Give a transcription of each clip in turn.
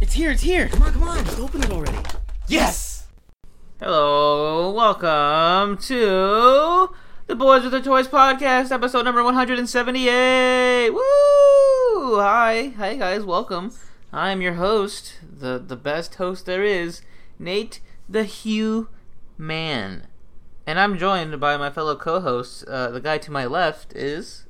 It's here, it's here. Come on, come on, just open it already. Yes! Hello, welcome to the Boys with the Toys podcast, episode number 178. Woo! Hi, hi guys, welcome. I am your host, the the best host there is, Nate the Hugh Man, and I'm joined by my fellow co-hosts. Uh, the guy to my left is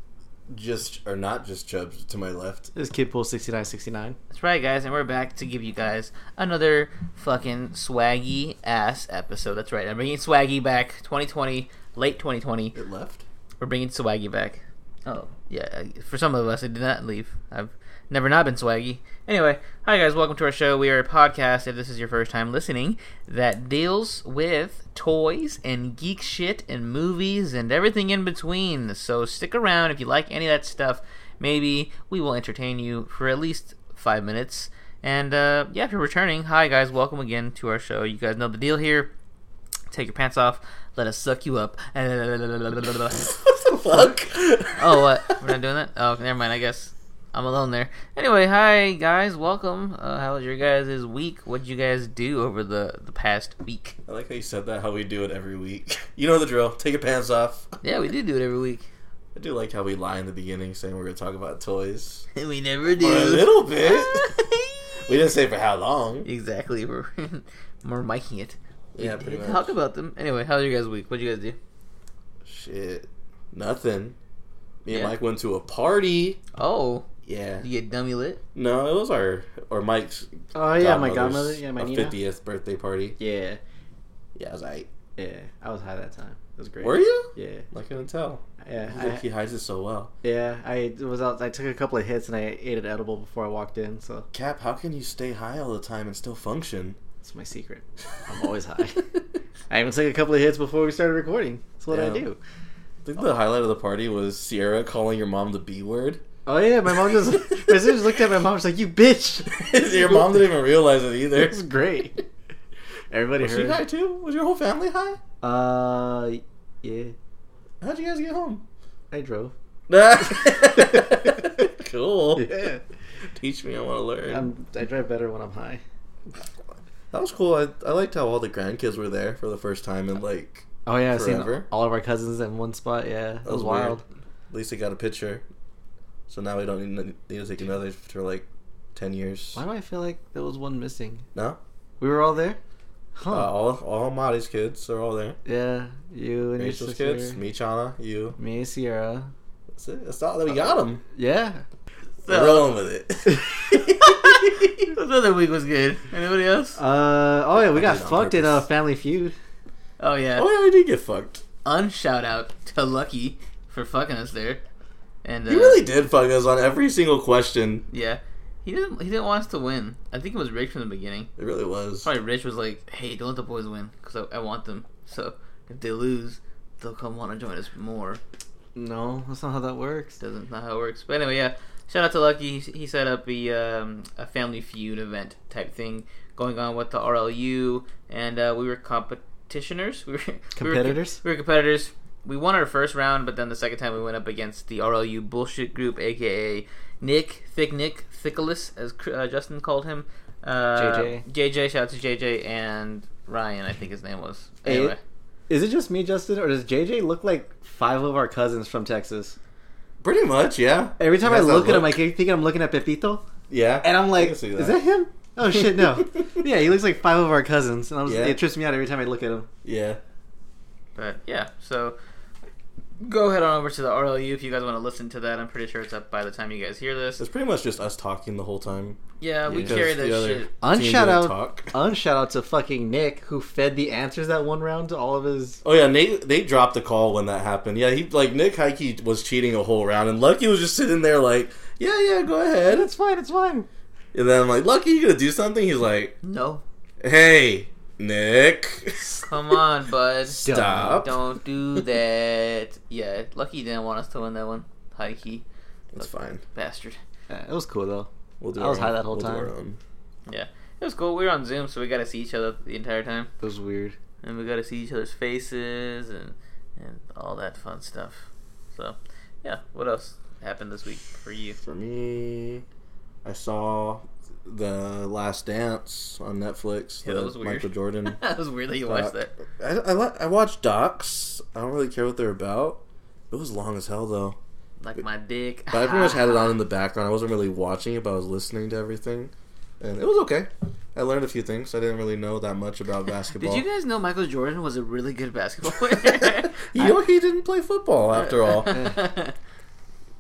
just or not just Chubbs to my left. This kid pulls 6969. That's right, guys, and we're back to give you guys another fucking swaggy ass episode. That's right, I'm bringing swaggy back. 2020, late 2020, It left. we're bringing swaggy back. Oh, yeah, for some of us, it did not leave. I've never not been swaggy. Anyway, hi, guys, welcome to our show. We are a podcast, if this is your first time listening, that deals with toys and geek shit and movies and everything in between. So stick around if you like any of that stuff. Maybe we will entertain you for at least five minutes. And uh, yeah, if you're returning, hi guys, welcome again to our show. You guys know the deal here. Take your pants off. Let us suck you up. Fuck. oh, what? We're not doing that? Oh, never mind, I guess. I'm alone there. Anyway, hi guys, welcome. Uh, how was your guys' week? What'd you guys do over the, the past week? I like how you said that. How we do it every week. You know the drill. Take your pants off. Yeah, we do do it every week. I do like how we lie in the beginning, saying we're gonna talk about toys We never for a do. little bit. we didn't say for how long. exactly. We're, we're miking it. We Yeah, pretty did much. Talk about them. Anyway, how was your guys' week? What'd you guys do? Shit, nothing. Me Yeah. and Mike went to a party. Oh, Yeah. did you get dummy lit? No, it was our or Mike's. Oh, yeah, my godmother. godmother's, Yeah, my our Nina. 50th birthday party. Yeah, Yeah, I was like, yeah. I was high that time. It was great. were you? Yeah, I couldn't tell. yeah. I, he I, hides it so well. yeah, I was out. I took a couple of hits and I ate an edible before I walked in, so Cap, how can you stay high all the time and still function? it's my secret. I'm always high. I even took a couple of hits before we started recording. That's what I Yeah. do. I think the highlight of the party was Sierra calling your mom the B word. Oh yeah, my mom just. my sister just looked at my mom. She's like, "You bitch." your mom didn't even realize it either. It was great. Everybody Was she high heard. too? Was your whole family high? Uh, yeah. How'd you guys get home? I drove. cool. Yeah. Teach me, I want to learn. I'm, I drive better when I'm high. that was cool. I, I liked how all the grandkids were there for the first time, and like Oh yeah, I've seen Forever? all of our cousins in one spot. Yeah, it That was was weird. wild. at least they got a picture. So now we don't need, need to take another for like ten years. Why do I feel like there was one missing? No, We were all there. Huh? uh, all all Marty's kids are all there. yeah, you and Rachel's your kids, sister, me, me, Chana, you. and Sierra. That's it. That's all that Uh, we got them. Yeah. We're rolling with it. This other week was good. Anybody else? Uh oh yeah, we got did it on fucked in a uh, purpose. Family Feud. Oh yeah. Oh yeah, we did get fucked. unshout out to Lucky for fucking us there. And uh, He really did fuck us on every single question. yeah, he didn't. He didn't want us to win. I think it was Rich from the beginning. It really was. Probably Rich was like, "Hey, don't let the boys win, cause I, I want them. So if they lose, they'll come want to join us more." No, that's not how that works. Doesn't not how it works. But anyway, yeah. Shout out to Lucky. He, he set up the um, a family feud event type thing going on with the RLU, and uh, we were competitioners. We were we were- Competitors? We were, competitors. We won our first round, but then the second time we went up against the RLU bullshit group, aka Nick, Thick Nick, Thickless, as Cr- uh, Justin called him. Uh, JJ. JJ. Shout out to JJ and Ryan. I think his name was. Hey, Anyway. Is it just me, Justin, or does JJ look like five of our cousins from Texas? Pretty much, yeah. Every time He I has that look at him, I keep thinking I'm looking at Pepito, yeah, and I'm I like, can see "Is that him? Oh shit, no. yeah, he looks like five of our cousins, and I'm just, Yeah. it trips me out every time I look at him. Yeah, But yeah, so go head on over to the RLU if you guys want to listen to that. I'm pretty sure it's up by the time you guys hear this. it's pretty much just us talking the whole time. Yeah, we Because carry the that other shit. team Unshout didn't out, talk. unshout out to fucking Nick who fed the answers that one round to all of his. Oh yeah, Nate. They dropped the call when that happened. Yeah, he like Nick Heike was cheating a whole round, and Lucky was just sitting there like, yeah, yeah, go ahead. It's fine, it's fine. And then I'm like, Lucky, you gonna do something? He's like, No, Hey, Nick, come on, bud. stop. Don't do that. Yeah, Lucky didn't want us to win that one. High key, It's fine. bastard. Yeah, it was cool though. We'll do. I our was own- high that whole we'll do time. our own. Yeah, it was cool. We were on Zoom, so we got to see each other the entire time, It was weird. and we got to see each other's faces and and all that fun stuff. So, yeah, what else happened this week for you? For me, I saw the Last Dance on Netflix. Yeah, the that was weird. Michael Jordan. that was weird that you watched doc. that. I I, li- I watch docs. I don't really care what they're about. It was long as hell though. Like my dick. But I pretty much had it on in the background. I wasn't really watching it, but I was listening to everything, and it was okay. I learned a few things. I didn't really know that much about basketball. Did you guys know Michael Jordan was a really good basketball player? You know he didn't play football after all. yeah,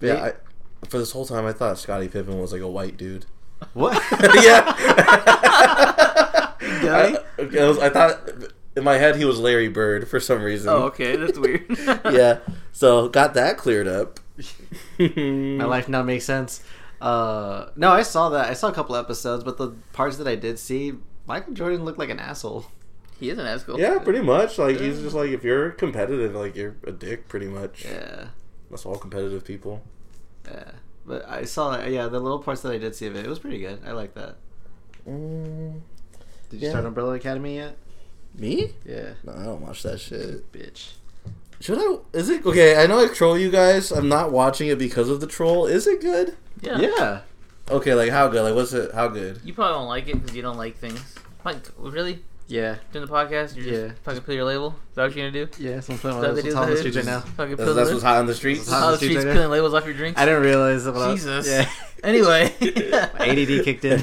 They- I, for this whole time I thought Scottie Pippen was like a white dude. What? yeah. Guy? I, I was, I thought in my head he was Larry Bird for some reason. oh, okay, that's weird. yeah. So got that cleared up. My life now makes sense. Uh, no, I saw that. I saw a couple episodes, but the parts that I did see, Michael Jordan looked like an asshole. he isn't as cool. Yeah, pretty much. Like he's just like if you're competitive, like you're a dick, pretty much. Yeah. That's all competitive people. Yeah. But I saw, yeah, the little parts that I did see of it, it was pretty good. I like that. Mm, Did you Yeah. start Umbrella Academy yet? me? Yeah. No, I don't watch that shit. Bitch. Should I? Is it okay? I know I troll you guys. I'm not watching it because of the troll. Is it good? yeah. Yeah. Okay, like how good? Like what's it? How good? You probably don't like it because you don't like things. Like really Yeah. doing the podcast, you're just Yeah. fucking put your label. Is that what you're gonna do? Yeah. So I'm playing one of Is that what those they do that's on the with streets it? right now. Just fucking That's, peel that's the- what's hot on the streets. hot on Oh, the she's streets right now. peeling labels off your drinks. I didn't realize that. when I was- Jesus. Yeah. Anyway. ADD kicked in.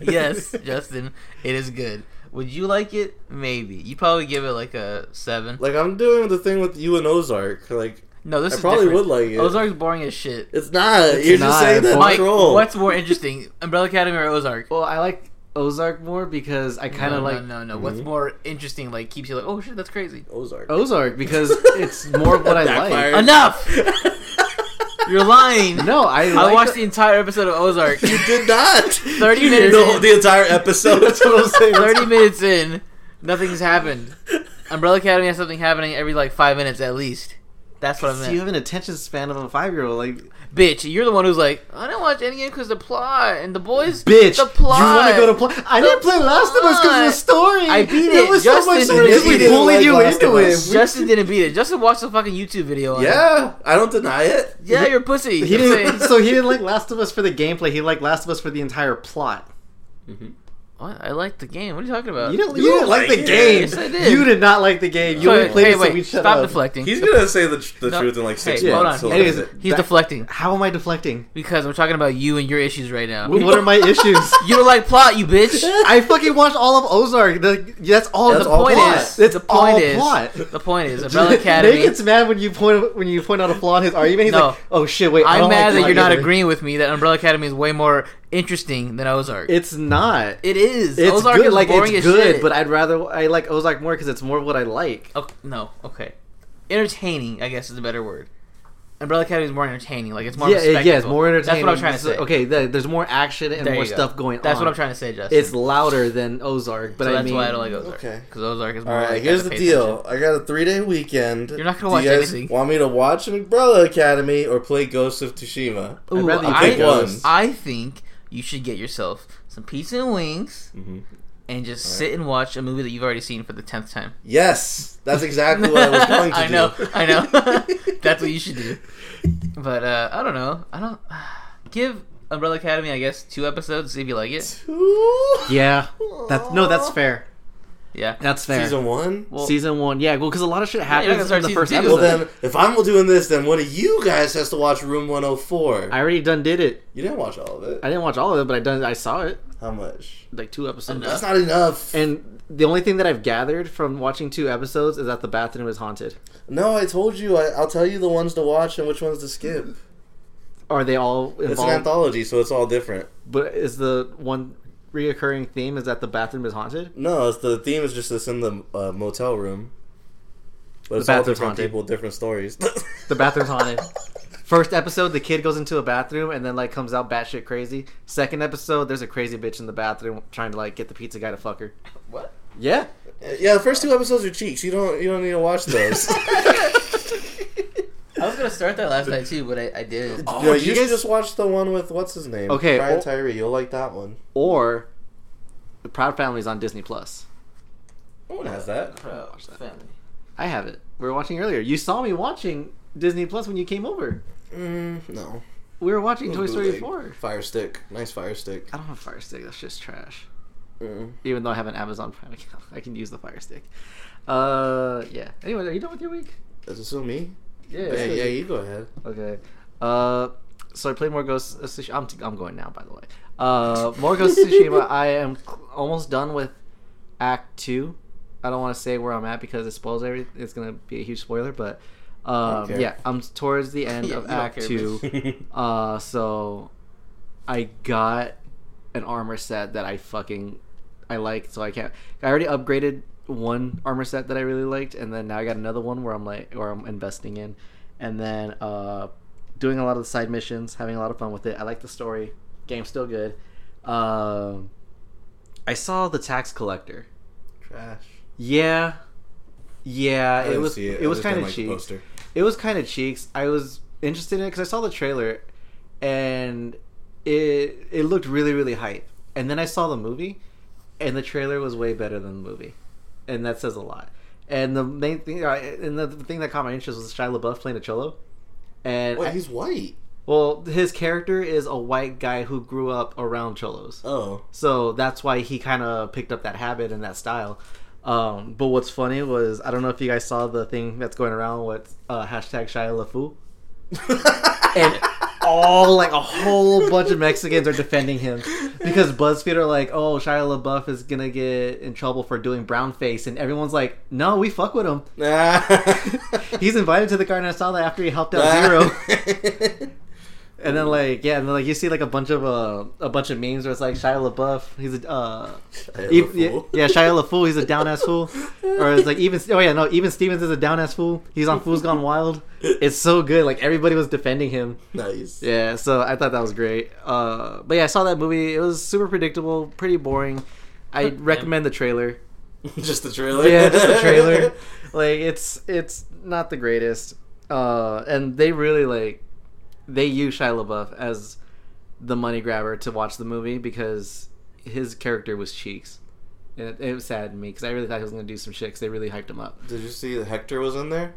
yes, Justin, it is good. Would you like it? Maybe. You probably give it like a seven. Like I'm doing the thing with you and Ozark. Like No, this I is probably different. would like it. Ozark's boring as shit. It's not. You're just not, saying that boy. Mike, Mike, troll. what's more interesting, Umbrella Academy or Ozark? Well, I like Ozark more because I kind no, of like no, no, no. What's Mhm. more interesting? Like keeps you like, oh shit, that's crazy. Ozark? Ozark Oh, because it's more of what I like. Backfired. Enough! You're lying. No, I like I watched the entire episode of Ozark. you did not. 30 You minutes know in. the entire episode. That's what I'm saying. Thirty minutes in, nothing's happened. Umbrella Academy has something happening every like five minutes at least. That's what I So you meant. have an attention span of a five year old. Like, Bitch, you're the one who's like, I don't watch Endgame because the plot and the boys. bitch, the plot. you want to go to play? I didn't play Last of Us because of the plot. story. I beat There it. was Justin so much story. did We it. He bullied didn't you like Last into of it. Us. We- Justin didn't beat it. Justin watched the fucking YouTube video. On it. yeah, I don't deny it. yeah, you're a pussy. He I'm didn't. saying- So he didn't like Last of Us for the gameplay. He liked Last of Us for the entire plot. Mm-hmm. What? I like the game. What are you talking about? You didn't. You, Uh, You didn't like, like the it. game. Yes, I did. You did not like the game. You Sorry, only played hey, it so wait, we shut stop up. deflecting. He's gonna say the, tr- the No. truth in like six Hey, hold months. on. so- Anyways, He's that- deflecting How am I deflecting? because we're talking about you and your issues right now. What what are my issues? You don't like plot, you bitch. I fucking watched all of Ozark. The, that's all That's the all point plot. is. That's the point all is. plot. The point is Umbrella Academy. Nate gets mad when you point when you point out a flaw in his argument. He's No. like, "Oh shit, wait, I I'm don't like mad that plot you're not either." agreeing with me that Umbrella Academy is way more interesting than Ozark. It's not. it is. It's Ozark good. is like boring it's as good, shit. but I'd rather I like Ozark more because it's more of what I like. Oh, no, okay. Entertaining, I guess, is a better word. Umbrella Academy is more entertaining. Like it's more. yeah, of a it- yeah, it's spectacle. more entertaining. That's what I'm trying to So- say. Okay, th- there's more action and There you more go. stuff going That's on. what I'm trying to say, Justin. It's louder than Ozark, but so I that's mean, why I don't like Ozark. Okay. Because Ozark is more. All right, like, I here's have the to pay deal. attention. I got a three day weekend. You're not gonna Do watch you guys anything. Want me to watch Umbrella Academy or play Ghost of Tsushima? I'd Ooh, rather you I, pick one. I think you should get yourself some pizza and wings Mm-hmm. and just sit and watch a movie that you've already seen for the tenth time. Yes, that's exactly what I was going to I do. know, I know. That's what you should do. But uh, I don't know. I don't give Umbrella Academy. I guess two episodes. See if you like it. Two? yeah, that's no, that's fair. Yeah. That's fair. Season one. Well, Season one, yeah, well, because a lot of shit you're happens gonna in start the season first two. episode. Well, then, if I'm doing this, then one of you guys has to watch Room 104. I already done did it. you didn't watch all of it. I didn't watch all of it, but I done I saw it How much? like two episodes. Enough. That's not enough. And the only thing that I've gathered from watching two episodes is that the bathroom is haunted. no, I told you. I, I'll tell you the ones to watch and which ones to skip. Are they all It's an involved? anthology, so it's all different. but is the one reoccurring theme is that the bathroom is haunted? No, it's, the theme is just this in the uh, motel room. But it's all bathroom's different haunted. people, different stories. The bathroom's haunted. First episode, the kid goes into a bathroom and then like comes out batshit crazy. Second episode, there's a crazy bitch in the bathroom trying to like get the pizza guy to fuck her. What? Yeah, yeah, the first two episodes are cheeks. You don't you don't need to watch those. I was gonna start that last night too, but I, I didn't. Oh, yeah, did you, you should guys- just watch the one with what's his name? Okay, Brian oh- Tyree. You'll like that one. or the Proud Family's on Disney Plus. No one has that. I have it. We were watching earlier. You saw me watching Disney Plus when you came over. Mm, no. we were watching Toy Story Bootleg. four. Uh, Fire stick. Nice fire stick. I don't have a Fire Stick. That's just trash. Mm. Even though I have an Amazon Prime account, I can use the Fire Stick. Uh, yeah. Anyway, are you done with your week? Is it still me? Yeah. Yeah, yeah, you go ahead. Okay. Uh, so I played more Ghost of Tsushima. I'm, I'm going now, by the way. Uh, more Ghost of Tsushima. I am cl- almost done with Act Two. I don't want to say where I'm at because it spoils everything. It's gonna be a huge spoiler, but um, Okay. yeah, I'm towards the end Yeah, of you don't Act care, Two. bitch. Uh, so I got an armor set that I fucking I like. So I can't. I already upgraded one armor set that I really liked, and then now I got another one where I'm like, or I'm investing in, and then uh, doing a lot of the side missions, having a lot of fun with it. I like the story. Game's still good. Um, I saw the tax collector. Trash. Yeah, yeah. I it didn't was see it, I was just didn't kind of like the cheap poster. it was kind of cheeks. I was interested in it because I saw the trailer, and it it looked really really hype. And then I saw the movie, and the trailer was way better than the movie, and that says a lot. And the main thing, I- and the thing that caught my interest was Shia LaBeouf playing a cholo. And Wait, I- he's white. well, his character is a white guy who grew up around cholos. Oh. So that's why he kind of picked up that habit and that style. Um, but what's funny was I don't know if you guys saw the thing that's going around with uh, hashtag Shia LaFou, and all like a whole bunch of Mexicans are defending him because BuzzFeed are like, "Oh, Shia LaBeouf is gonna get in trouble for doing brownface," and everyone's like, "No, we fuck with him. He's invited to the garden." I saw that after he helped out Zero. And then like yeah, and then like you see like a bunch of uh, a bunch of memes where it's like Shia LaBeouf, he's a uh, Shia ev- yeah, LaFool. yeah, Shia LaFool, he's a down ass fool, or it's like even oh yeah no even Stevens is a down ass fool. He's on Fools Gone Wild. It's so good. Like everybody was defending him. nice. Yeah, so I thought that was great. Uh, but yeah, I saw that movie. It was super predictable, pretty boring. I recommend the trailer. just the trailer. Yeah, just the trailer. like it's it's not the greatest. Uh, and they really like they use Shia LaBeouf as the money grabber to watch the movie because his character was cheeks. And It, it saddened me because I really thought he was going to do some shit because they really hyped him up. Did you see that Hector was in there?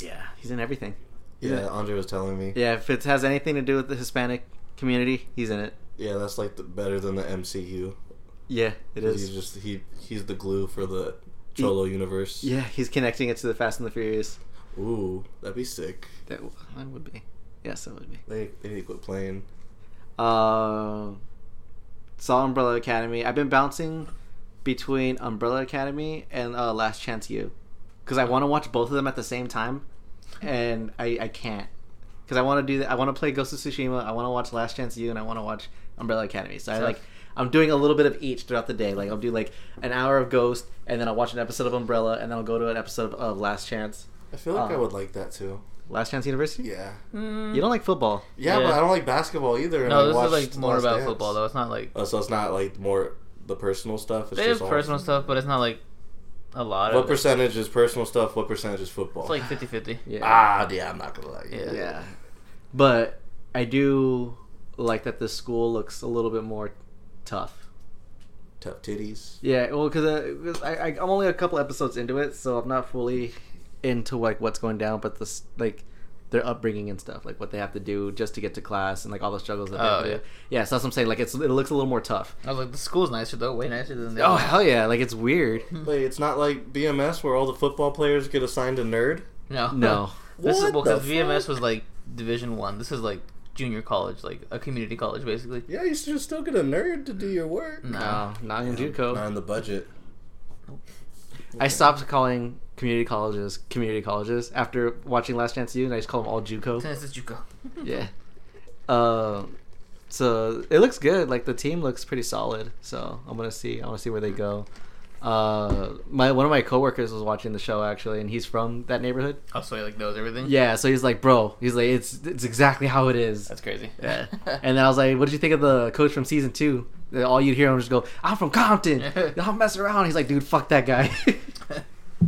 Yeah, he's in everything. Yeah, Andre was telling me. Yeah, if it has anything to do with the Hispanic community, he's in it. Yeah, that's like the, better than the MCU. Yeah, it He's is. just he he's the glue for the Cholo universe. Yeah, he's connecting it to the Fast and the Furious. Ooh, that'd be sick. That, that would be. Yes, that would be. They they need to quit playing. Um, saw Umbrella Academy. I've been bouncing between Umbrella Academy and uh, Last Chance U because I want to watch both of them at the same time, and I, I can't because I want to do that. I want to play Ghost of Tsushima. I want to watch Last Chance U, and I want to watch Umbrella Academy. So I Tough. like. I'm doing a little bit of each throughout the day. Like I'll do like an hour of Ghost, and then I'll watch an episode of Umbrella, and then I'll go to an episode of Last Chance, I feel like I Um, would like that too. Last Chance University. Yeah. Mm, You don't like football. Yeah, Yeah. but I don't like basketball either. and I no, this watched is like more Last about Dance. football though. It's not like Oh, so it's not like more the personal stuff. It's they have just all- personal stuff, but it's not like a lot of. What It. percentage is personal stuff? What percentage is football? It's like 50-50. Yeah. ah, yeah, I'm not gonna lie. Yeah. Yeah. But I do like that this school looks a little bit more tough. tough titties. Yeah, well, because I, I, I'm only a couple episodes into it, so I'm not fully into like what's going down, but this like their upbringing and stuff, like what they have to do just to get to class, and like all the struggles that they have Oh, to yeah. do. Yeah, so that's what I'm saying. Like it's it looks a little more tough. I was like, the school's nicer though, way nicer than the. Oh hell yeah! Like it's weird. Mm-hmm. Wait, it's not like BMS where all the football players get assigned a nerd. no, No. This is What well, the 'cause VMS fuck? was like Division One. This is like junior college, like a community college, basically. Yeah, you should still get a nerd to do your work. No, No, not in Not JUCO. in the budget. I stopped calling community colleges community colleges after watching Last Chance U, and I just call them all JUCO. This is JUCO. yeah. Um, so it looks good. Like the team looks pretty solid. So I'm gonna see. I want to see where they go. Uh, my one of my coworkers was watching the show actually, and he's from that neighborhood. Oh, so he like knows everything. Yeah, so he's like, bro, he's like, it's it's exactly how it is. that's crazy. Yeah. and then I was like, what did you think of the coach from season two? And All you'd hear him just go, I'm from Compton. I'll mess around. He's like, dude, fuck that guy.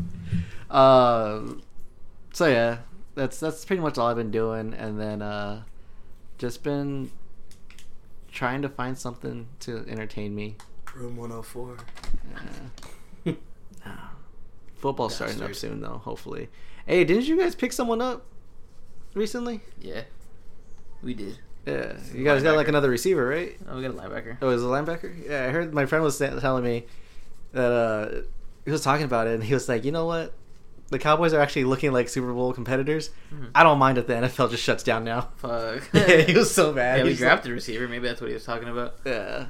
Um so yeah, that's that's pretty much all I've been doing, and then uh, just been trying to find something to entertain me. Room 104. Uh, football's starting up soon, though. Hopefully. Hey, didn't you guys pick someone up recently? yeah, we did. Yeah, you guys got like Linebacker. another receiver, right? Oh, we got a linebacker. Oh, is it a linebacker? Yeah, I heard my friend was sa- telling me that uh, he was talking about it, and he was like, you know what? The Cowboys are actually looking like Super Bowl competitors. Mhm. I don't mind if the NFL just shuts down now. Fuck. yeah, he was so mad. yeah, we He's grabbed the receiver. Maybe that's what he was talking about. like, yeah.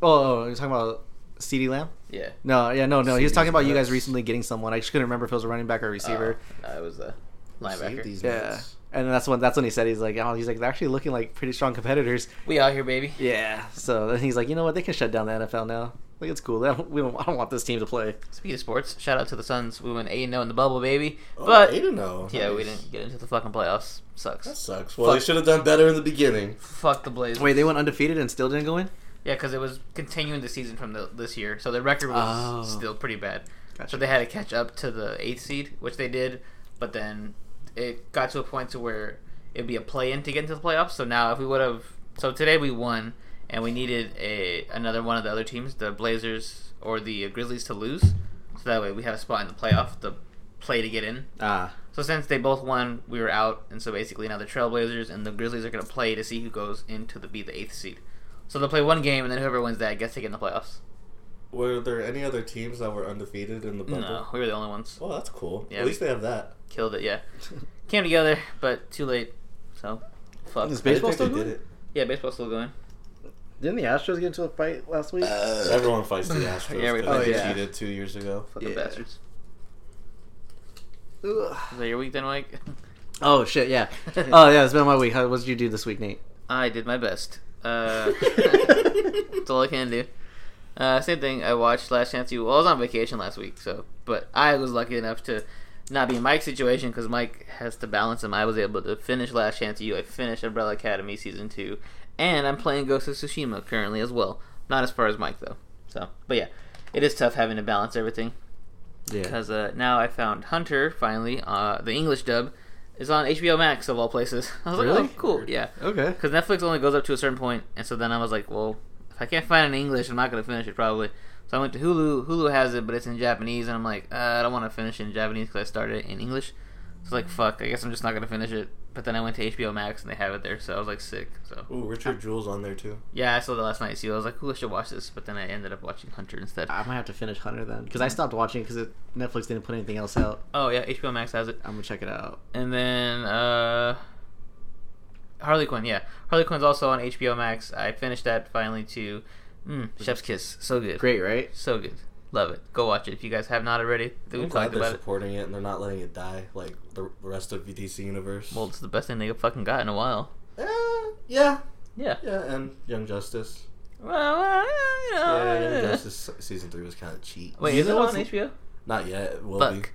Oh, oh, you're talking about CeeDee Lamb? Yeah. No, yeah, no, no. He was CeeDee talking about you Lamb. guys recently getting someone. I just couldn't remember if it was a running back or a receiver. Oh, no, it was the linebacker. Save these yeah. nuts. And that's when that's when he said he's like, oh, he's like they're actually looking like pretty strong competitors. We out here, baby. Yeah. So then he's like, you know what? They can shut down the NFL now. Like it's cool. They don't, we don't, I don't want this team to play. Speaking of sports, shout out to the Suns. We went 8 0 in the bubble, baby. Oh, But, eight and zero. yeah, we Nice. didn't get into the fucking playoffs. That Sucks. sucks. Well, Fuck. they should have done better in the beginning. Fuck the Blazers. Wait, they went undefeated and still didn't go in. Yeah, because it was continuing the season from the, this year, so their record was Oh. still pretty bad. So Gotcha. they had to catch up to the eighth seed, which they did, but then it got to a point to where it'd be a play-in to get into the playoffs. So now, if we would have, so today we won, and we needed a another one of the other teams, the Blazers or the Grizzlies, to lose, so that way we have a spot in the playoff, the play to get in. Ah, So since they both won, we were out, and so basically now the Trailblazers and the Grizzlies are going to play to see who goes into the be the eighth seed. So they'll play one game, and then whoever wins that gets to get in the playoffs. Were there any other teams that were undefeated in the bubble? No, we were the only ones. Oh, that's cool. Yeah. At least they have that. Killed it, yeah. Came together, but too late. So, fuck. Is I didn't Baseball think still they good? it. Yeah, baseball's still going. didn't the Astros get into a fight last week? Everyone fights the Astros. Yeah, we 'cause fight they the Astros. cheated two years ago. Fucking Yeah. bastards. Ugh. Is that your week then, Mike? Oh shit! Yeah. Oh yeah, it's been my week. How, what did you do this week, Nate? I did my best. Uh, that's all I can do. Uh, same thing. I watched Last Chance U. Well, I was on vacation last week, so but I was lucky enough to not be in Mike's situation because Mike has to balance him. I was able to finish Last Chance U. I finished Umbrella Academy season two, and I'm playing Ghost of Tsushima currently as well. Not as far as Mike though. So, but yeah, it is tough having to balance everything Yeah. because uh, now I found Hunter finally. Uh, the English dub is on HBO Max of all places. I was Really? like, oh, cool, yeah. Okay. Because Netflix only goes up to a certain point, and so then I was like, well, if I can't find it in English, I'm not gonna finish it probably. So I went to Hulu. Hulu has it, but it's in Japanese, and I'm like, uh, I don't want to finish it in Japanese because I started it in English. So like, fuck, I guess I'm just not gonna finish it. But then I went to HBO Max and they have it there, so I was like, sick. So Ooh, Richard Jewell's on there too. yeah, I saw that last night too. I was like, ooh, I should watch this, but then I ended up watching Hunter instead. I might have to finish Hunter then because I stopped watching because Netflix didn't put anything else out. Oh yeah, HBO Max has it. I'm gonna check it out. And then uh Harley Quinn, yeah. Harley Quinn's also on HBO Max. I finished that finally too. Mm, Chef's Kiss, so good. Great, right? So good. Love it. Go watch it if you guys have not already. I'm We've glad talked they're about it. supporting it. and they're not letting it die like the rest of the DC universe. Well, it's the best thing they fucking got in a while. Eh, yeah, Yeah. yeah, and Young Justice. Well, uh, you know. Yeah, Young uh, Justice season three was kind of cheap. Wait, You is it know on what's- HBO? Not yet. It will Fuck.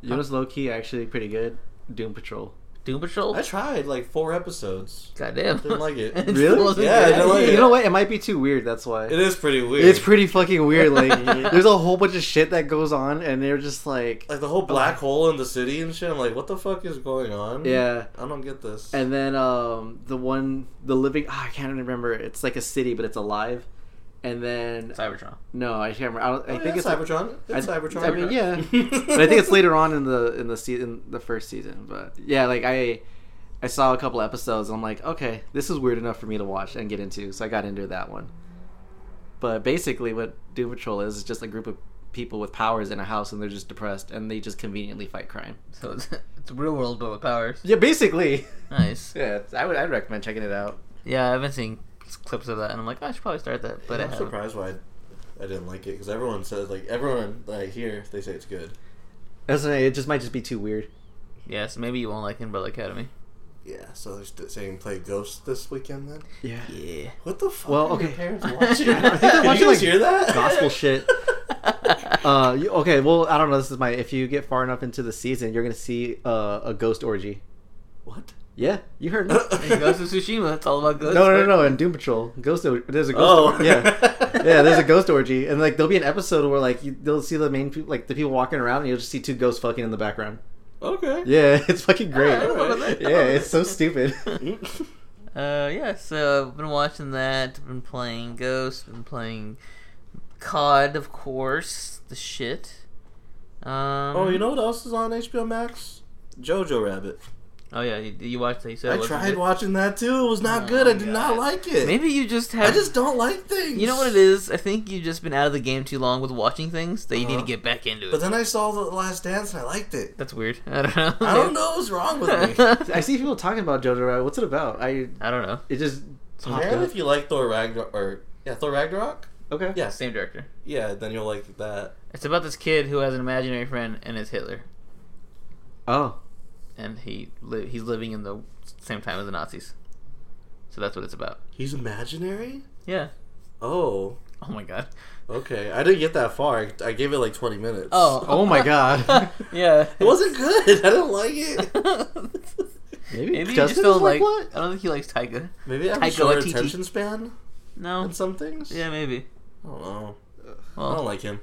You know what's low key actually pretty good? Doom Patrol. Doom be. Patrol? I tried like four episodes. Goddamn. Didn't like it. It's Really? still- Yeah, I didn't like it. You know what? It might be too weird. That's why. It is pretty weird. It's pretty fucking weird. Like, there's a whole bunch of shit that goes on, and they're just like, like the whole black Oh. hole in the city and shit. I'm like, what the fuck is going on? yeah. I don't get this. And then um, the one, the living, ah, I can't remember. It's like a city, but it's alive. And then Cybertron. no, I can't remember. I, don't, Oh, I yeah, think it's like- Cybertron. It's I- Cybertron. I mean, yeah. but I think it's later on in the in the season, the first season. But yeah, like I, I saw a couple episodes. and I'm like, okay, this is weird enough for me to watch and get into. So I got into that one. But basically, what Doom Patrol is is just a group of people with powers in a house, and they're just depressed, and they just conveniently fight crime. So it's, it's real world, but with powers. Yeah, basically. Nice. Yeah, I would I'd recommend checking it out. Yeah, I've been seeing clips of that, and I'm like, "Oh, I should probably start that, but I I'm haven't. surprised why I, I didn't like it because everyone says like everyone that I hear they say it's good. That's what I- it. Just might just be too weird. Yes, maybe you won't like Umbrella Academy. Yeah, so they're st- saying play Ghost this weekend then. Yeah. Yeah. What the fuck? Well, are your okay. parents watching. I think they're Can watching, you guys like, hear that? gospel shit. Um, Uh, you, okay. Well, I don't know. This is my. If you get far enough into the season, you're gonna see uh, a ghost orgy. what? Yeah, you heard me. Hey, Ghost of Tsushima. It's all about no, ghosts. no, no, right? no. In Doom Patrol, ghost. or- There's a ghost. oh, or- yeah, yeah. There's a ghost orgy, and like there'll be an episode where like you, they'll see the main people, like the people walking around, and you'll just see two ghosts fucking in the background. Okay. Yeah, it's fucking great. Alright. Yeah, it's so stupid. Uh, yeah, so I've been watching that. Been playing Ghost. Been playing COD, of course. The shit. Um, oh, you know what else is on HBO Max? Jojo Rabbit. Oh yeah, you, you watched that. You said it I wasn't tried good. watching that too. It was not Oh, good. I did God. not like it. Maybe you just have. I just don't like things. You know what it is? I think you've just been out of the game too long with watching things that you need Uh-huh. to get back into it. But then I saw the Last Dance and I liked it. That's weird. I don't know. I don't know what's wrong with me. I see people talking about Jojo Rabbit. What's it about? I I don't know. it just popped Apparently, up. if you like Thor Ragnarok, or yeah, Thor Ragnarok, Okay. yeah, Same director. yeah, then you'll like that. It's about this kid who has an imaginary friend and it's Hitler, Oh. and he li- he's living in the same time as the Nazis. So that's what it's about. He's imaginary. Yeah. Oh, Oh my god. okay. I didn't get that far. I, I gave it like twenty minutes. Oh my God. yeah. it wasn't good. I didn't like it. Maybe, Maybe you just Justin feel is like, what? I don't think he likes Tyga. Maybe I have a Taika short Waititi. attention span No. on some things. Yeah, maybe. I don't know. I don't Well, like him.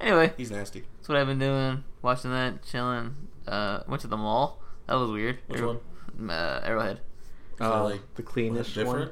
anyway, He's nasty. that's what I've been doing. Watching that, chilling. Uh, went to the mall. That was weird. Which Arrow- one? Uh, Arrowhead. kinda Oh, like- the Was cleanish it different? one.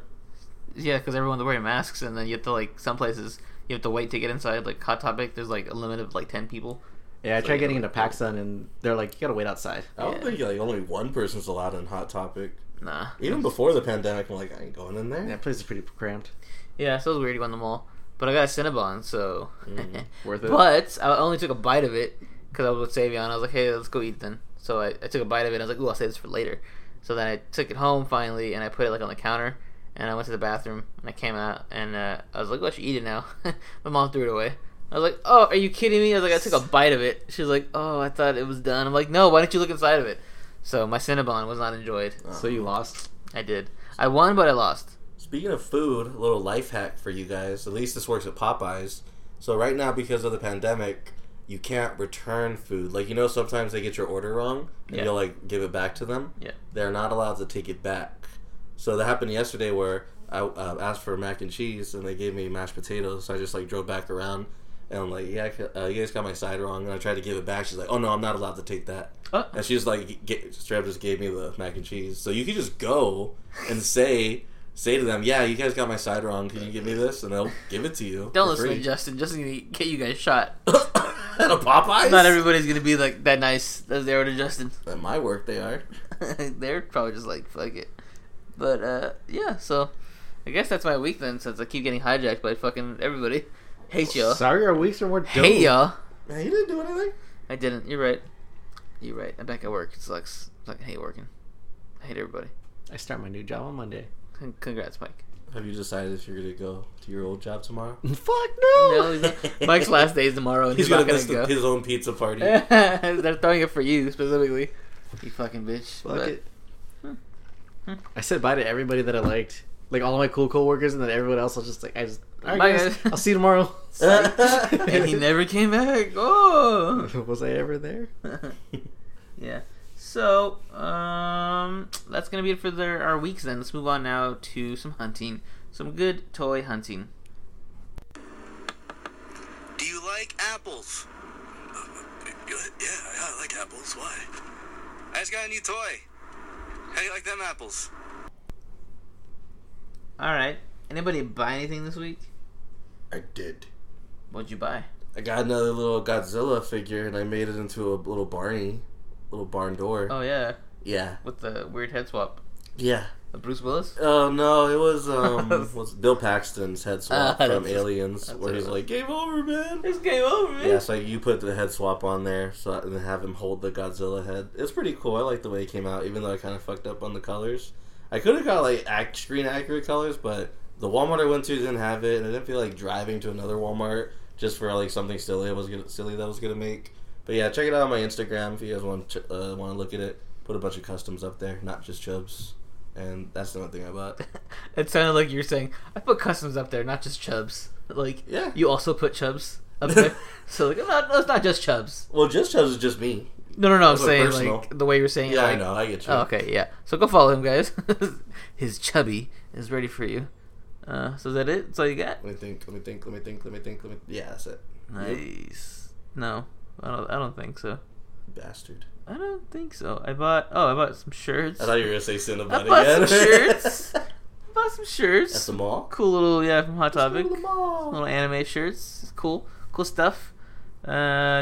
Yeah, because everyone's wearing masks, and then you have to like some places you have to wait to get inside. Like Hot Topic, there's like a limit of like ten people. Yeah, I So tried you getting don't- Oh. into PacSun and they're like, you gotta wait outside. I don't Yeah. think like only one person's allowed in Hot Topic. Nah. Even before the pandemic, I'm like, I ain't going in there. Yeah, that place is pretty cramped. Yeah, so it was weird going to the mall, but I got a Cinnabon, so. Mm. Worth it. but I only took a bite of it because I was with Savion. I was like, hey, let's go eat then. So I, I took a bite of it. and I was like, ooh, I'll save this for later. So then I took it home finally, and I put it like on the counter. And I went to the bathroom, and I came out, and uh, I was like, well, I should eat it now. My mom threw it away. I was like, oh, are you kidding me? I was like, I took a bite of it. She was like, oh, I thought it was done. I'm like, no, why didn't you look inside of it? So my Cinnabon was not enjoyed. Oh. so you lost. I did. I won, but I lost. Speaking of food, a little life hack for you guys. At least this works at Popeyes. So right now, because of the pandemic, you can't return food. Like you know, sometimes they get your order wrong, and Yeah. you'll like give it back to them. Yeah. They're not allowed to take it back. So that happened yesterday, where I uh, asked for mac and cheese, and they gave me mashed potatoes. So I just like drove back around, and I'm like, yeah, I ca- uh, you guys got my side wrong, and I tried to give it back. She's like, oh no, I'm not allowed to take that. Oh. And she was like, get, straight up just gave me the mac and cheese. So you could just go and say, say to them, yeah, you guys got my side wrong. Can you give me this? And they'll give it to you. Don't for listen free. to Justin. Justin's gonna get you guys shot. At a Popeyes? Not everybody's gonna be like that nice as they are to Justin. At my work, they are. They're probably just like fuck it. But uh, yeah, so I guess that's my week then, since I keep getting hijacked by fucking everybody. Hate y'all. Sorry, our weeks are more dope. Hate y'all. Man, you didn't do anything. I didn't. You're right. You're right. I'm back at work. It sucks. I fucking hate working. I hate everybody. I start my new job on Monday. Con- Congrats, Mike. Have you decided if you're going to go to your old job tomorrow? Fuck No, no. he's not- Mike's last day is tomorrow, and he's, He's not going to gonna miss the, go. his own pizza party. They're throwing it for you specifically. You fucking bitch. Fuck But- it. I said bye to everybody that I liked, like all my cool coworkers, and then everyone else. I was just like, I just, all right, Bye, guys, guys. I'll see you tomorrow. and he never came back. Oh, Was I ever there? yeah. So, um, that's gonna be it for the, our weeks. Then let's move on now to some hunting, some good toy hunting. Do you like apples? Uh, yeah, yeah, I like apples. Why? I just got a new toy. How do you like them apples? All right. Anybody buy anything this week? I did. What'd you buy? I got another little Godzilla figure, and I made it into a little Barney, little barn door. Oh yeah, Yeah, with the weird head swap. yeah. Of Bruce Willis. Oh no, it was um, was Bill Paxton's head swap Ah, from that's- Aliens, that's where it. he's like, "Game over, man." It's game over, man. Yeah, so you put the head swap on there, so and then have him hold the Godzilla head. It's pretty cool. I like the way it came out, even though I kind of fucked up on the colors. I could have got like act screen accurate colors, but the Walmart I went to didn't have it, and I didn't feel like driving to another Walmart just for like something silly I was gonna silly that I was gonna make. But yeah, check it out on my Instagram if you guys want to, uh, want to look at it. Put a bunch of customs up there, not just Chubs. And that's the one thing I bought. It sounded like you were saying, I put customs up there, not just chubs. Like, Yeah. you also put chubs up there. so, like, no, no, it's not just chubs. Well, just Chubs is just me. No, no, no, I'm Those are saying, personal. like, the way you're saying it. Yeah, I like, know. I get you. Oh, okay, yeah. So go follow him, guys. His chubby is ready for you. Uh, so is that it? That's all you got? Let me think. Let me think. Let me think. Let me think. Let me. Yeah, that's it. You Nice. No, I don't. I don't think so. bastard. I don't think so. I bought. Oh, I bought some shirts. I thought you were gonna say Cinnabon I bought again. some shirts. I bought some shirts. At the mall. cool little yeah from Hot Topic. Go to the mall. little anime shirts. It's cool, cool stuff. Uh,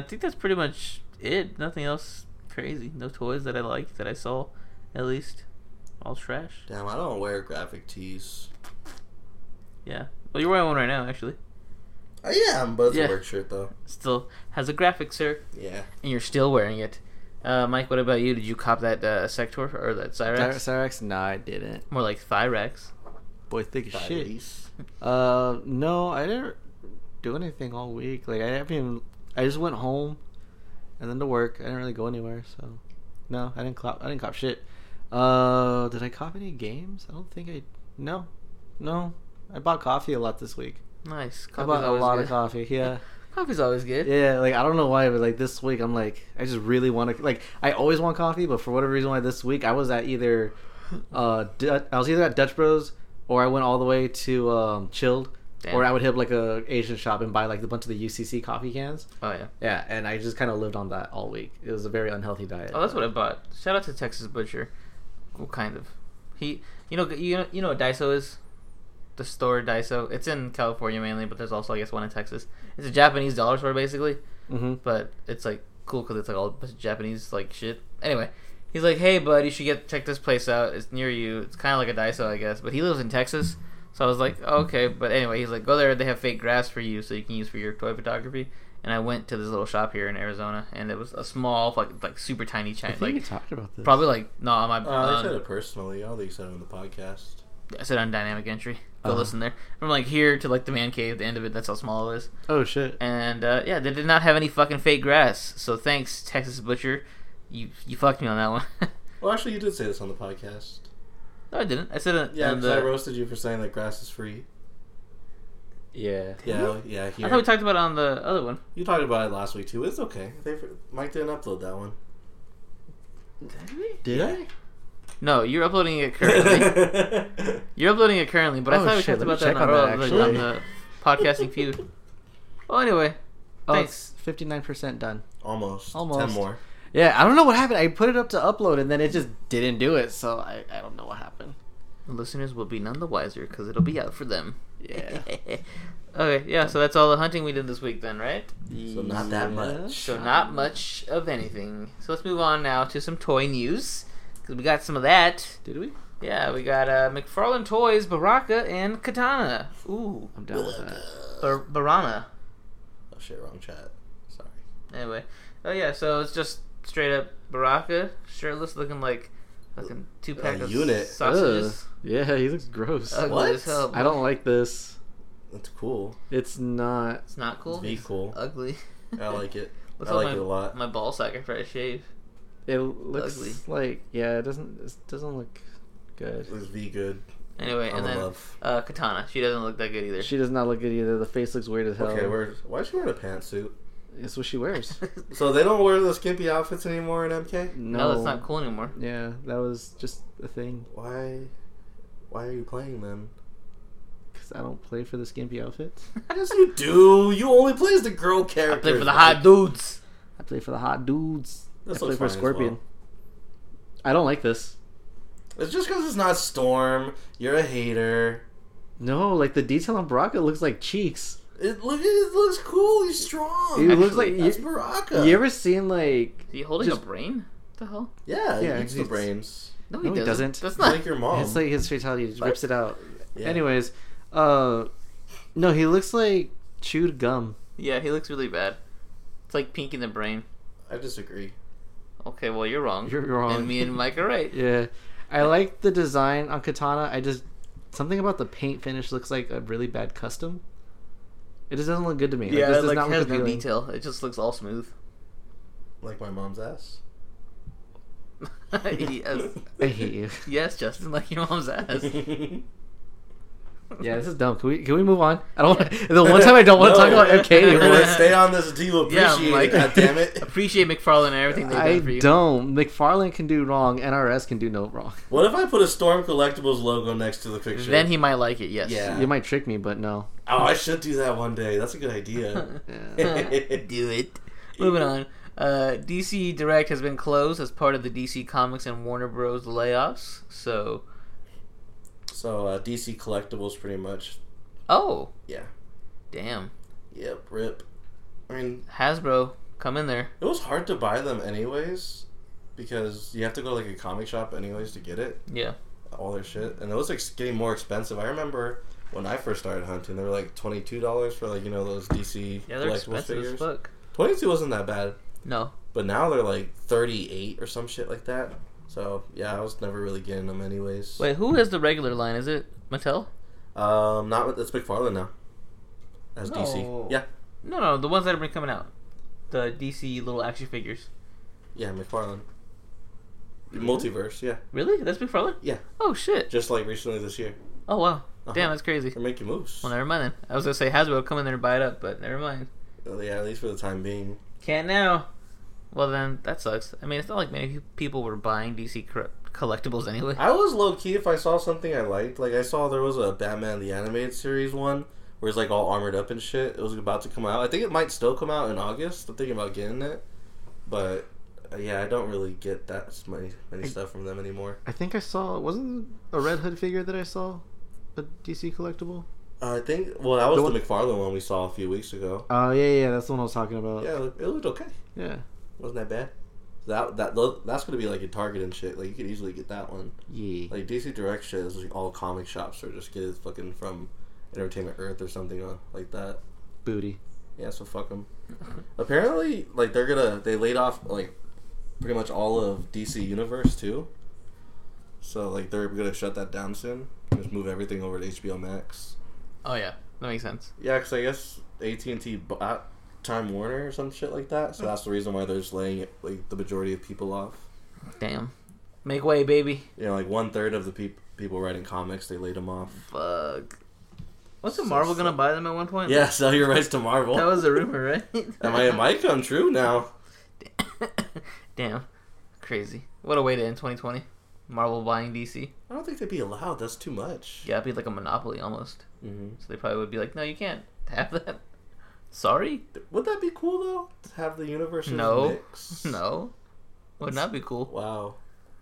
I think that's pretty much it. Nothing else crazy. No toys that I liked that I saw. at least. All trash. Damn, I don't wear graphic tees. Yeah. Well, you're wearing one right now, actually. I am, but it's Yeah. a work shirt though. Still has a graphic, sir, Yeah. and you're still wearing it. Uh, Mike, what about you? Did you cop that uh, Sector or that Cyrex? Cyrax? No, I didn't. More like Thyrex. Boy, thick as shit. Nice. Uh, no, I didn't do anything all week. Like I haven't. Even, I just went home, and then to work. I didn't really go anywhere. So, no, I didn't cop. I didn't cop shit. Uh, did I cop any games? I don't think I. No, no. I bought coffee a lot this week. Nice. I bought a always lot good. of coffee. Yeah. Coffee's always good. Yeah, like I don't know why, but like this week I'm like I just really want to like I always want coffee, but for whatever reason why this week I was at either uh Du- I was either at Dutch Bros or I went all the way to um Chilled Damn. or I would hit like a Asian shop and buy like a bunch of the UCC coffee cans. Oh yeah. Yeah, and I just kind of lived on that all week. It was a very unhealthy diet. Oh, that's what I bought. Shout out to Texas Butcher. Well, kind of. He, you know, you know, you know what Daiso is. The store Daiso. It's in California mainly, but there's also I guess one in Texas. It's a Japanese dollar store basically, Mm-hmm. but it's like cool because it's like all bunch of Japanese like shit. Anyway, he's like, hey bud, you should get check this place out. It's near you. It's kind of like a Daiso, I guess, but he lives in Texas. So I was like, "Oh, okay, but anyway, he's like, go there. They have fake grass for you, so you can use for your toy photography. And I went to this little shop here in Arizona, and it was a small, like, like super tiny I Chinese, think like you talked about this. Probably like no, nah, my Uh, I uh, said it personally. I don't think you said it on the podcast. I said on dynamic entry. Go Uh-huh. listen there. From like here to like the man cave, the end of it. That's how small it is. Oh shit. And uh, yeah, they did not have any fucking fake grass. So thanks, Texas butcher. You you fucked me on that one. Well, actually, you did say this on the podcast. no, I didn't. I said it. Yeah, on 'cause I the, roasted you for saying that grass is free. Yeah. Yeah, oh, yeah. I Here. thought we talked about it on the other one. you talked about it last week too. It's okay. They Mike didn't upload that one. Did I? No, you're uploading it currently. you're uploading it currently, but I Oh, thought we shit, let talked me about that check on, on our- that, on the, actually. on the podcasting feud. Well, anyway, Oh, thanks. it's fifty nine percent done. Almost. Almost. Ten more. Yeah, I don't know what happened. I put it up to upload and then it just didn't do it. So I, I don't know what happened. Listeners will be none the wiser because it'll be out for them. Yeah. okay, yeah, so that's all the hunting we did this week then, right? So not that much. So not much of anything. So let's move on now to some toy news. Because we got some of that. Did we? Yeah, we got uh, McFarlane Toys, Baraka, and Katana. Ooh, I'm down with that. Bar- Barana. Oh shit! Wrong chat. Sorry. Anyway. Oh, yeah, so it's just straight up Baraka, shirtless, looking like fucking two pack A of unit. sausages. Ugh. Yeah, he looks gross. Ugly What? as hell. I don't like this. That's cool. It's not. It's not cool. It's be cool. Ugly. I like it. Looks I like my, it a lot. My ball sack after I shave. It looks Ugly. like yeah. It doesn't. It doesn't look good. It was V good. Anyway, I'm and in then love. uh, Katana. She doesn't look that good either. She does not look good either. The face looks weird as hell. Okay, where, why is she wearing a pantsuit? It's what she wears. So they don't wear those skimpy outfits anymore in MK. No, no. that's not cool anymore. Yeah, that was just a thing. Why? Why are you playing them? Cause I don't play for the skimpy outfits. Yes, you do. You only play as the girl I character. play for the hot dudes. I play for the hot dudes. I This play looks for fine as Scorpion. I don't like this. It's just because it's not Storm. You're a hater. No, like the detail on Baraka looks like cheeks. It, look, it looks cool. He's strong. He looks like Actually, That's you, Baraka. you ever seen like Is he holding Just- a brain? What the hell? yeah, Yeah, he eats the he's- brains. No, he doesn't. That's not. Like your mom. It's like his fatality just rips it out. Yeah. Anyways, uh, no, he looks like chewed gum. Yeah, he looks really bad. It's like pink in the brain. I disagree. Okay, well you're wrong. You're wrong. And me and Mike are right. Yeah, I like the design on Katana. I just something about the paint finish looks like a really bad custom. It just doesn't look good to me. Yeah, this like, does not has look no appealing. detail. It just looks all smooth. Like my mom's ass. yes. I hate you. yes, Justin, like your mom's ass. Yeah, this is dumb. Can we can we move on? I don't. want The one time I don't want No. to talk about MK Hey, boy, anymore. stay on this until you Yeah, appreciate Mike. it. God damn it. Appreciate McFarlane and everything they've I done for you. don't. McFarlane can do wrong. NRS can do no wrong. What if I put a Storm Collectibles logo next to the picture? Then he might like it. Yes. Yeah. You might trick me, but no. Oh, I should do that one day. That's a good idea. Yeah. Do it. Moving on. Uh, DC Direct has been closed as part of the DC Comics and Warner Bros. layoffs. So, so uh, DC Collectibles, pretty much. oh, Yeah. damn. Yep. Rip. I mean, Hasbro, come in there. it was hard to buy them anyways. because you have to go to like a comic shop anyways to get it, Yeah. all their shit, and it was like getting more expensive. I remember when I first started hunting, they were like twenty two dollars for like you know those DC Yeah, they're expensive as fuck. Twenty two wasn't that bad, No. but now they're like thirty eight or some shit like that. So yeah, I was never really getting them anyways. Wait, who is the regular line? Is it Mattel? Um, not with it's McFarlane now. As No. DC, yeah, No, no, the ones that have been coming out. The DC little action figures. yeah, McFarlane. Multiverse, yeah, Really? That's McFarlane? yeah. Oh, shit. Just like recently this year, Oh, wow. Damn, Uh-huh. that's crazy. they're making moves. Well, never mind then. I was going to say Hasbro, come in there and buy it up, but never mind. Yeah, at least for the time being. Can't now. Well, then, that sucks. I mean, it's not like many people were buying DC cor- collectibles anyway. I was low key if I saw something I liked. Like I saw there was a Batman the animated series one where it's like all armored up and shit. It was about to come out. I think it might still come out in August. I'm thinking about getting it, but uh, yeah, I don't really get that s- many many stuff from them anymore. I think I saw wasn't a Red Hood figure that I saw a DC collectible. Uh, I think well that was The the, one- McFarlane one we saw a few weeks ago. Oh yeah, yeah, that's the one I was talking about. Yeah, it looked- it looked okay. yeah, Wasn't that bad? That that tho- that's gonna be like a Target and shit. Like you could easily get that one. yeah. Like DC Direct shit is like all comic shops or just get it fucking from Entertainment Earth or something uh, like that. booty. Yeah, so fuck them. Apparently, like they're gonna they laid off like pretty much all of DC Universe too. So like they're gonna shut that down soon. Just move everything over to HBO Max. Oh, yeah. That makes sense. Yeah, because I guess AT and T bought Time Warner or some shit like that. So that's the reason why they're just laying like the majority of people off. Damn. Make way, baby. You know, like one third of the peop people writing comics they laid them off. Fuck. Wasn't So Marvel going to sad. buy them at one point? Yeah, sell your rights to Marvel. That was a rumor, right? Am I, it might come true now. Damn. Crazy. What a way to end 2020. Marvel buying DC. I don't think they'd be allowed. That's too much. Yeah, it'd be like a monopoly almost. Mm-hmm. So they probably would be like, no, you can't have that. Sorry? Would that be cool though? To have the universes No. mix? No. Would not be cool. Wow.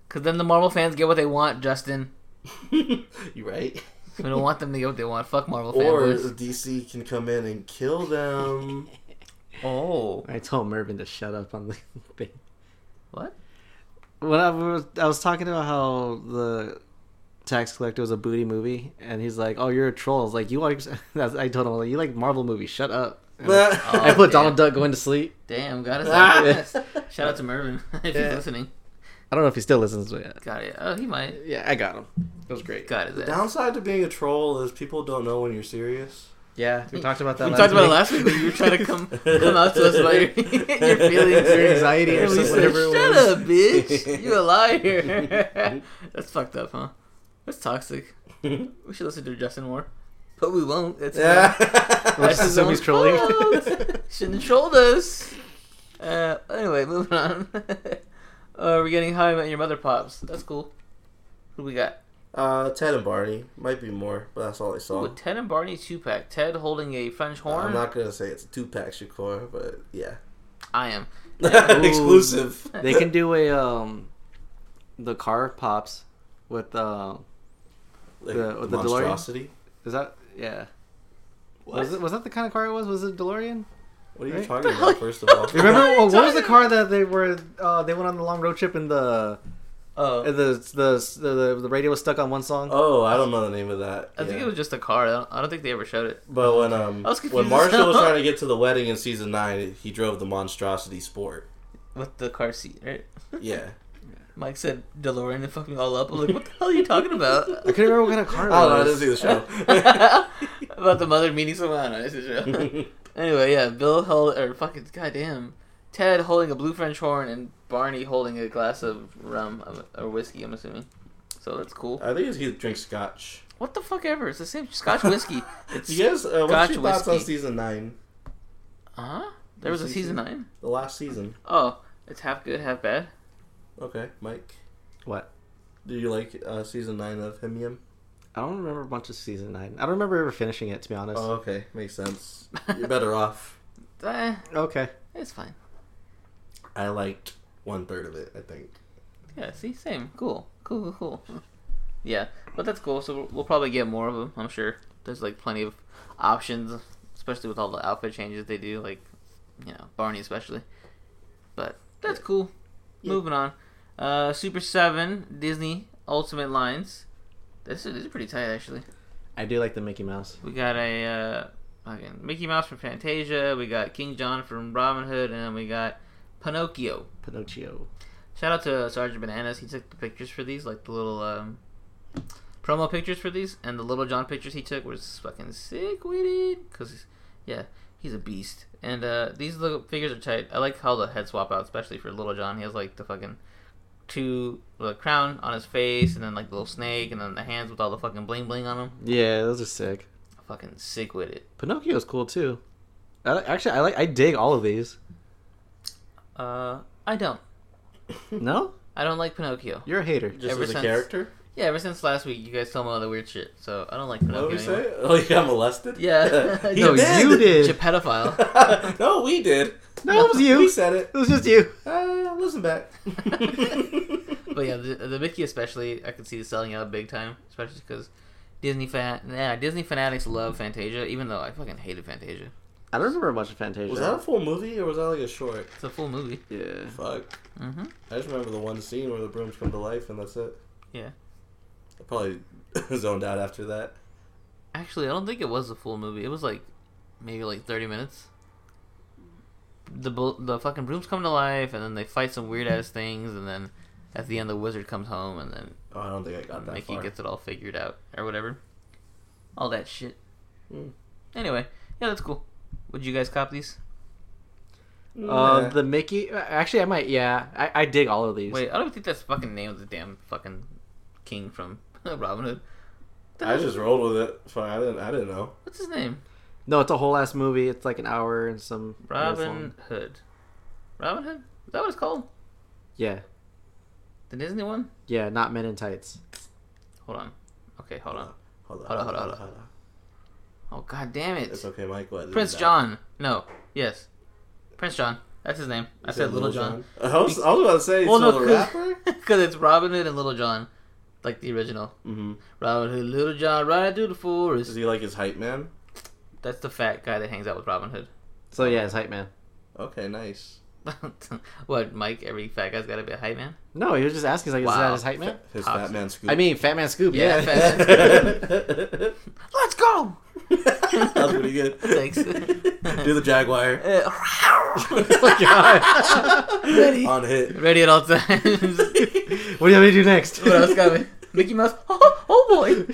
Because then the Marvel fans get what they want, Justin. you right? We don't want them to get what they want. Fuck Marvel Or fanboys. DC can come in and kill them. Oh. I told Mervin to shut up on the thing. What? When I was, I was talking about how the tax collector was a booty movie, and he's like, "Oh, you're a troll." I was like, "You like?" That's, I told him, like, "You like Marvel movies? Shut up." And I Oh, put damn. Donald Duck going to sleep. Damn, got us Ah. on this. Shout out to Mervin if Yeah. he's listening. I don't know if he still listens, but yeah, Got it. Oh, he might. yeah I got him. It was great. Got his the ass. downside to being a troll is people don't know when you're serious. Yeah, we talked about that. We last talked about it week. last week when you were trying to come come out to us about your, your feelings, Your anxiety or And we something, said, whatever it Shut was." up, bitch! You a liar. That's fucked up, huh? That's toxic. We should listen to Justin more, but we won't. That's Yeah. Unless That's his somebody's own trolling. fault. Shouldn't have trolled us. Uh, anyway, moving on. uh, we're getting How I Met Your Mother pops. That's cool. Who we got? uh, Ted and Barney might be more, but that's all I saw. Ooh, Ted and Barney two pack. Ted holding a French horn. Oh. I'm not gonna say it's a two pack Shakur, but yeah, I am. exclusive. they can do a um, the car pops with uh, Like, The- with the DeLorean? monstrosity. is that yeah. Was it was that the kind of car it was? Was it DeLorean? What are you Right? talking hell about? First of all, Remember oh, What are you what, was the talking car that they were uh, they went on the long road trip and the Oh, the the the, the, the radio was stuck on one song. Oh, I don't know the name of that. I think Yeah. it was just a car. I don't, I don't think they ever showed it. But when um I was when confused. Marshall was trying to get to the wedding in season nine, he drove the monstrosity sport. With the car seat, right? Yeah, Mike said DeLorean and fucked me all up. I'm like, what the hell are you talking about? I couldn't remember what kind of car I it don't know. I was. didn't see the show. about the mother meeting someone. I don't know. This is real. anyway, yeah, Bill held, or fucking, goddamn. Ted holding a blue French horn and Barney holding a glass of rum I'm- or whiskey, I'm assuming. So that's cool. I think it's he drinks scotch. What the fuck ever? It's the same Scotch whiskey. It's, You guys, uh, what's your Scotch thoughts on whiskey. season nine? Huh? Uh-huh. There was a season nine? The last season. Oh, it's half good, half bad. Okay, Mike. What? Do you like uh, season nine of Him Yim? I don't remember much of season nine. I don't remember ever finishing it to be honest. Oh, okay, makes sense. You're better off. Eh, okay. it's fine. I liked one third of it. I think. Yeah, see, same. Cool. Cool, cool, cool. Yeah, but that's cool. So we'll- we'll probably get more of them, I'm sure. There's like plenty of options, especially with all the outfit changes they do, like, you know, Barney especially. But that's cool. Yeah. Moving on. Uh, Super Seven Disney Ultimate Lines. This is, this is pretty tight actually. I do like the Mickey Mouse. We got a uh, fucking Mickey Mouse from Fantasia. We got King John from Robin Hood, and then we got Pinocchio. Pinocchio. Shout out to Sergeant Bananas. He took the pictures for these, like the little um, promo pictures for these, and the Little John pictures he took was fucking sick with it. Cause yeah, he's a beast. And uh, these little figures are tight. I like how the head swap out, especially for Little John. He has like the fucking two the crown on his face, and then like the little snake, and then the hands with all the fucking bling bling on them. Yeah, those are sick. Fucking sick with it. Pinocchio's cool too. I, actually, I like. I dig all of these. Uh, I don't. No, I don't like Pinocchio. you're a hater. Just Ever as a since- character? Yeah, ever since last week, you guys told me all the weird shit, so I don't like Pinocchio What did we anymore. say? Oh, you got molested? Yeah. He no, did! you did. He's a pedophile. no, we did. No, it was you. We It said it. was just you. Uh, listen back. But yeah, the, the Mickey especially, I could see it selling out big time, especially because Disney fan, yeah, Disney fanatics love Fantasia, even though I fucking hated Fantasia. I don't remember much of Fantasia. was that a full movie or was that like a short? It's a full movie. Yeah. Fuck. Mm-hmm. I just remember the one scene where the brooms come to life and that's it. Yeah. I probably zoned out after that. Actually, I don't think it was a full movie. It was like maybe like thirty minutes. The bull- the fucking brooms come to life, and then they fight some weird ass things, and then at the end the wizard comes home, and then Oh, I don't think I got that Mickey far. gets it all figured out or whatever. All that shit. Mm. Anyway, yeah, that's cool. Would you guys cop these? Uh, the Mickey. Actually, I might. Yeah, I, I dig all of these. Wait, I don't think that's the fucking name of the damn fucking king from Robin Hood. I just rolled with it. Fine, I didn't. I didn't know. What's his name? No, it's a whole ass movie. It's like an hour and some. minutes Robin long. Hood. Robin Hood? Is that what it's called? Yeah, The Disney one? yeah. Not Men in Tights. Hold on. Okay, hold on. Hold on, Hold on, hold on, hold Oh god damn it. It's okay, Mike. What, Prince John. No. Yes. Prince John. That's his name. I said Little John. I, was, I was about to say, Well, no, so the rapper. Because it's Robin Hood and Little John. Like the original. Mm-hmm. Robin Hood, Little John, riding through the Is forest. he like his hype man? That's the fat guy that hangs out with Robin Hood. So yeah, it's hype man. Okay, nice. what, Mike? Every fat guy's got to be a hype man? No, he was just asking. He's like, is Wow. that his hype man? His Pops. Fat Man Scoop. I mean, Fat Man Scoop. Yeah, Yeah. Fat Man Let's go! that was pretty good. Thanks. Do the Jaguar Oh, God. ready. on hit. Ready at all times. what do you want me to do next? what else got me? Mickey Mouse? Oh, oh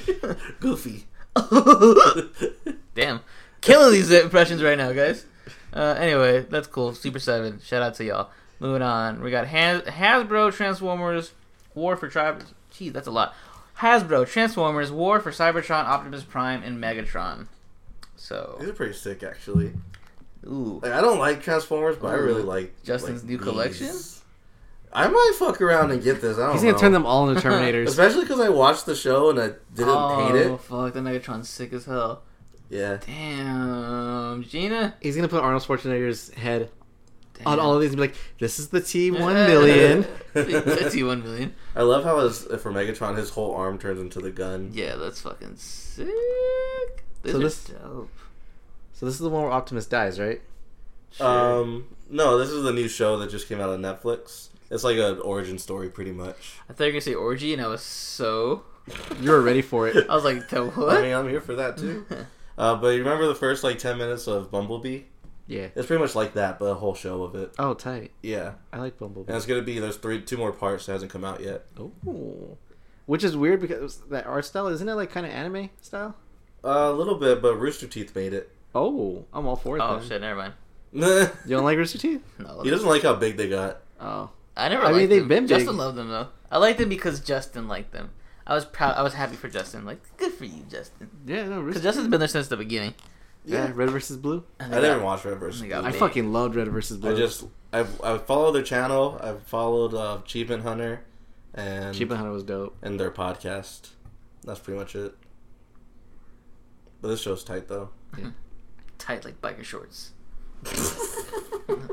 Goofy. boy! Damn. Killing these impressions right now, guys. Uh, anyway, that's cool. Super 7. Shout out to y'all. Moving on. We got Has- Hasbro Transformers War for Cyber... Geez, that's a lot. Hasbro Transformers War for Cybertron, Optimus Prime, and Megatron. So, These are pretty sick, actually. ooh. Like, I don't like Transformers, but I really Ooh. like Justin's like, new collection? these. I might fuck around and get this. I don't He's know. gonna turn them all into Terminators. Especially because I watched the show and I didn't oh, hate it. fuck. That Megatron's sick as hell. Yeah. Damn. Gina? He's gonna put Arnold Schwarzenegger's head Damn. on all of these and be like, "This is the T one million. Fifty-one million. I love how his, for Megatron, his whole arm turns into the gun. Yeah, that's fucking sick. This So is this- dope. So this is the one where Optimus dies, right? Sure. uh, Um, no, this is the new show that just came out on Netflix. It's like an origin story, pretty much. I thought you were gonna say orgy, and I was so. You were ready for it. I was like, the I what? mean, I'm here for that too. Uh, but you remember the first like ten minutes of Bumblebee? Yeah. It's pretty much like that, but a whole show of it. Oh, tight. Yeah, I like Bumblebee. and it's gonna be there's three two more parts that hasn't come out yet. Oh. Which is weird because that art style isn't it like kind of anime style? Uh, a little bit, but Rooster Teeth made it. Oh, I'm all for it. oh then. shit, never mind. You don't like Rooster Teeth? No, he doesn't like how big they got. Oh, I never. I mean, liked they've them. been big. Justin loved them though. I liked them because Justin liked them. I was proud. I was happy for Justin. Like, good for you, Justin. yeah, no Because Rooster. Justin's been there since the beginning. yeah. Red versus Blue. And I they didn't got- watch Red vs. they got I big. fucking loved Red versus Blue. I just I've I've followed their channel. I've followed uh, Achievement Hunter, and Cheap and Hunter was dope. and their podcast. That's pretty much it. But this show's tight though. tight like biker shorts.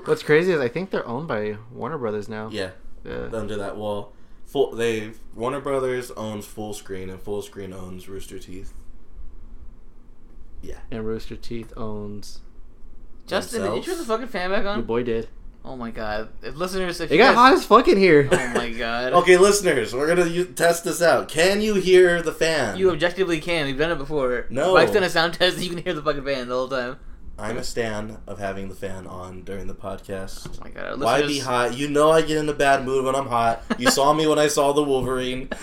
What's crazy is I think they're owned by Warner Brothers now. Yeah, Yeah. under that wall, full. They Warner Brothers owns Full Screen, and Full Screen owns Rooster Teeth. Yeah, And Rooster Teeth owns Justin, did you Themselves? turn the fucking fan back your on? boy did. Oh my god, if listeners, if It you got guys- hot as fuck in here. Oh my god. Okay, listeners, we're gonna u- test this out. Can you hear the fan? You objectively can. We've done it before. No. Mike's done a sound test. You can hear the fucking band the whole time. Oh, I'm a stan of having the fan on during the podcast. Oh my god. Our Why be listeners- hot? You know I get in a bad mood when I'm hot. You saw me when I saw the Wolverine.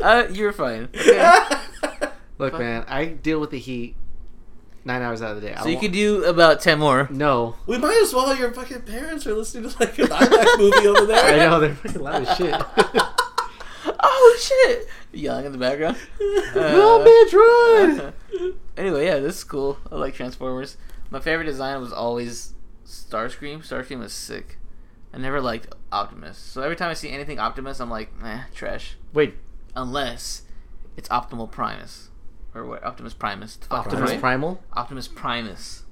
Uh, you're fine. Okay. Look, Fuck. man, I deal with the heat nine hours out of the day. I so you won't- could do about ten more. no. we might as well. Your fucking parents are listening to like an IMAX movie over I there. know they're fucking loud as shit. Oh shit! Yelling in the background. Uh. no, bitch, run! anyway, yeah, this is cool. I like Transformers. My favorite design was always Starscream. Starscream was sick. I never liked Optimus. So every time I see anything Optimus, I'm like, eh, trash. Wait, Unless it's Optimal Primus. Or what? Optimus Primus. The fuck, Optimus right? Primal. Optimus Primus.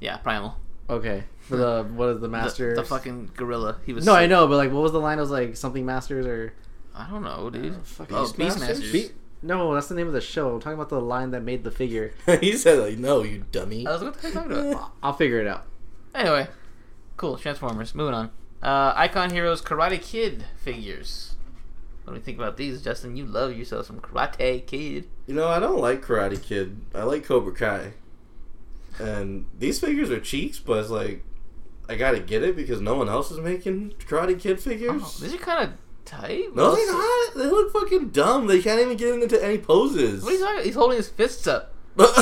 Yeah, Primal. Okay, for the what is the The- master? The, fucking gorilla. He was. No, sick. I know, but like, what was the line? It was like something masters or I don't know, dude. fucking oh, Beastmasters? Beastmasters. Beast- no, that's the name of the show. I'm talking about the line that made the figure. he said, "Like no, you dummy." I was like, what the heck are you talking about? I'll figure it out. Anyway, cool. Transformers. Moving on. Uh, Icon Heroes Karate Kid figures. What do we think about these, Justin? You love yourself some Karate Kid. You know, I don't like Karate Kid. I like Cobra Kai. And these figures are cheeks, but it's like I gotta get it because no one else is making Karate Kid figures. Oh, these are kind of tight. no, What they're else- not. They look fucking dumb. They can't even get into any poses. What are you talking about? He's holding his fists up. look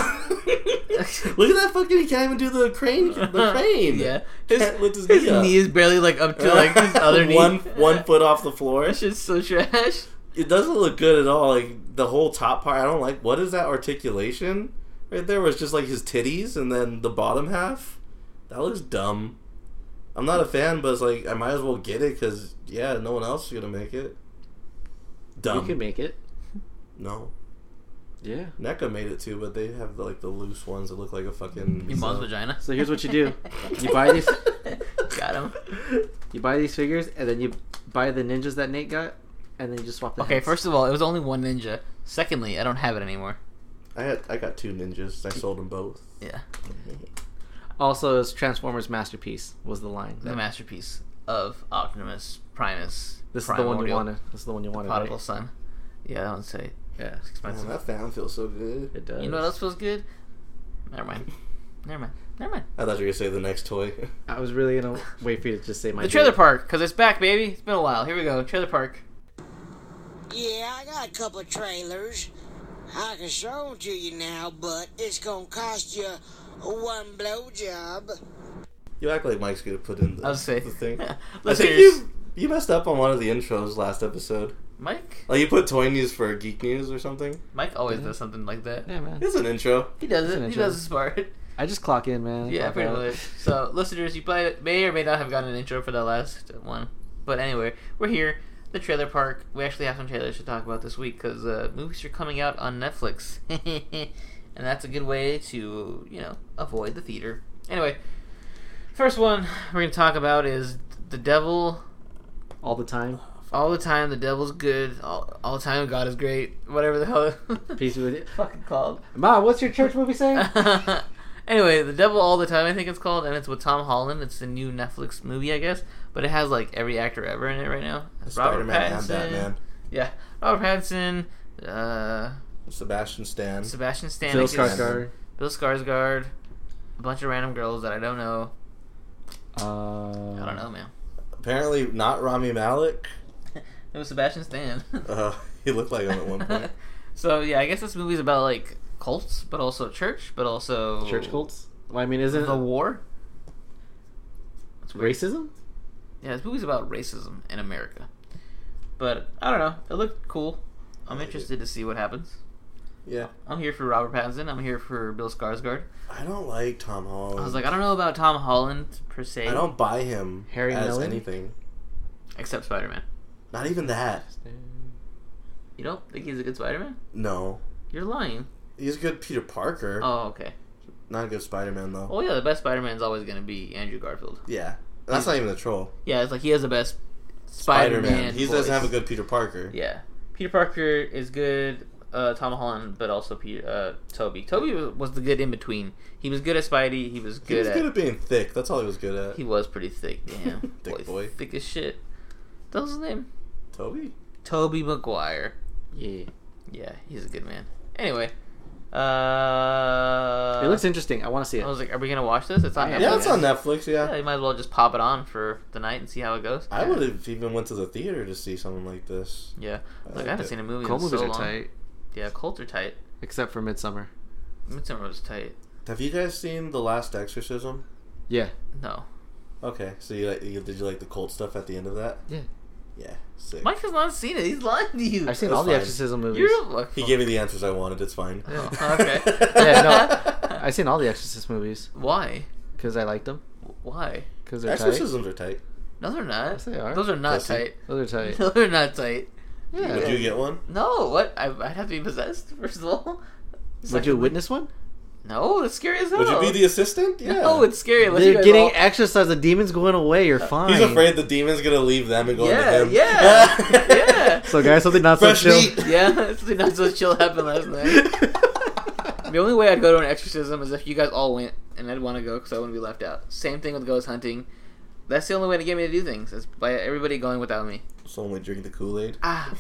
at that fucking. He can't even do the crane. The crane. yeah. His, Can't lift his, his knee, up. knee is barely like up to like his other knee. one one foot off the floor. That shit's so trash. It doesn't look good at all. Like the whole top part, I don't like. What is that articulation? Right there was just like his titties, and then the bottom half. That looks dumb. I'm not a fan, but it's like I might as well get it because yeah, no one else is gonna make it. Dumb. You can make it. no, Yeah. NECA made it too, but they have like the loose ones that look like a fucking. Your mom's vagina. So here's what you do: you buy these, Got him. you buy these figures, and then you buy the ninjas that Nate got, and then you just swap. The Okay, heads. first of all, it was only one ninja. Secondly, I don't have it anymore. I had I got two ninjas. I sold them both. Yeah, Also, it's Transformers masterpiece was the line. the masterpiece of Optimus Primus. this is the one you Primordial, wanted. This is the one you wanted. right? Prodigal Son. Yeah, that one's tight. Yeah, It's Man, expensive. that fan feels so good. it does. you know what else feels good? Never mind. Never mind. Never mind. I thought you were gonna say the next toy. I was really gonna wait for you to just say my The trailer name. park, because it's back, baby. It's been a while. Here we go. Trailer park. Yeah, I got a couple of trailers. I can show 'em to you now, but it's gonna cost you one blowjob. You act like Mike's gonna put in the, I was say. the thing. I think Listeners, you you messed up on one of the intros last episode. Mike. Like you put toy news for geek news or something. Mike always does something like that. Yeah, man. It's an intro. He does That's it. an He intro. does his part. I just clock in, man. I Yeah, clock pretty out. much. So, listeners, you probably may or may not have gotten an intro for that last one. But anyway, we're here, the trailer park. We actually have some trailers to talk about this week because uh, movies are coming out on Netflix. and that's a good way to, you know, avoid the theater. Anyway, first one we're going to talk about is The Devil. all the time. All the time, the devil's good. All, all the time, God is great. Whatever the hell Peace with it. fucking called. Ma, what's your church movie saying? anyway, The Devil All the Time, I think it's called, and it's with Tom Holland. It's the new Netflix movie, I guess, but it has like every actor ever in it right now. Robert Spider-Man Pattinson, and Batman. yeah, Robert Pattinson, uh, Sebastian Stan. Sebastian Stan, Bill I guess, Skarsgård. Bill Skarsgård, a bunch of random girls that I don't know. Uh, I don't know, man. Apparently not Rami Malik. It was Sebastian Stan. Uh, he looked like him at one point. so yeah, I guess this movie's about like cults, but also church, but also Church cults. Well, I mean, isn't the it war. It's weird. racism? Yeah, this movie's about racism in America. But I don't know. It looked cool. I'm Yeah, it interested to see what happens. Yeah, I'm here for Robert Pattinson. I'm here for Bill Skarsgård. I don't like Tom Holland. I was like, I don't know about Tom Holland per se, Um, I don't buy him Harry as Mellon? anything. except Spider Man. Not even that. You don't think he's a good Spider Man? No, You're lying. he's a good Peter Parker. Oh, okay. Not a good Spider-Man though. Oh yeah, the best Spider Man's always gonna be Andrew Garfield. Yeah, that's not even the troll. Yeah, it's like he has the best Spider Spider-Man. Man. He doesn't have a good Peter Parker. Yeah, Peter Parker is good. uh, Tom Holland, but also Peter, uh, Toby. Toby was, was the good in between. He was good at Spidey. He was He good was at. good at being thick. That's all he was good at. he was pretty thick. Damn, Thick boy. thick as shit. That was his name. Toby? Toby Maguire. Yeah. Yeah, he's a good man. Anyway, uh, It looks interesting. I want to see I it. was like, are we gonna watch this? It's on Netflix. Yeah, it's on Netflix, Yeah, yeah. you might as well just pop it on for the night and see how it goes. I would have even went to the theater to see something like this. Yeah, like liked I haven't it. seen a movie Cold in movies so are long. tight, Yeah, colds are tight. except for Midsummer. Midsummer was tight. Have you guys seen The Last Exorcism? Yeah. No, Okay, so you, like, you did you like the cult stuff at the end of that? Yeah. Yeah, sick. Mike has not seen it. He's lying to you. I've seen That's all the fine. Exorcism movies. You're a He gave me the answers I wanted. It's fine. Oh, okay. Yeah, I've seen all the Exorcist movies Why? because I liked them. Why? Because they're tight. Exorcisms are tight. No, they're not. Yes, they are. Those are not Pussy. tight. Those are tight. No, they're not tight. Yeah. Would you get one? No, what? I, I'd have to be possessed first of all. Would you witness one? No, it's scary as hell. Would you be the assistant? Yeah. No, it's scary. Unless you They're guys getting all- Uh, exercise. The demon's going away. You're fine. He's afraid the demon's gonna leave them and go Yeah, into him. yeah, yeah. So guys, something not so Fresh chill. meat. Yeah, it's not so chill happened last night. The only way I'd go to an exorcism is if you guys all went, and I'd want to go because I wouldn't be left out. Same thing with ghost hunting. That's the only way to get me to do things is by everybody going without me. So when we drink the Kool Aid. Ah,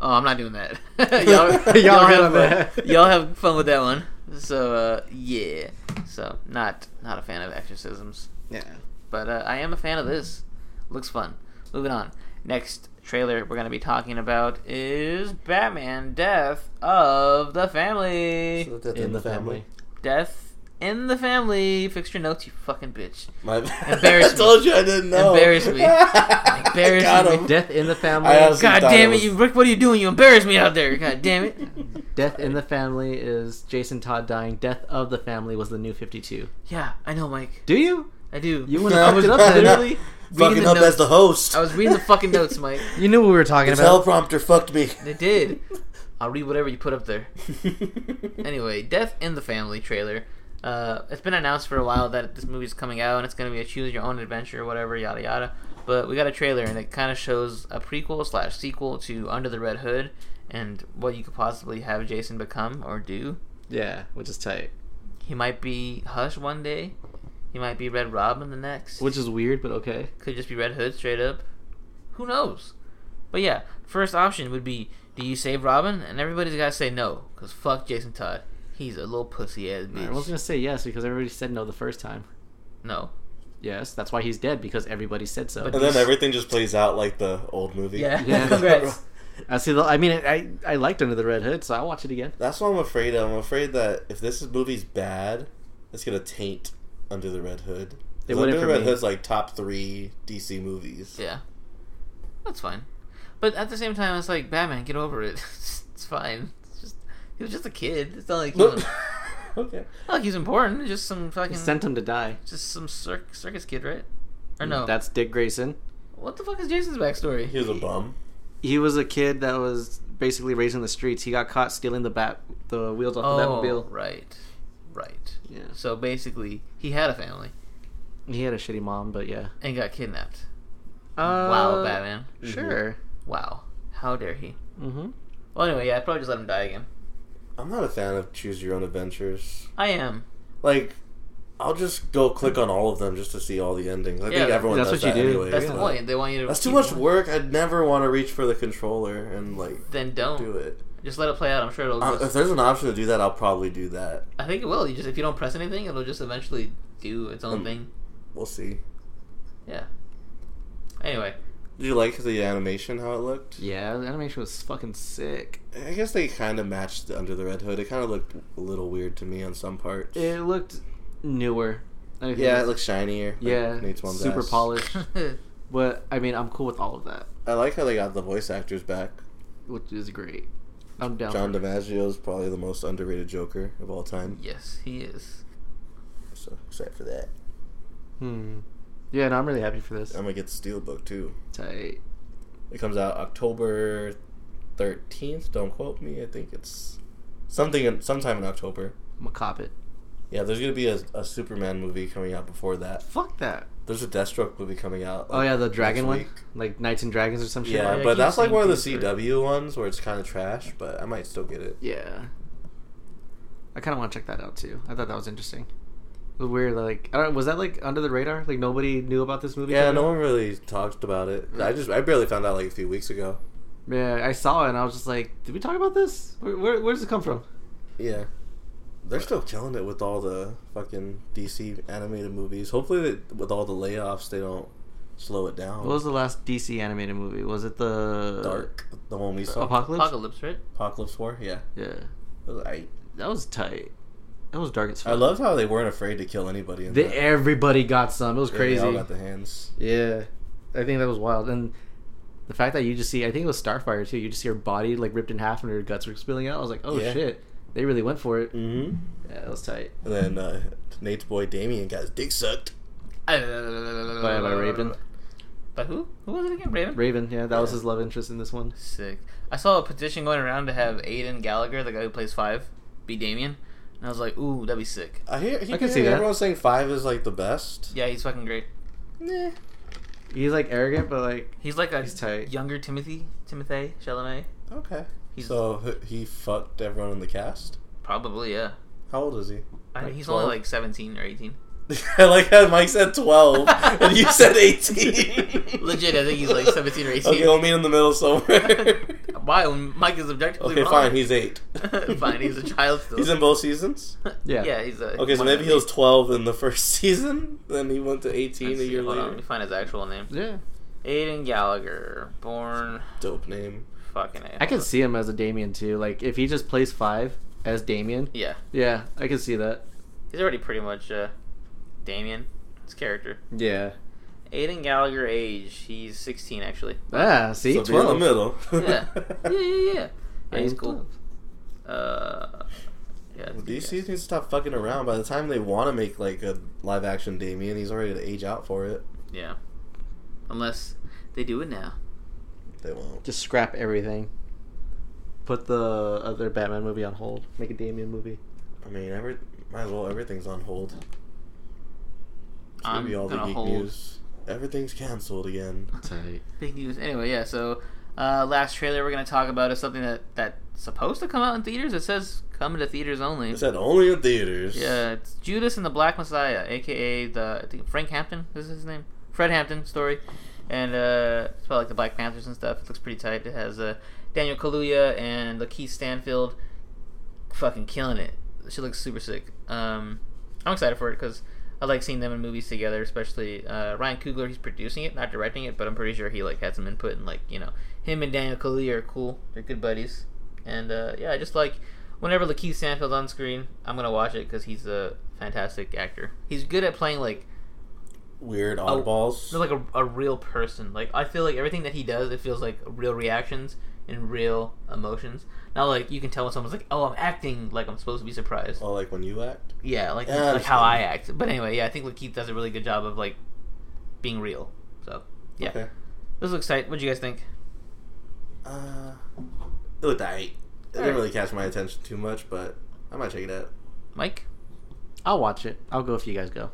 oh, I'm not doing that. y'all, Y'all y'all had have that. fun. y'all have fun with that one. So uh, yeah, so not not a fan of exorcisms, Yeah. but uh, I am a fan of this. Looks fun. Moving on. Next trailer we're gonna be talking about is Batman: Death of the Family. In the family. Death in the family. Fix your notes, you fucking bitch. My Embarrass I told you I didn't know. Embarrass me. Embarrass Embarrass Got me. him. Death in the family. I honestly God thought damn it, was- you Rick! What are you doing? You embarrass me out there. God damn it. Death in the family is Jason Todd dying. Death of the family was the new Fifty Two. Yeah, I know, Mike. Do you? I do. You No, would've fucked it up no, then. no. literally reading Fucking the up notes. as the host. I was reading the fucking notes, Mike. You knew what we were talking The about. teleprompter fucked me. They did. I'll read whatever you put up there. Anyway, Death in the Family trailer. Uh, it's been announced for a while that this movie's coming out and it's going to be a choose your own adventure, whatever, yada yada. But we got a trailer and it kind of shows a prequel slash sequel to Under the Red Hood and what you could possibly have Jason become or do. Yeah, which is tight. He might be Hush one day. He might be Red Robin the next. Which is weird, but okay. Could just be Red Hood straight up. Who knows? But yeah, first option would be do you save Robin? And everybody's got to say no, because fuck Jason Todd. He's a little pussy ass bitch. I was gonna say yes because everybody said no the first time. No. Yes, that's why he's dead because everybody said so. And then everything just plays out like the old movie. Yeah. Yeah. Congrats. I see. The, I mean, I I liked Under the Red Hood, so I'll watch it again. That's what I'm afraid of. I'm afraid that if this movie's bad, it's gonna taint Under the Red Hood. 'Cause It wouldn't Under the for Red me. Hood's like top three DC movies. Yeah. That's fine. But at the same time, it's like Batman, get over it. it's fine. It's just he was just a kid. It's not like he was, Mm. okay. not like he's important. He's just some fucking He sent him to die. just some cir- circus kid, right? Or no? That's Dick Grayson. what the fuck is Jason's backstory? He was a bum. He was a kid that was basically raised in the streets. He got caught stealing the bat, the wheels off the Batmobile. Oh, right, right. Yeah. So basically, he had a family He had a shitty mom, but yeah. and got kidnapped. Uh, wow, Batman. Sure. Wow, how dare he? Mm-hmm. Well, anyway, yeah, I'd probably just let him die again. I'm not a fan of choose your own adventures. I am. Like, I'll just go click on all of them just to see all the endings. I Yeah, think everyone that's does what you do. that anyway, That's you the know. point. They want you to. That's too keep much going. work. I'd never want to reach for the controller and like Then don't. do it. Just let it play out. I'm sure it'll. Uh, if Just, there's an option to do that, I'll probably do that. I think it will. You just if you don't press anything, it'll just eventually do its own Um, thing. We'll see. Yeah. Anyway, Did you like the animation? How it looked? Yeah, the animation was fucking sick. I guess they kind of matched the Under the Red Hood. It kind of looked a little weird to me on some parts. It looked newer. I think yeah, it it was- looked shinier. like yeah, Nate Swan's super ass. polished. But I mean, I'm cool with all of that, I like how they got the voice actors back. which is great. I'm down. John for it. DiMaggio is probably the most underrated Joker of all time. yes, he is. So excited for that. Hmm. Yeah, no, I'm really happy for this. I'm gonna get the Steelbook too. Tight. It comes out October 13th. Don't quote me. I think it's something in, sometime in October. I'm gonna cop it. Yeah, there's gonna be a, a Superman movie coming out before that. Fuck that. There's a Deathstroke movie coming out. Oh yeah, the next dragon one, week. like Knights and Dragons or some shit. Yeah, I like but keep that's like seeing one of the things for it. CW ones where it's kind of trash, but I might still get it. that. yeah. I kind of want to check that out too. I thought that was interesting. It was weird. Like, I don't, was that like under the radar? Like nobody knew about this movie. Yeah, coming no out? one really talked about it. Mm. I just I barely found out like a few weeks ago. Yeah, I saw it and I was just like, did we talk about this? Where, where, where does it come from? Yeah. They're still killing it with all the fucking DC animated movies. Hopefully, that with all the layoffs, they don't slow it down. What was the last DC animated movie? Was it the Dark, the one we saw, Apocalypse? Apocalypse, right? Apocalypse War. Yeah, Yeah, It was- I, that was tight. That was dark as fuck. I loved how they weren't afraid to kill anybody. In They, that. everybody got some. It was Yeah, crazy. They all got the hands. Yeah, I think that was wild. And the fact that you just see, I think it was Starfire too. You just see her body like ripped in half and her guts were spilling out. I was like, oh Yeah. shit, they really went for it. Mm-hmm. Yeah, that was tight. And then uh, Nate's boy Damien got his dick sucked. By, By, by Raven. By who? Who was it again? Raven? Raven, yeah, that was Yeah. his love interest in this one. Sick. I saw a petition going around to have Aiden Gallagher, the guy who plays Five, be Damien. And I was like, ooh, that'd be sick. I hear. He, I can see that. Everyone's saying five is like the best. Yeah, he's fucking great. Nah. He's like arrogant, but like He's like a He's tight. younger Timothy, Timothy Chalamet. Okay. He's- so h- he fucked everyone in the cast. Probably, yeah. How old is he? I Like he's 12? only like 17 or 18. I like how Mike said 12 and you said 18. Legit, I think he's like 17 or 18. Okay, we'll meet in the middle somewhere. Why? When Mike is objectively okay, wrong. fine, he's 8. Fine, he's a child still. He's in both seasons? Yeah. yeah, he's a. Okay, so maybe he was 12 in the first season, then he went to 18 a year hold on, later. let me find his actual name. yeah, Aiden Gallagher, born Dope name. fucking. A. I can see him as a Damien too. Like if he just plays five as Damien, Yeah, yeah, I can see that. he's already pretty much uh, Damien, his character. Yeah, Aiden Gallagher, age he's 16 actually. ah, see, So be in the twelve. middle. Yeah, yeah, yeah, yeah. yeah. Yeah, he's Aiden cool. 12. Uh, yeah, it's a good DC guy. needs to stop fucking around. By the time they want to make like a live action Damien, he's already to age out for it. Yeah, unless they do it now. They won't. Just scrap everything. Put the other Batman movie on hold. Make a Damien movie. I mean, every, might as well everything's on hold. It's gonna I'm be all the gonna geek hold. news. Everything's canceled again. Tight. Big news. Anyway, yeah. So, uh, last trailer we're gonna talk about is something that that's supposed to come out in theaters. It says coming to theaters only. It said only in theaters. Yeah, it's Judas and the Black Messiah, aka the I think Frank Hampton. This is his name, Fred Hampton story, and uh, it's about like the Black Panthers and stuff. It looks pretty tight. It has uh, Daniel Kaluuya and Lakeith Stanfield, fucking killing it. She looks super sick. Um, I'm excited for it because I like seeing them in movies together, especially uh, Ryan Coogler. He's producing it, not directing it, but I'm pretty sure he like had some input and like you know him and Daniel Kaluuya are cool. They're good buddies, and uh, yeah, I just like whenever Lakeith Stanfield's on screen, I'm gonna watch it because he's a fantastic actor. He's good at playing like Weird oddballs. Oh, like a, a real person. Like I feel like everything that he does, it feels like real reactions and real emotions. Not like you can tell when someone's like, "Oh, I'm acting like I'm supposed to be surprised." oh, like when you act. Yeah, like, Yeah, I like how I understand. act. But anyway, yeah, I think Lakeith does a really good job of like being real. So yeah, Okay. this looks tight. What do you guys think? Uh, it looked alright. It didn't Alright. really catch my attention too much, but I might check it out. Mike, I'll watch it. I'll go if you guys go.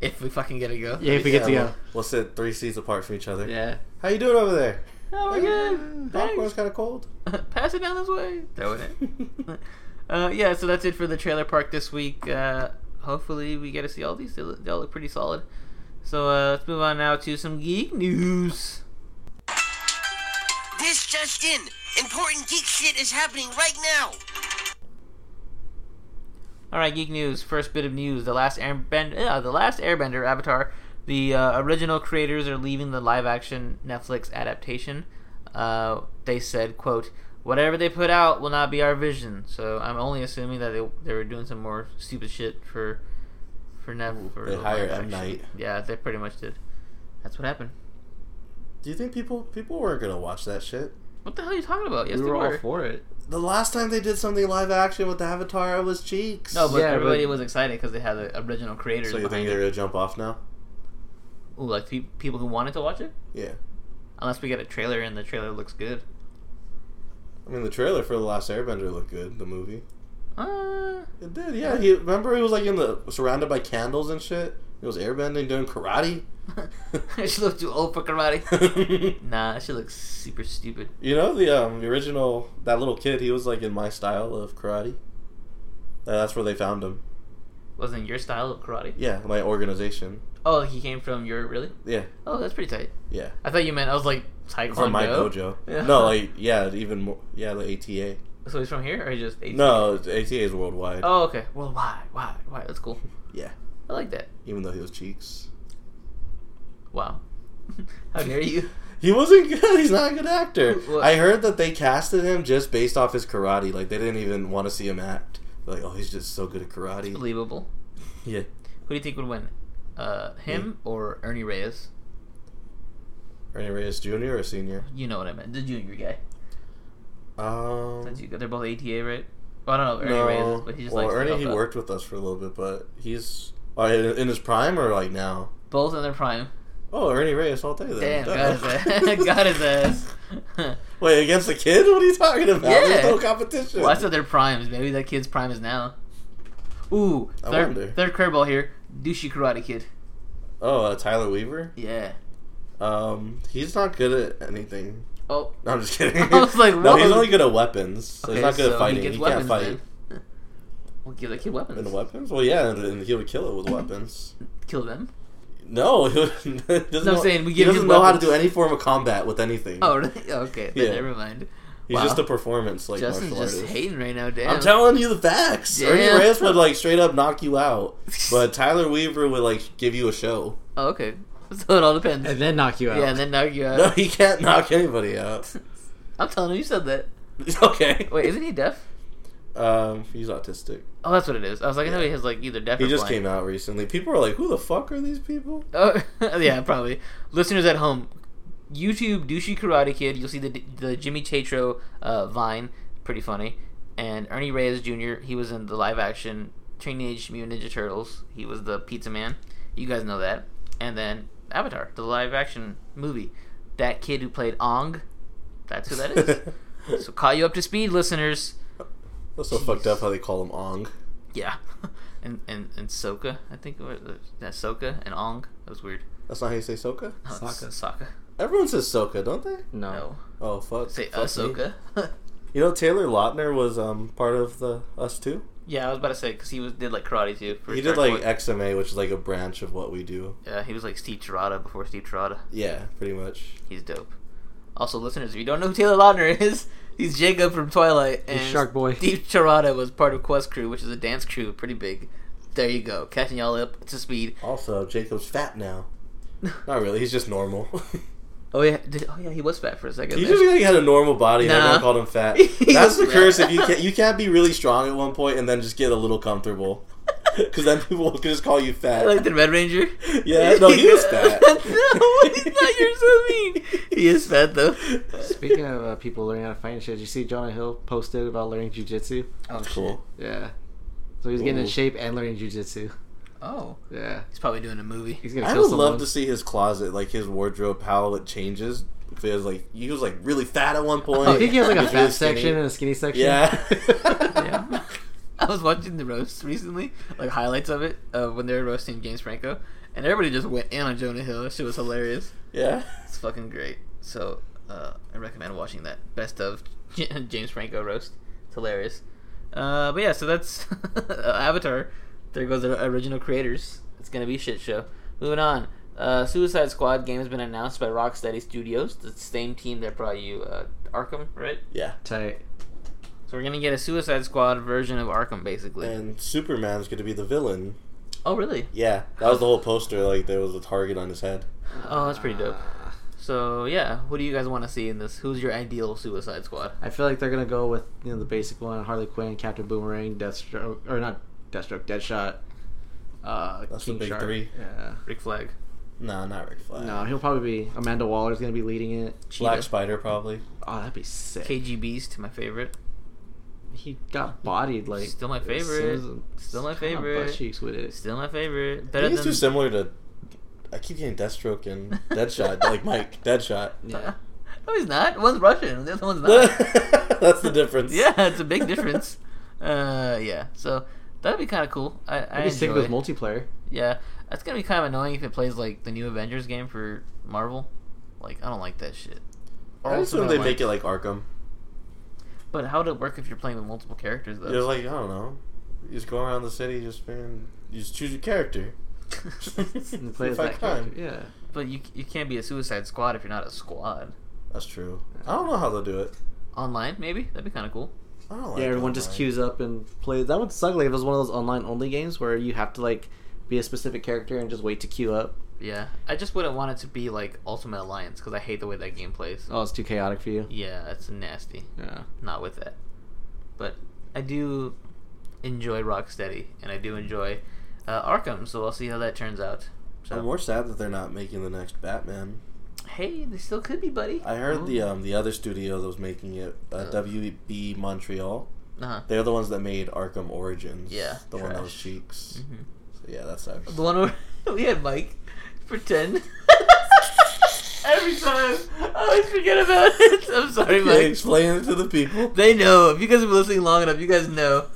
if we fucking get a go. Yeah, if we get to Yeah, go. We'll, we'll sit three seats apart from each other. Yeah. How you doing over there? Oh my Uh, god! Popcorn's Thanks. kind of cold. Pass it down this way. Throwing it. uh, yeah, so that's it for the trailer park this week. Uh, hopefully, we get to see all these. They look, they all look pretty solid. So uh, let's move on now to some geek news. This just in. Important geek shit is happening right now. All right, geek news. First bit of news: the last Airbender, uh, the last Airbender, Avatar. The uh, original creators are leaving the live-action Netflix adaptation. Uh, they said, "quote Whatever they put out will not be our vision." So I'm only assuming that they, they were doing some more stupid shit for for Netflix. They hire M Night. Yeah, they pretty much did. That's what happened. Do you think people people weren't gonna watch that shit? What the hell are you talking about? Yes, we they were all were. for it. The last time they did something live action with Avatar, it was Cheeks. No, but Yeah, but- everybody was excited because they had the original creators so you behind think it. they're gonna jump off now? Ooh, like pe- people who wanted to watch it. Yeah. Unless we get a trailer and the trailer looks good. I mean, the trailer for the Last Airbender looked good. The movie. Uh, It did, yeah. He remember he was like in the surrounded by candles and shit. He was airbending, doing karate. she looked too old for karate. Nah, she looks super stupid. you know the um the original that little kid. He was like in my style of karate. Uh, that's where they found him. Wasn't your style of karate? Yeah, my organization. Oh, he came from your really? Yeah, Oh, that's pretty tight. yeah. I thought you meant I was like Taekwondo. From my dojo. Yeah. No, like yeah, even more. Yeah, the ATA. So he's from here, or he just AT? No, ATA is worldwide. Oh, okay. Well, why, why, why? That's cool. Yeah, I like that. even though he was cheeks. Wow. How dare you? He wasn't good. He's not a good actor. What? I heard that they casted him just based off his karate. Like they didn't even want to see him act. Like, oh, he's just so good at karate. Believable. Yeah. Who do you think would win? Uh, him or Ernie Reyes? Ernie Reyes Jr. or Senior? You know what I meant. The junior guy. Um, Since you, they're both ATA, right? Well, I don't know if Ernie no. Reyes, is, but he just well, likes to Ernie, help he out. worked with us for a little bit, but he's oh, in in his prime or like now. Both in their prime. Oh, Ernie Reyes all day then. Damn, got his ass. got his ass. well, Wait, against the kid? What are you talking about? Yeah. There's no competition. I said their primes. Maybe that kid's prime is now. Ooh, I wonder. third, third curveball here. Douchey Karate Kid. oh, uh, Tyler Weaver. Yeah. Um, he's not good at anything. Oh, No, I'm just kidding. I was like, no, he's whoa. only good at weapons. So he's not good at fighting. He, can't fight. then. We'll give the kid weapons. In weapons? Well, yeah, and- and he would kill it with weapons. Kill them. No, he would- he doesn't I'm know, saying we he give him doesn't know how to weapons. do any form of combat with anything. Oh, really? okay. Then Yeah. never mind. he's wow. just a performance like Justin's martial just artist. hating right now. Damn. I'm telling you the facts. Damn. Ernie Reyes would like straight up knock you out, but Tyler Weaver would like give you a show. Oh, okay. So it all depends. and then knock you out. yeah, and then knock you out. No, he can't knock anybody out. I'm telling you, you said that. okay. Wait, isn't he deaf? Um, he's autistic. Oh, that's what it is. I was like, I know he has like either deaf. He or just blind. came out recently. People are like, "Who the fuck are these people?" Oh, yeah, probably. Listeners at home, YouTube douchey karate kid. You'll see the the Jimmy Tatro uh, vine, pretty funny, and Ernie Reyes Jr. He was in the live action Teenage Mutant Ninja Turtles. He was the pizza man. You guys know that. And then Avatar, the live action movie. That kid who played Ong, that's who that is. so caught you up to speed, listeners. That's so fucked up how they call him Ong. Yeah. And, and and Soka, I think it was uh, yeah, Soka and Ong. That was weird. That's not how you say Soka. No, it's Sokka. Sokka. Everyone says Soka, don't they? No. No. Oh fuck. Say Fuck me. Ahsoka. You know Taylor Lautner was um part of the Us Too. yeah, I was about to say because he was did like karate too. for He did Star like Tours. XMA, which is like a branch of what we do. yeah, he was like Steve Tirada before Steve Tirada. Yeah, pretty much. He's dope. Also, listeners, if you don't know who Taylor Lautner is, he's Jacob from Twilight and Shark Boy. Steve Tirada was part of Quest Crew, which is a dance crew, pretty big. There you go, catching y'all up to speed. Also, Jacob's fat now. Not really. He's just normal. Oh yeah, did, oh yeah, he was fat for a second. he there. just like, had a normal body. and Nah. Everyone called him fat. He's That's the fat. curse. If you can't, you can't be really strong at one point and then just get a little comfortable, because then people can just call you fat. like the Red Ranger. yeah, Uh, no, he was fat. no, he's not. You're so mean. He is fat though. Speaking of uh, people learning how to fight and shit, did you see Jonah Hill posted about learning jujitsu? Oh Cool. Yeah. So he's getting in Ooh. shape and learning jujitsu. Oh, Yeah. he's probably doing a movie. He's gonna I kill would someone. love to see his closet, like his wardrobe, how it changes. Because like he was like really fat at one point. I think Oh, he has like a He's really fat section skinny. and a skinny section. Yeah. yeah. I was watching the roast recently, like highlights of it, of when they were roasting James Franco, and everybody just went in on Jonah Hill. That shit was hilarious. yeah. It's fucking great. So uh, I recommend watching that best of J- James Franco roast. It's hilarious. Uh, but yeah, so that's Avatar. There goes the original creators. It's gonna be a shit show. Moving on. Uh, Suicide Squad game has been announced by Rocksteady Studios, the same team that brought you uh, Arkham, right? Yeah. Tight. So we're gonna get a Suicide Squad version of Arkham, basically. And Superman's gonna be the villain. oh, really? Yeah. That was the whole poster, like there was a target on his head. Oh, that's pretty dope. So yeah, what do you guys want to see in this? Who's your ideal Suicide Squad? I feel like they're gonna go with you know the basic one: Harley Quinn, Captain Boomerang, Deathstroke, or not Deathstroke, Deadshot. Uh, That's the King big Shark. three. Yeah. Rick Flag, No, not Rick Flag. No, he'll probably be Amanda Waller's gonna be leading it. Black Cheetah, Spider probably. Oh, that'd be sick. KG Beast, my favorite. He got bodied like Still my as favorite. soon as- Still my kinda favorite. Butt cheeks with it. Still my favorite. I Better think it's than too similar to I keep getting Deathstroke and Deadshot, like Mike, Deadshot. Yeah. no, he's not. One's Russian. The other one's not. That's the difference. yeah, it's a big difference. Uh, yeah. So that'd be kind of cool. I, I Maybe stick with enjoy. multiplayer. Yeah, that's gonna be kind of annoying if it plays like the new Avengers game for Marvel. Like, I don't like that shit. Or I also assume don't they like- make it like Arkham. But how would it work if you're playing with multiple characters It's though? like I don't know. You just go around the city, just man, you just choose your character. And play as If I that character. can. Yeah. but you you can't be a Suicide Squad if you're not a squad. That's true. I don't know how they'll do it. Online, maybe that'd be kind of cool. I don't like yeah, everyone just online. queues up and plays. That would suck. Like if it was one of those online only games where you have to like be a specific character and just wait to queue up. Yeah, I just wouldn't want it to be like Ultimate Alliance because I hate the way that game plays. Oh, it's too chaotic for you. Yeah, that's nasty. Yeah. Not with that, but I do enjoy Rocksteady and I do enjoy uh, Arkham. So I'll see how that turns out. I'm So more sad that they're not making the next Batman. hey, they still could be, buddy. I heard the um the other studio that was making it, uh, WB Montreal. Uh-huh. They're the ones that made Arkham Origins. Yeah, the one that was trash. Mm-hmm. cheeks. So yeah, that sucks. The one where we had Mike pretend. Every time I always forget about it. I'm sorry, Yeah, Mike. explain it to the people. They know. If you guys have been listening long enough, you guys know.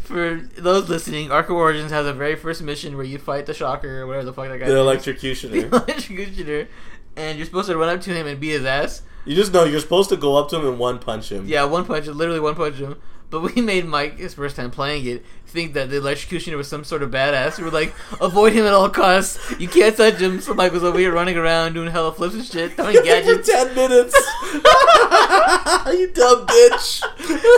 For those listening, Arkham Origins has a very first mission where you fight the Shocker or whatever the fuck that guy is. The electrocutioner. The electrocutioner. And you're supposed to run up to him and beat his ass. You just know you're supposed to go up to him and one punch him. Yeah, one punch, literally one punch him. But we made Mike, his first time playing it, think that the electrocutioner was some sort of badass. We were like, avoid him at all costs. You can't touch him. So Mike was over here running around doing hella flips and shit, throwing for gadgets. ten minutes. you dumb bitch.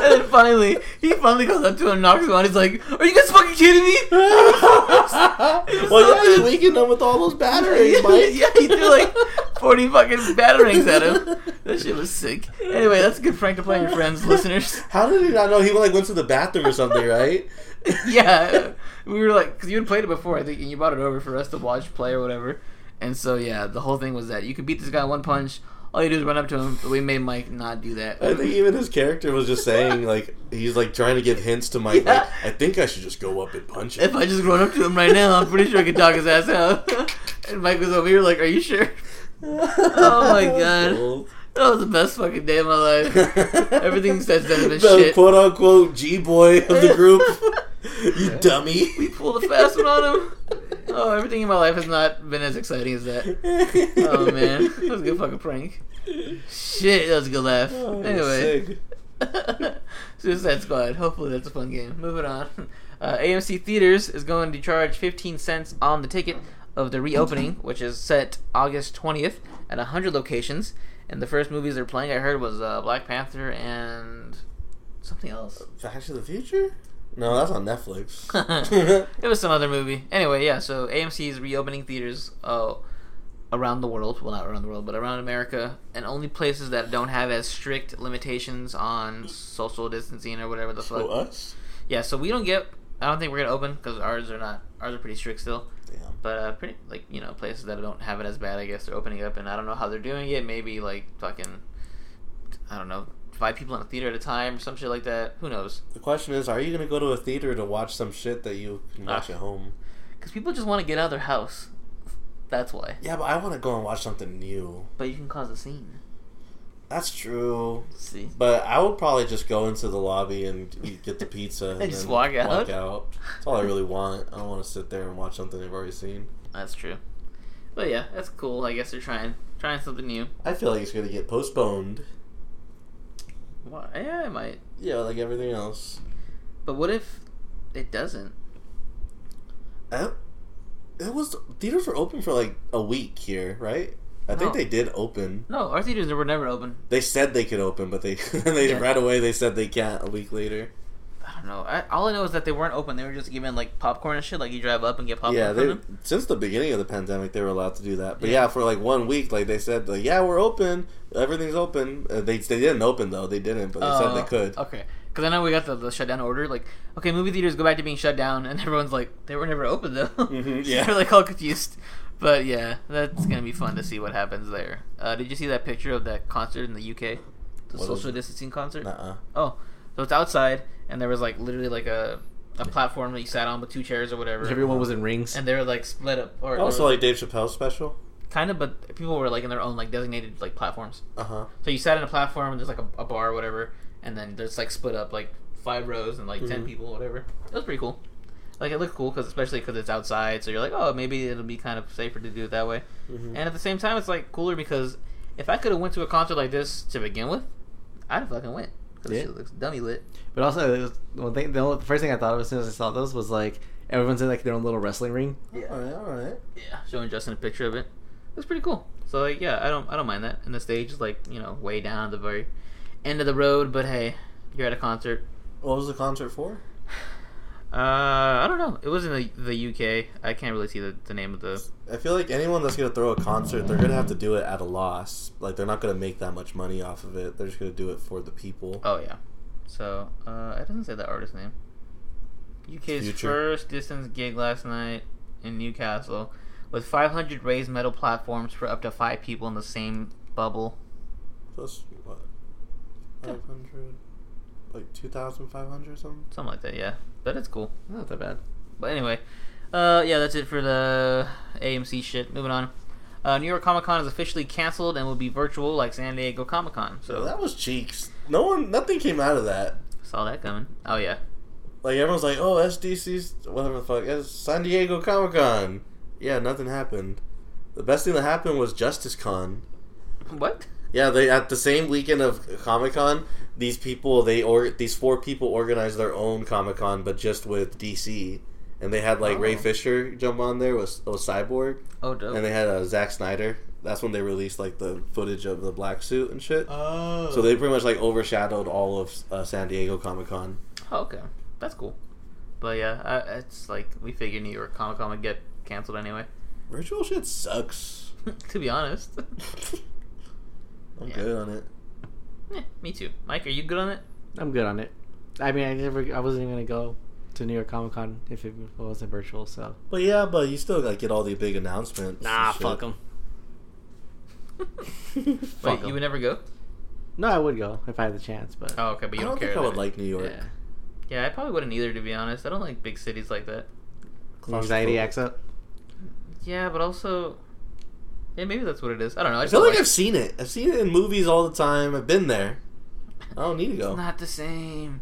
And then finally, he finally goes up to him and knocks him out. He's like, Are you guys fucking kidding me? well, yeah, you're weakening him with all those batteries, Mike. yeah, he threw like 40 fucking batarangs at him. That shit was sick. Anyway, that's a good prank to play on your friends, listeners. How did he not know? He like went to the bathroom or something, right? yeah, we were like, because you had played it before, I think, and you brought it over for us to watch, play, or whatever. And so, yeah, the whole thing was that you could beat this guy in one punch. All you do is run up to him. But we made Mike not do that. I think even his character was just saying like he's like trying to give hints to Mike. Yeah. Like, I think I should just go up and punch him. if I just run up to him right now, I'm pretty sure I could knock his ass out. and Mike was over here like, "Are you sure?" oh my God. That was the best fucking day of my life. Everything says that been the shit. quote unquote G boy of the group. you dummy. Pull the fast one on him. Oh, everything in my life has not been as exciting as that. Oh man, that was a good fucking prank. Shit, that was a good laugh. Oh, anyway, sick. Suicide Squad. Hopefully, that's a fun game. Moving on. Uh, AMC Theaters is going to charge 15 cents on the ticket of the reopening, which is set August 20th at 100 locations. And the first movies they're playing, I heard, was uh, Black Panther and something else. Back to the Future? No, that's on Netflix. it was some other movie. Anyway, yeah. So AMC is reopening theaters uh, around the world. Well, not around the world, but around America, and only places that don't have as strict limitations on social distancing or whatever the fuck. so us? yeah. So we don't get. I don't think we're gonna open because ours are not. Ours are pretty strict still. Yeah. But uh, pretty like you know places that don't have it as bad. I guess they're opening up, and I don't know how they're doing it. Maybe like fucking, I don't know, five people in a theater at a time or some shit like that. Who knows? The question is, are you going to go to a theater to watch some shit that you can watch Ah. at home? Because people just want to get out of their house. That's why. Yeah, but I want to go and watch something new. But you can cause a scene. That's true. See, But I would probably just go into the lobby and eat, get the pizza and, just then walk out? Walk out. That's all I really want. I don't want to sit there and watch something I've already seen. that's true. But yeah, that's cool. I guess they're trying trying something new. I feel like it's going to get postponed. Why? Yeah, I might. Yeah, like everything else. But what if it doesn't? I, it was theaters were open for like a week here, right? I think No. they did open. No, our theaters were never open. They said they could open, but they they Yeah. right away they said they can't. A week later, I don't know. I, all I know is that they weren't open. They were just giving like popcorn and shit. Like you drive up and get popcorn yeah, from they them. since the beginning of the pandemic they were allowed to do that. But Yeah. yeah, for like one week, like they said, like yeah, we're open, everything's open. Uh, they they didn't open though, they didn't, but they Oh, said they could. Okay. Because I know we got the, the shutdown order. Like, okay, movie theaters go back to being shut down, and everyone's like, they were never open though. Mhm, yeah. They're like all confused. But yeah, that's gonna be fun to see what happens there. Uh, did you see that picture of that concert in the UK, the What is social it? distancing concert? Uh-uh. Oh, so it's outside, and there was like literally like a a platform that you sat on with two chairs or whatever. Everyone was in rings. and they were like split up, or, Also, or like Dave Chappelle's special. kind of, but people were like in their own like designated like platforms. Uh huh. So you sat on a platform, and there's like a, a bar or whatever, and then there's like split up like five rows and like ten people, whatever. It was pretty cool. Like it looked cool because especially because it's outside, so you're like, oh, maybe it'll be kind of safer to do it that way. And at the same time, it's like cooler because if I could have went to a concert like this to begin with, I'd have fucking went. Cause Yeah. it looks dummy lit. But also, it was, one thing, the, only, the first thing I thought of as soon as I saw those was like everyone's in like their own little wrestling ring. All right, all right. Yeah, showing Justin a picture of it. It was pretty cool. So like, yeah, I don't I don't mind that. And the stage is like you know way down at the very end of the road, but hey, you're at a concert. What was the concert for? Uh, I don't know. It was in the, the UK. I can't really see the, the name of the. I feel like anyone that's gonna throw a concert, they're gonna have to do it at a loss. Like they're not gonna make that much money off of it. They're just gonna do it for the people. Oh yeah. So uh, it doesn't say the artist name. UK's Future. first distance gig last night in Newcastle with 500 raised metal platforms for up to five people in the same bubble. Plus what? Five hundred, like two thousand five hundred or something. Something like that, yeah. But it's cool. Not that bad. But anyway, uh, yeah, that's it for the AMC shit. Moving on. Uh, New York Comic Con is officially canceled and will be virtual like San Diego Comic Con. So So that was cheeks. No one, nothing came out of that. saw that coming. Oh yeah, Like everyone's like, oh, SDC's whatever the fuck, it's San Diego Comic Con. Yeah, nothing happened. The best thing that happened was Justice Con. what? Yeah, they at the same weekend of Comic Con, these people they or these four people organized their own Comic Con, but just with DC, and they had like Ray Oh. Fisher jump on there with, with Cyborg, Oh dope. and they had uh, Zack Snyder. That's when they released like the footage of the black suit and shit. Oh. so they pretty much like overshadowed all of uh, San Diego Comic Con. Oh, okay, that's cool. But yeah, I, it's like we figured New York Comic Con would get canceled anyway. Virtual shit sucks. to be honest, I'm Yeah. good on it. Eh, me too. Mike, are you good on it? I'm good on it. I mean, I never, I wasn't even gonna go to New York Comic Con if it wasn't virtual. So But yeah, but you still like get all the big announcements. and shit. them. Wait, Fuck 'em. you would never go? No, I would go if I had the chance, but Oh, okay, but I you don't, don't, care. think I would then. like New York. yeah. Yeah, I probably wouldn't either. To be honest, I don't like big cities like that. anxiety Claustrophobic. acts E up. Yeah, but also, yeah, maybe that's what it is. I don't know. I, I just feel don't like I've seen it. I've seen it in movies all the time. I've been there. I don't need to It's go. not the same.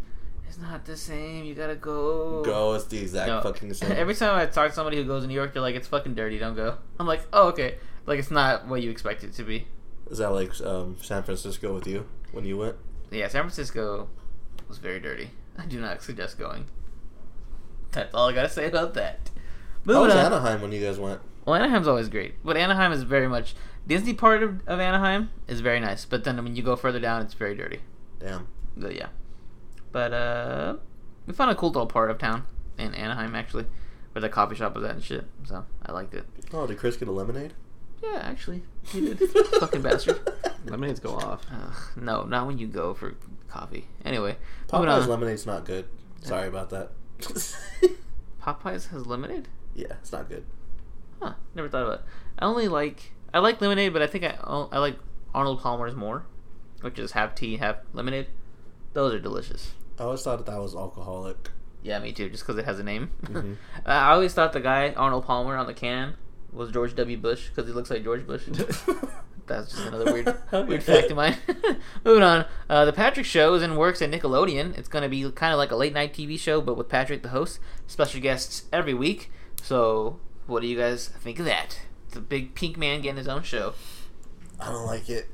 It's not the same. You gotta go. Go. It's the exact No. fucking same. Every time I talk to somebody who goes to New York, they're like, "It's fucking dirty. Don't go." I'm like, "Oh, okay." Like it's not what you expect it to be. Is that like um, San Francisco with you when you went? Yeah, San Francisco was very dirty. I do not suggest going. That's all I gotta say about that. How Moving was on. Oh, Anaheim when you guys went? Well, Anaheim's always great, but Anaheim is very much Disney part of, of Anaheim is very nice, but then when you go further down, it's very dirty. Damn. But yeah. But uh we found a cool little part of town in Anaheim actually, where the coffee shop was at and shit. So I liked it. Oh, did Chris get a lemonade? Yeah, actually. He did. Fucking bastard. Lemonades go off. Ugh, no, not when you go for coffee. Anyway, moving Popeye's on. lemonade's not good. Sorry about that. Popeyes has lemonade? yeah, it's not good. Huh. Never thought about it. I only like I like lemonade, but I think I I like Arnold Palmer's more, which is half tea, half lemonade. Those are delicious. I always thought that was alcoholic. Yeah, me too. Just because it has a name. Uh, I always thought the guy Arnold Palmer on the can was George W. Bush because he looks like George Bush. That's just another weird, weird fact of mine. Moving on. Uh, the Patrick Show is in works at Nickelodeon. It's going to be kind of like a late night TV show, but with Patrick the host, special guests every week. So, what do you guys think of that? The big pink man getting his own show. I don't like it.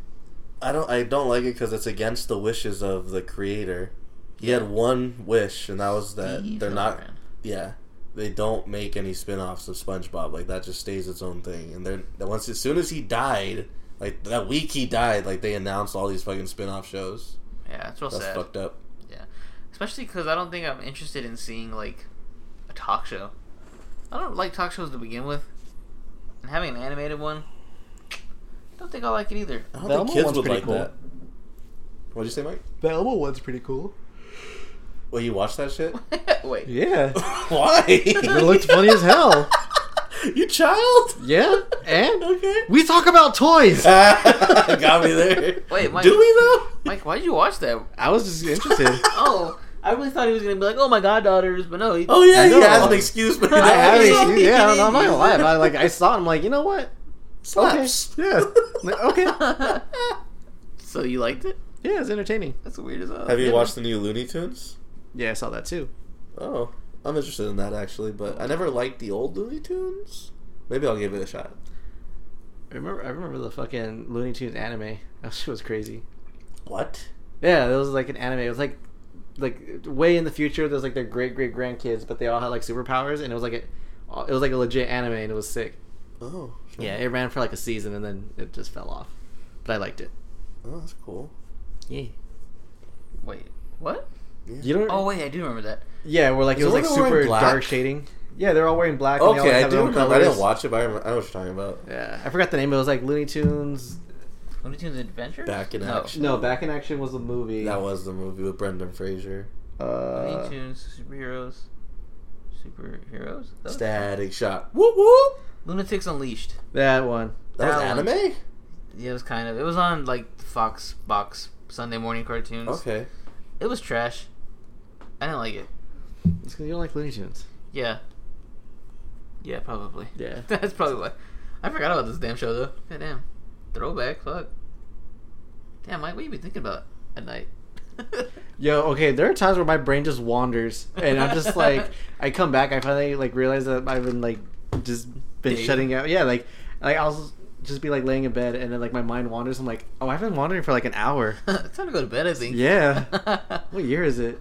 I don't. I don't like it because it's against the wishes of the creator. He had one wish, and that was that Steve Uh, they're not. Hillenbrand. Yeah, they don't make any spin-offs of SpongeBob. Like that just stays its own thing. And then that once as soon as he died, like that week he died, like they announced all these fucking spin-off shows. Yeah, it's real That's sad. fucked up. Yeah, especially because I don't think I'm interested in seeing like a talk show. I don't like talk shows to begin with, and having an animated one, I don't think I like it either. I don't The Elmo think kids one's would pretty like cool. that. What'd you say, Mike? The elbow one's pretty cool. Well, you watched that shit. Wait, Yeah, Why? it looked funny as hell. you child? Yeah, and Okay. we talk about toys. Got me there. Wait, Mike- do we though? Mike, why did you watch that? I was just interested. Oh, I really thought he was gonna be like, "Oh my goddaughters," but no. He... Oh yeah, No. he has an excuse, but he I doesn't. have Hey, issues. hey, Yeah, I'm not hey. gonna lie. I like I saw it. I'm like, you know what? slaps. Okay. Yeah. Like, okay. so you liked it? Yeah, it's entertaining. That's weird as hell. Have you Yeah. watched the new Looney Tunes? Yeah, I saw that too. Oh, I'm interested in that actually, but I never liked the old Looney Tunes. Maybe I'll give it a shot. I remember I remember the fucking Looney Tunes anime. That shit was crazy. What? Yeah, it was like an anime. It was like like way in the future. There's like their great great grandkids, but they all had like superpowers, and it was like a it was like a legit anime, and it was sick. Oh, sure. Yeah, it ran for like a season, and then it just fell off. But I liked it. Oh, that's cool. Yeah. Wait, what? You don't? Oh wait, I do remember that. yeah. We're like it Is was the like one that were in super black? dark shading. Yeah, they're all wearing black. and they all Okay, I have their do own remember. I didn't colors. watch it, but I, remember, I know what you're talking about. Yeah, I forgot the name. It was like Looney Tunes. Looney Tunes Adventure. Back in no. action. No, Back in Action was a movie. That was the movie with Brendan Fraser. Uh, Looney Tunes superheroes. Superheroes. That was- Static shot. Whoop whoop. Lunatics Unleashed. that one. That was That one. anime. Yeah, it was kind of. It was on like Fox Box Sunday morning cartoons. Okay. It was trash. I didn't like it. It's 'cause you don't like Looney Tunes. Yeah. Yeah, probably. Yeah. That's probably why. I forgot about this damn show though. God damn. Throwback, fuck. Damn, Mike, what you be thinking about at night? Yo, okay, there are times where my brain just wanders, and I'm just like, I come back, I finally like realize that I've been like just been Deep. shutting out. Yeah, like like I'll just be like laying in bed, and then like my mind wanders. I'm like, oh, I've been wandering for like an hour. it's time to go to bed, I think. Yeah. All What year is it?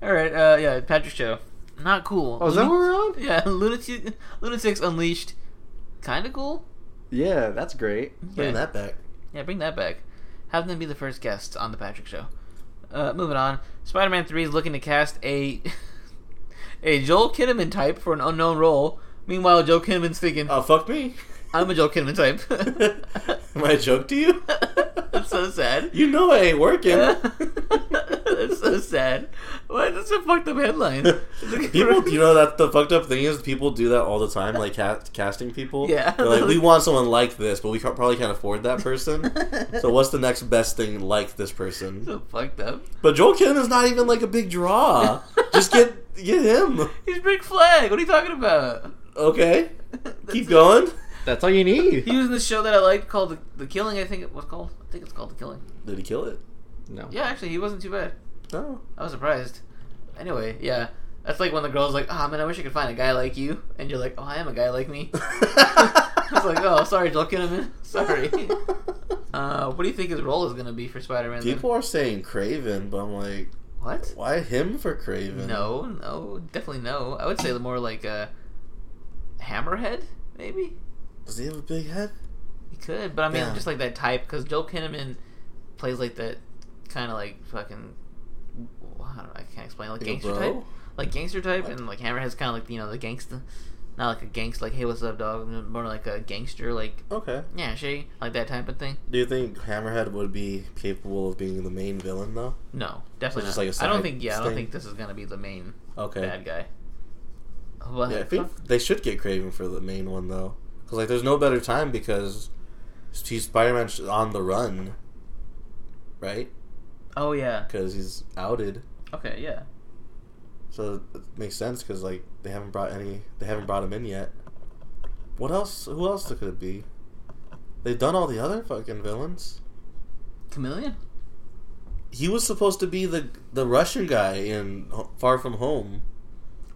right. Uh, yeah, Patrick show. Not cool. Oh, is that Luna- what we're on? Yeah, Lunatic, Lunatics Unleashed. Kind of cool. Yeah, that's great. Bring Yeah. that back. Yeah, bring that back. Have them be the first guests on the Patrick Show. Uh, moving on, Spider-Man Three is looking to cast a a Joel Kinnaman type for an unknown role. Meanwhile, Joel Kinnaman's thinking, Oh fuck me. "I'm a Joel Kinnaman type." Am I a joke to you? That's so sad. you know I ain't working. That's so sad. What? That's a fucked up headline. people, you know that the fucked up thing is people do that all the time, like ca- casting people. Yeah. They're like we want someone like this, but we can't, probably can't afford that person. so what's the next best thing like this person? so fucked up. But Joel Kinnaman is not even like a big draw. Just get get him. He's Rick Flag. What are you talking about? Okay, That's keep it. going. That's all you need. He was in this show that I liked called The, the Killing. I think it was called. I think it's called The Killing. Did he kill it? No. Yeah, actually, he wasn't too bad. No. I was surprised. Anyway, yeah. That's like when the girl's like, oh man, I wish I could find a guy like you. And you're like, oh, I am a guy like me. I was like, oh, sorry, Joel Kinnaman. Sorry. Uh, what do you think his role is going to be for Spider Man? People are saying Craven, but I'm like, What? why him for Craven? No, no, definitely no. I would say the more like uh, Hammerhead, maybe? Does he have a big head? He could, but I mean, Yeah. just like that type, because Joel Kinnaman plays like that kind of like fucking. I don't know, I can't explain. Like Like a gangster bro? type? Like gangster type, and like Hammerhead's kind of like, you know, the gangster. Not like a gangster, like, hey, what's up, dog? More like a gangster, like, Okay. yeah, she, like that type of thing. Do you think Hammerhead would be capable of being the main villain though? No, definitely Just not. like a I don't side think, yeah, I don't thing? think this is going to be the main Okay. bad guy. What? Yeah, I think they should get Craven for the main one though, because like there's no better time because he's Spider-Man sh- on the run, right? Oh, yeah. Because he's outed, Okay, yeah. so it makes sense because like they haven't brought any, they haven't brought him in yet. What else? Who else could it be? They've done all the other fucking villains. Chameleon? He was supposed to be the the Russian guy in Ho- Far From Home.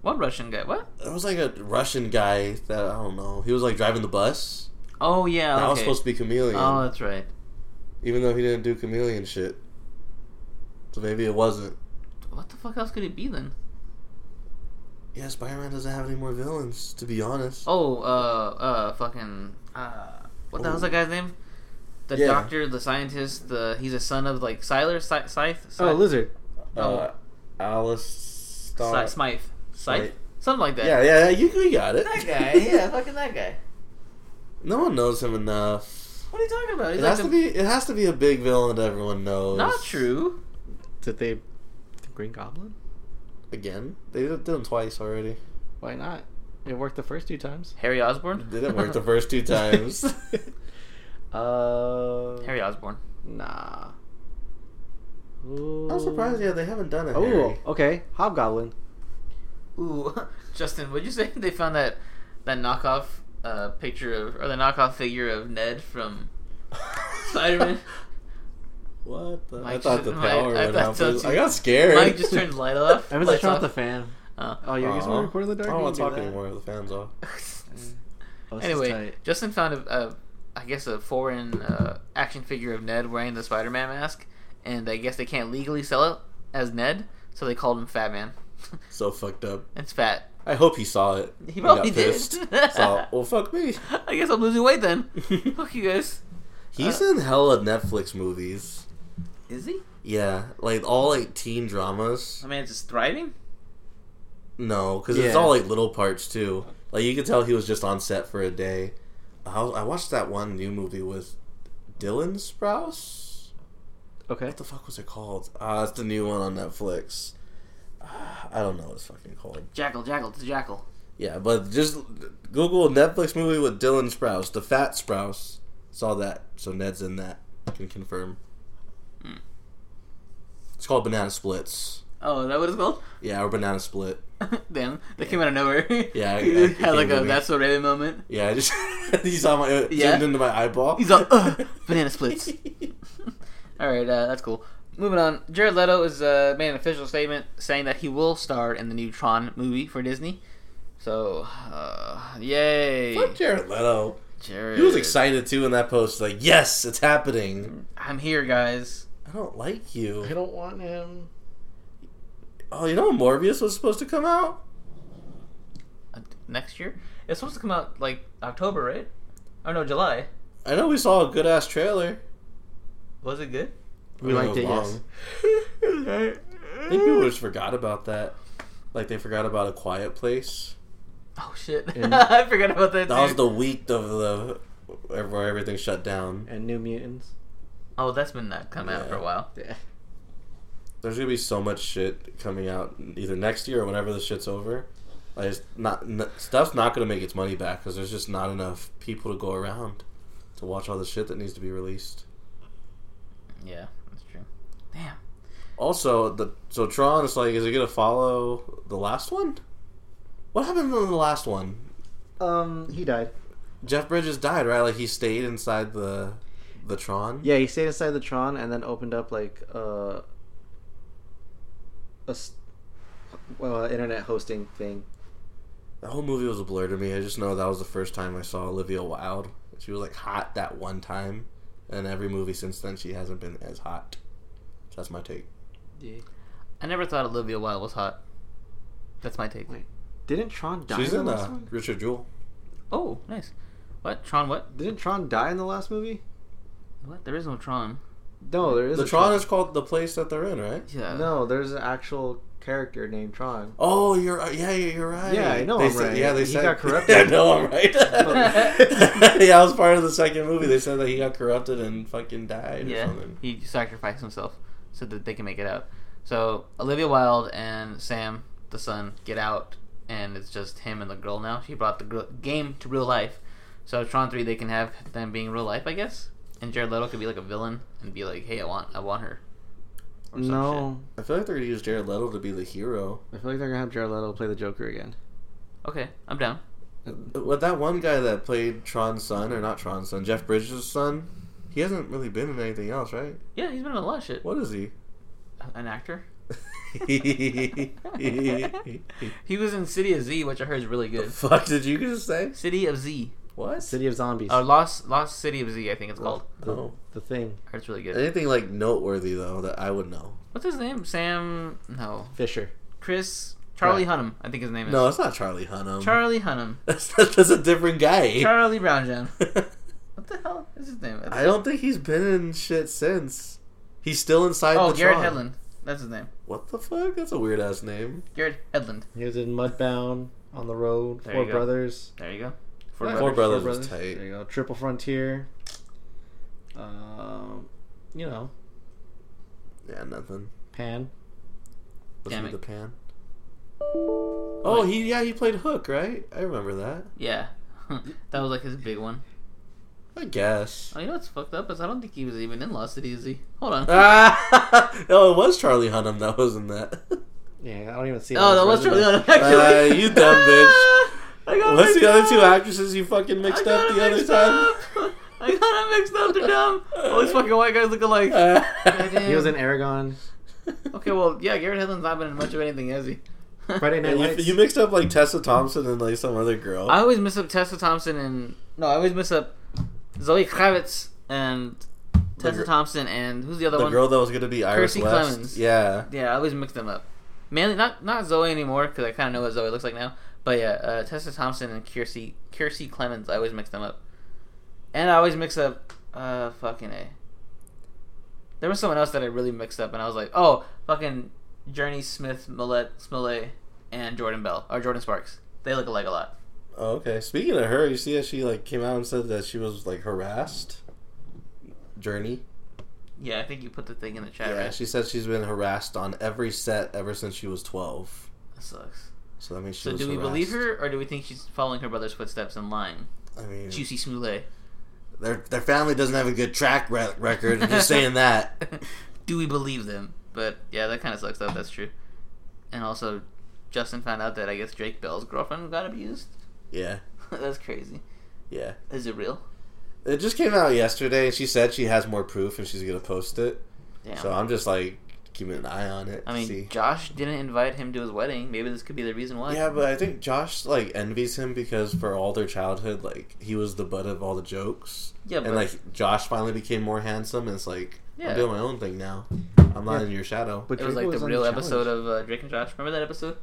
What Russian guy? What? There was like a Russian guy that I don't know. He was like driving the bus. Oh, yeah. That okay. was supposed to be Chameleon. Oh, that's right. Even though he didn't do chameleon shit. So maybe it wasn't. What the fuck else could it be then? Yeah, Spider Man doesn't have any more villains, to be honest. Oh, uh, uh, fucking, uh, what the hell's Oh. that guy's name? The Yeah. doctor, the scythe, the he's a son of like Siler, Sy- Scythe, Scythe, Oh, lizard. Uh, Alice Star. Sy- Smythe, Scythe, Scythe. something like that. yeah, yeah, you, you got it. that guy, yeah, fucking that guy. no one knows him enough. What are you talking about? It He's has like to the- be. It has to be a big villain that everyone knows. not true. Did they? The Green Goblin? Again, they did did him twice already. Why not? It worked the first two times. Harry Osborn Didn't work the first two times. Uh. Harry Osborn. Nah. I'm surprised. Yeah, they haven't done it. Oh, okay. Hobgoblin. Ooh, Justin, would you say they found that that knockoff uh, picture of or the knockoff figure of Ned from Spider Man? What? The? I Mike thought just- the Mike- power I went thought out. so but too. I got scared. Mike just turned the light off. I mean, lights turn off off. the fan. Uh, Oh, you guys want to record in the dark? I You don't want to can talk do that. anymore. The fan's off. Oh, this is anyway, tight. Justin found a, a, I guess a foreign uh, action figure of Ned wearing the Spider-Man mask, and I guess they can't legally sell it as Ned, so they called him Fat Man. So fucked up. It's fat. I hope he saw it. He and probably got did. pissed. so, well, fuck me. I guess I'm losing weight then. Fuck you guys. Uh, He's in hella Netflix movies. Is he? Yeah, like all like teen dramas. I mean, it's just thriving. No, because it's Yeah. all like little parts too. Like you could tell he was just on set for a day. I, I watched that one new movie with Dylan Sprouse. Okay. What the fuck was it called? Ah, it's the new one on Netflix. Ah, I don't know what it's fucking called. Jackal, jackal, it's a jackal. Yeah, but just Google Netflix movie with Dylan Sprouse, the fat Sprouse. Saw that, so Ned's in that. Can confirm. Hmm. It's called Banana Splits. Oh, is that what it's called? Yeah, or Banana Split. Damn, they came out of nowhere. Yeah, I- he I had like came to a me. that's so Raven moment. Yeah, I just he's on my it Yeah. zoomed into my eyeball. He's like, Ugh, banana splits. All right, uh, that's cool. Moving on, Jared Leto has uh, made an official statement saying that he will star in the new Tron movie for Disney. So, uh, yay, Fuck Jared Leto. Jared! He was excited too in that post. Like, yes, it's happening. I'm here, guys. I don't like you. I don't want him. Oh, you know Morbius was supposed to come out? Uh, next year, it's supposed to come out like October, right? Oh no, July. I know we saw a good ass trailer. Was it good? We I mean, liked was it, yes. long. I think people just forgot about that. Like they forgot about a quiet place. Oh shit! And- I forgot about that. That was too. the week of the where everything shut down. And New Mutants. Oh, that's been not come out Yeah. for a while. Yeah. There's gonna be so much shit coming out either next year or whenever this shit's over. Like, it's not n- stuff's not gonna make its money back because there's just not enough people to go around to watch all the shit that needs to be released. Yeah, that's true. Damn. Also, the so Tron is like, is it gonna follow the last one? What happened in the last one? Um, he died. Jeff Bridges died, right? Like he stayed inside the the Tron. Yeah, he stayed inside the Tron and then opened up like uh, a s- well, a internet hosting thing. The whole movie was a blur to me. I just know that was the first time I saw Olivia Wilde. She was like hot that one time, and every movie since then she hasn't been as hot. So that's my take. I never thought Olivia Wilde was hot. That's my take. Wait. Didn't Tron die She's in in the last uh, one? Richard Jewell. Oh, nice. What Tron? What? Didn't Tron die in the last movie? What? There is no Tron. No, there is The a Tron is called the place that they're in, right? Yeah. No, there's an actual character named Tron. Oh, you're yeah, yeah, you're right. Yeah, I know They I'm said- right. Yeah, they He said got corrupted. I know I'm right. yeah, I was part of the second movie. They said that he got corrupted and fucking died. Or Yeah. something. He sacrificed himself so that they can make it out. So Olivia Wilde and Sam, the son, get out, and it's just him and the girl now. She brought the gr- game to real life. So Tron three, they can have them being real life, I guess. And Jared Leto could be like a villain and be like, "Hey, I want, I want her." Or some No, I feel like they're gonna use Jared Leto to be the hero. I feel like they're gonna have Jared Leto play the Joker again. shit. Okay, I'm down. With that one guy that played Tron's son, or not Tron's son, Jeff Bridges' son, he hasn't really been in anything else, right? Yeah, he's been in a lot of shit. What is he? An actor. He was in City of Z, which I heard is really good. Fuck, did you just say? City of Z, What? City of Zombies. or Uh, Lost Lost City of Z, I think it's called. the, No. the thing. I heard it's really good. Oh. Anything like noteworthy, though, that I would know. What's his name? Sam? No, Fisher. Chris Charlie Right. Hunnam. I think his name is. No, it's not Charlie Hunnam. Charlie Hunnam. that's, that's a different guy. Charlie Brown John. What the hell is his name? I don't think he's been in shit since. He's still inside oh, the Garrett Tron. Hedlund. That's his name. What the fuck? That's a weird ass name. Garrett Hedlund. He was in Mudbound, On the Road, There Four you go. Brothers. There you go. Four Brothers. Brothers was tight. There you go. Triple Frontier. Um, you know, Yeah, nothing. Pan. Was Damn he it. the pan? Oh, he yeah, he played Hook, right? I remember that. Yeah. that was like his big one. I guess. Oh, you know what's fucked up is I don't think he was even in Lost City of Z. Hold on. Ah, no, it was Charlie Hunnam that was in that. Yeah, I don't even see. oh, that was Charlie Hunnam. Actually, Ah, you dumb bitch. I got What's the mixed other up. two actresses you fucking I mixed got up the other mixed time? up. I got them mixed up. They're dumb. All these fucking white guys look alike. Uh, Goddamn. He was in Aragon. Okay, well, yeah, Garrett Hedlund's not been in much of anything, has he? Friday Night you, Lights. you mixed up like Tessa Thompson and like some other girl. I always miss up Tessa Thompson and no, I always miss up Zoe Kravitz and Tessa gir- Thompson and who's the other the one? girl that was gonna be Iris Kirstie West. Clemons. Yeah. Yeah, I always mix them up. Mainly not not Zoe anymore because I kind of know what Zoe looks like now. But yeah, uh, Tessa Thompson and Kiersey Kiersey Clemens. I always mix them up, and I always mix up uh fucking a. There was someone else that I really mixed up, and I was like, oh fucking Journey Smith Millet Smollett and Jordan Bell or Jordan Sparks. They look alike a lot. Oh, okay. Speaking of her, you see how she like came out and said that she was like harassed. Journey. Yeah, I think you put the thing in the chat. Yeah. right? She said she's been harassed on every set ever since she was twelve. that sucks. So that means she So was do we harassed. believe her, or do we think she's following her brother's footsteps and lying? I mean, Juicy Smollett. their their family doesn't have a good track re- record. I'm just saying that. do we believe them? But yeah, that kind of sucks. Though that's true. And also, Justin found out that I guess Drake Bell's girlfriend got abused. Yeah, that's crazy. yeah. Is it real? It just came out yesterday, and she said she has more proof, and she's gonna post it. Damn. So I'm just like keeping an eye on it. I to mean, see. Josh didn't invite him to his wedding. Maybe this could be the reason why. yeah, but I think Josh like envies him because for all their childhood, like he was the butt of all the jokes. Yeah, and but- like Josh finally became more handsome, and it's like Yeah. I'm doing my own thing now. I'm not Yeah. in your shadow. But it was Draco like the on real challenge. episode of uh, Drake and Josh. Remember that episode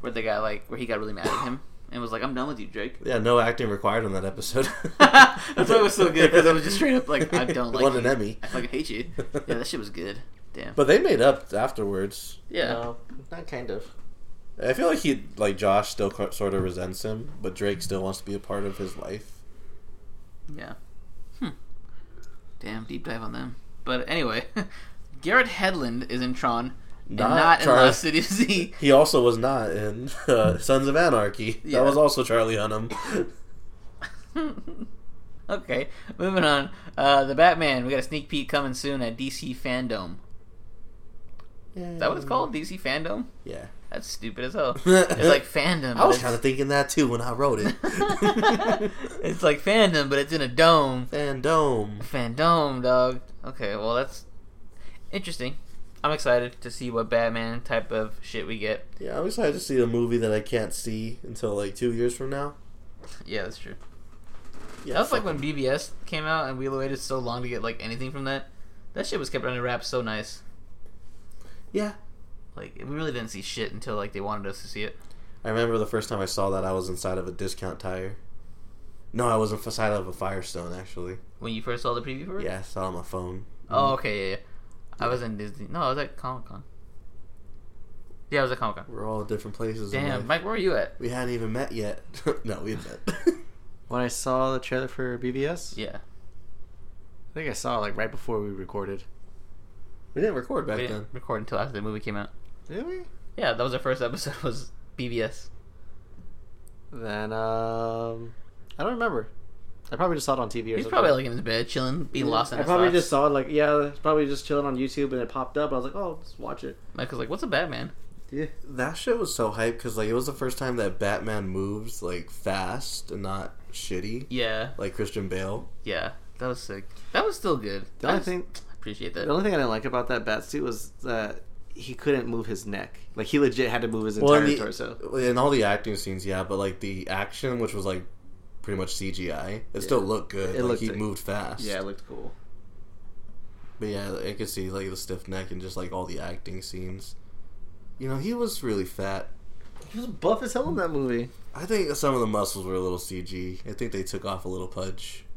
where the guy like where he got really mad at him and was like, "I'm done with you, Drake." yeah, no acting required on that episode. That's why it was so good because it was just straight up like, "I don't like Won you. an Emmy. I fucking hate you." Yeah, that shit was good. Damn. But they made up afterwards. yeah. No, not kind of. I feel like he, like Josh, still co- sort of resents him, but Drake still wants to be a part of his life. Yeah. Hmm. Damn, deep dive on them. But anyway, Garrett Headland is in Tron, and Not not Tron. in Lost City of Z. He also was not in uh, Sons of Anarchy. Yeah. That was also Charlie Hunnam. okay, moving on. Uh, the Batman. We got a sneak peek coming soon at DC Fandom. Is that what it's called? DC Fandom? Yeah, That's stupid as hell. It's like fandom. I was but kind it's- of thinking that too when I wrote it. it's like fandom, but it's in a dome. Fandom. Fandom, dog. Okay, well that's interesting. I'm excited to see what Batman type of shit we get. Yeah, I'm excited to see a movie that I can't see until like two years from now. Yeah, that's true. Yeah, That was like fuck when BBS came out and we waited so long to get like anything from that. That shit was kept under wraps so nice. yeah. Like we really didn't see shit until like they wanted us to see it. I remember the first time I saw that I was inside of a discount tire. No, I was inside of a Firestone actually. When you first saw the preview for it? Yeah, I saw it on my phone. Mm-hmm. Oh, okay, yeah, yeah. I was in Disney. No, I was at Comic Con. Yeah, I was at Comic Con. We're all different places. in Damn, life. Mike, where were you at? We hadn't even met yet. no, we had met. When I saw the trailer for BBS, Yeah. I think I saw it like right before we recorded. we didn't record back We then. didn't record until after the movie came out. Did we? Yeah, that was our first episode was BBS. Then um, I don't remember. I probably just saw it on TV or He's something. probably like in his bed chilling, being lost in I his probably thoughts. just saw it like yeah, it's probably just chilling on YouTube and it popped up. I was like, oh, just watch it. Mike was like, "What's a Batman?" Yeah. That shit was so hype because like it was the first time that Batman moves like fast and not shitty, Yeah, like Christian Bale. yeah, that was sick. That was still good. The I only just thing appreciate the that. only thing I didn't like about that bat suit was that he couldn't move his neck. Like he legit had to move his entire and the, torso. in all the acting scenes, yeah, but like the action, which was like pretty much CGI, it still looked good. It like looked he sick. moved fast. Yeah, it looked cool. but yeah, I could see like the stiff neck and just like all the acting scenes. You know, he was really fat. He was buff as hell in that movie. I think some of the muscles were a little CG. I think they took off a little pudge.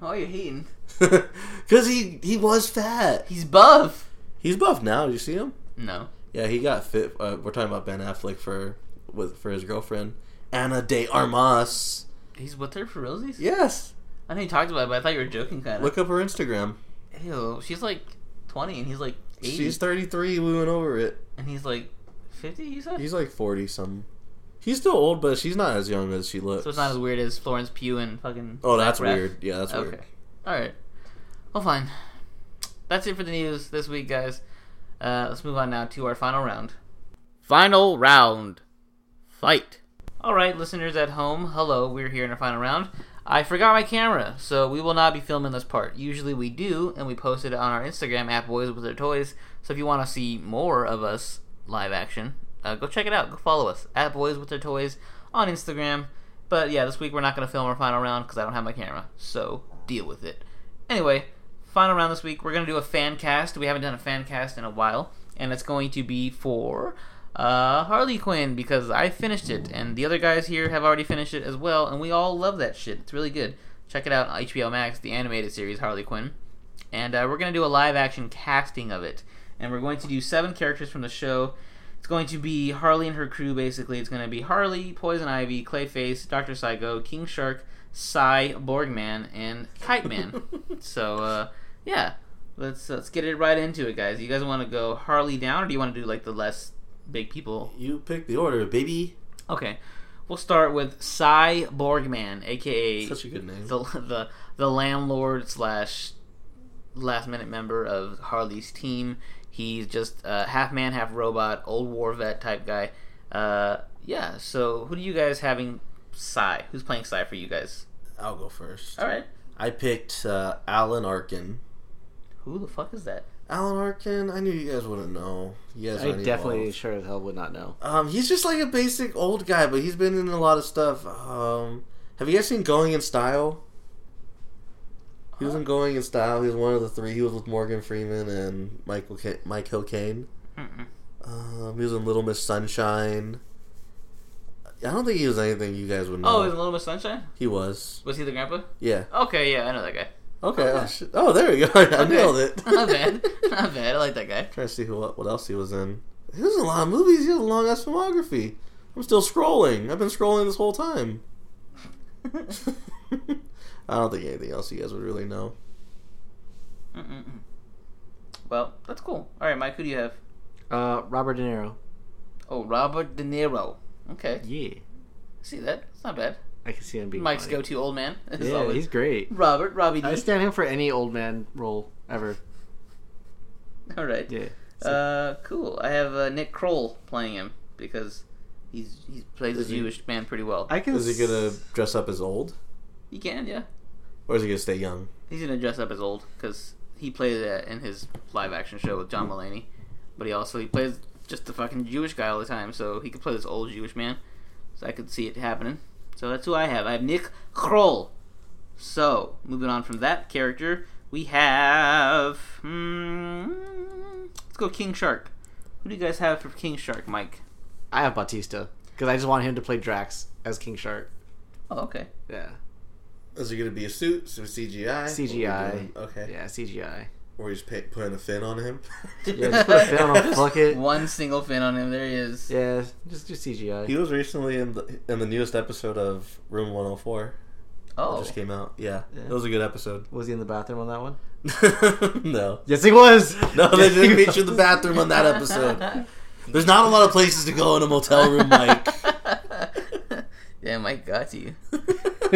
Oh, you're hating. Cause he he was fat. He's buff. He's buff now. You see him? No. Yeah, he got fit. Uh, we're talking about Ben Affleck for with for his girlfriend Anna de Armas. He's with her for realsies? Yes, I know you talked about it, but I thought you were joking, kind of. look up her Instagram. Ew, she's like 20 and he's like 80. She's thirty three. We went over it. and he's like 50, you said? He's like forty some. He's still old, but she's not as young as she looks. so it's not as weird as Florence Pugh and fucking. oh, that's Zach Braff. weird. Yeah, that's okay. weird. Alright. Well, fine. That's it for the news this week, guys. Uh, let's move on now to our final round. Final round. Fight. All right, listeners at home, hello. We're here in our final round. I forgot my camera, so we will not be filming this part. Usually we do, and we post it on our Instagram at Boys with Their Toys. So if you want to see more of us live action, uh, go check it out. Go follow us at Boys with Their Toys on Instagram. But yeah, this week we're not going to film our final round because I don't have my camera, so deal with it. Anyway, final round this week we're going to do a fan cast. We haven't done a fan cast in a while, and it's going to be for uh, Harley Quinn because I finished it, and the other guys here have already finished it as well, and we all love that shit. It's really good. Check it out on HBO Max, the animated series Harley Quinn, and uh, we're gonna do a live action casting of it, and we're going to do seven characters from the show. It's going to be Harley and her crew, basically. It's going to be Harley, Poison Ivy, Clayface, Doctor Psycho, King Shark, Psy, Borgman, and Kite Man. so uh, yeah, let's let's get it right into it, guys. You guys want to go Harley down, or do you want to do like the less big people. You pick the order, baby. Okay, we'll start with Cy Borgman, aka Such a good name. the the the landlord slash last minute member of Harley's team. He's just uh, half man, half robot, old war vet type guy. Uh, yeah. So who do you guys having Cy? Who's playing Cy for you guys? I'll go first. All right. I picked uh, Alan Arkin. Who the fuck is that? Alan Arkin. I knew you guys wouldn't know. You guys I aren't definitely evolved. sure as hell would not know. Um, he's just like a basic old guy, but he's been in a lot of stuff. Um, have you guys seen Going in Style? He was in Going in Style. He was one of the three. He was with Morgan Freeman and Michael Ca- Michael Caine. Mm-mm. Um, he was in Little Miss Sunshine. I don't think he was anything you guys would know. Oh, is Little Miss Sunshine? he was. Was he the grandpa? Yeah. Okay, yeah, I know that guy. Okay. Oh, shit. oh there we go. I nailed it. Not bad. Not bad. I like that guy. Trying to see who what else he was in. He was in a lot of movies. He has a long ass filmography. I'm still scrolling. I've been scrolling this whole time. I don't think anything else you guys would really know. Mm-mm-mm. Well, that's cool. All right, Mike, who do you have? Uh, Robert De Niro. Oh, Robert De Niro. Okay, Yeah, see that? It's not bad. I can see him being Mike's funny. go-to old man. As Yeah, always. he's great. Robert Robbie D. I stand him for any old man role ever. All right. Yeah. Uh, cool. I have uh, Nick Kroll playing him because he's he plays a Is he- Jewish man pretty well. I can. Is he gonna s- dress up as old, He can, yeah. or is he gonna stay young? He's gonna dress up as old because he played that in his live-action show with John Mm-hmm. Mulaney, but he also he plays just the fucking Jewish guy all the time, so he could play this old Jewish man. So I could see it happening. So that's who I have. I have Nick Kroll. So moving on from that character, we have hmm, let's go King Shark. Who do you guys have for King Shark, Mike? I have Bautista because I just want him to play Drax as King Shark. Oh, okay. Yeah. Is he gonna be a suit, some CGI? CGI. What are we doing? Okay. Yeah, CGI. Or he's pa- putting a fin on him. Yeah, just put a fin on him, fuck it. One single fin on him. There he is. Yeah, just just he CGI. was recently in the in the newest episode of Room 104. That oh, just came out. Yeah, Yeah. it was a good episode. Was he in the bathroom on that one? no, Yes, he was. no, they Yes, he didn't was. feature the bathroom on that episode. There's not a lot of places to go in a motel room, Mike. yeah, Mike got you. All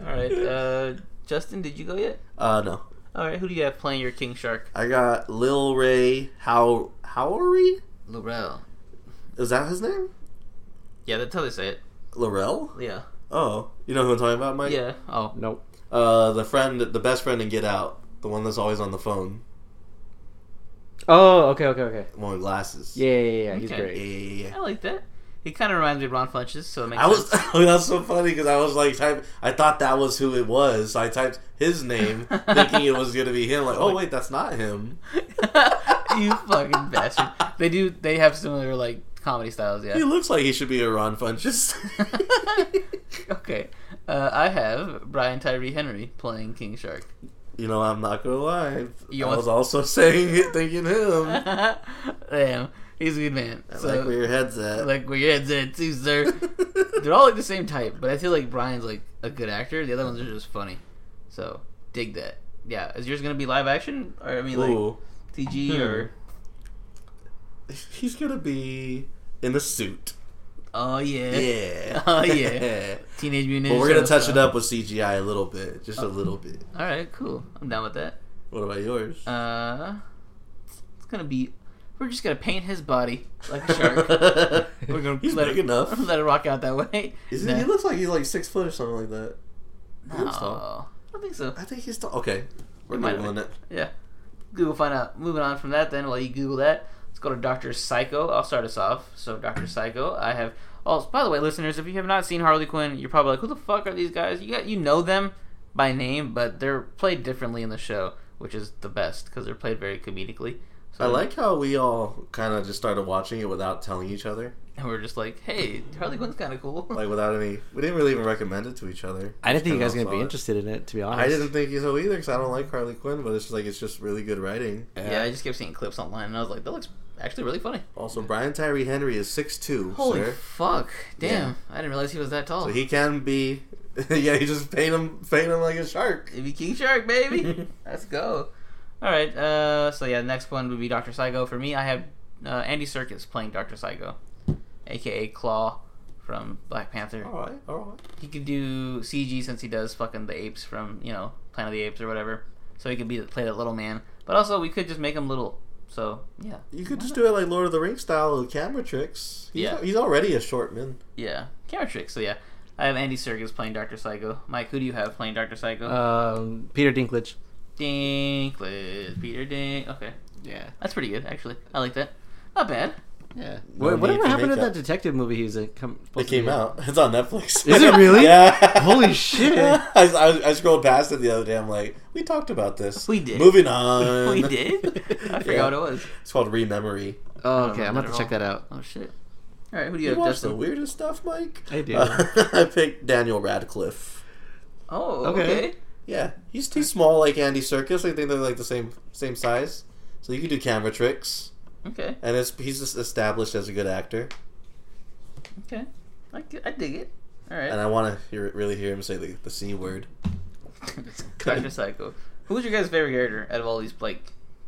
right, uh, Justin, did you go yet? Uh, no. All right, who do you have playing your King Shark? I got Lil Ray How Howery? Laurel. Is that his name? Yeah, that's how they say it. Laurel? Yeah. Oh, you know who I'm talking about, Mike? Yeah. Oh. Nope. Uh, the friend, the best friend in Get Out, the one that's always on the phone, Oh, okay, okay, okay. the one with glasses. Yeah, yeah, yeah. yeah, He's Okay. Yeah, great. yeah, yeah. I like that. He kind of reminds me of Ron Funches, so it makes I was sense. that's so funny because I was like type I thought that was who it was. So I typed his name thinking it was gonna be him. Like, oh wait, that's not him. you fucking bastard. They do. They have similar like comedy styles. He Yeah. looks like he should be a Ron Funches. okay. Uh, I have Brian Tyree Henry playing King Shark. you know, I'm not gonna lie. You I want- was also saying it, thinking him. Damn, he's a good man. I so, like where your head's at. like where your head's at too, sir. They're all like the same type, but I feel like Brian's like a good actor. The other ones are just funny. So dig that. Yeah, is yours gonna be live action or I mean like Ooh. Hmm. TG or? He's gonna be in a suit. Oh yeah. Yeah. Oh, yeah. Teenage Mutant. but we're gonna Ninja touch it Turtles. up with CGI a little bit, just Oh. a little bit. All right, cool. I'm down with that. What about yours? Uh, it's gonna be. We're just gonna paint his body like a shark. we're gonna He's let big it, enough. Let it rock out that way. Is Nah. he looks like he's like six foot or something like that. No, was tall. I don't think so. I think he's tall. Okay, we're He might have googling it. Yeah. Google find out. Moving on from that, then while you Google that, let's go to Doctor Psycho. I'll start us off. So Doctor Psycho, I have. Oh, by the way, listeners, if you have not seen Harley Quinn, you're probably like, who the fuck are these guys? You got you know them by name, but they're played differently in the show, which is the best because they're played very comedically. So I like how we all kind of just started watching it without telling each other, and we're just like, hey, Harley Quinn's kind of cool. like without any. We didn't really even recommend it to each other. I didn't think you Kinda guys were all gonna be saw it. interested in it, to be honest. I didn't think so either because I don't like Harley Quinn, but it's just like it's just really good writing. yeah, I just kept seeing clips online, and I was like, that looks actually really funny. Also, Brian Tyree Henry is 6'2", Holy sir. fuck! Damn, I didn't realize he was that tall. So he can be. yeah, you just paint him, paint him like a shark. It be King Shark, baby. Let's go. All right. Uh, so yeah, the next one would be Doctor Psycho. For me, I have uh, Andy Serkis playing Doctor Psycho, aka Claw from Black Panther. All right, all right. He could do CG since he does fucking the apes from you know Planet of the Apes or whatever. So he could be play that little man. But also we could just make him little. So yeah, You could just do it like Lord of the Rings style with camera tricks. He's, Yeah. he's already a short man. yeah, camera tricks. So yeah, I have Andy Serkis playing Doctor Psycho. Mike, who do you have playing Doctor Psycho? Uh, Um, Peter Dinklage. Dinklage, Peter Dink. Okay. Yeah. That's pretty good, actually. I like that. Not Uh, bad. Yeah. No Wait, need whatever for happened to makeup. that detective movie he was in? Come, It came out. It's on Netflix. Is it really? yeah. Holy shit. I, I, I scrolled past it the other day. I'm like, we talked about this. We did. Moving on. We did? I forgot Yeah. what it was. It's called Rememory. Oh, I okay, don't I'm know gonna have to check that that out. Oh, shit. All right, who do you You have, watch the Justin? weirdest stuff, Mike. I do. Uh, I picked Daniel Radcliffe. Oh, okay. Okay. Yeah, he's too small, like Andy Circus. I think they're like the same same size. So you can do camera tricks, Okay, and it's, he's just established as a good actor. okay. I, g- I dig it. All And right. I want to hear really hear him say the, the c word. Dr. Psycho. Who was your guys' favorite character out of all these, like,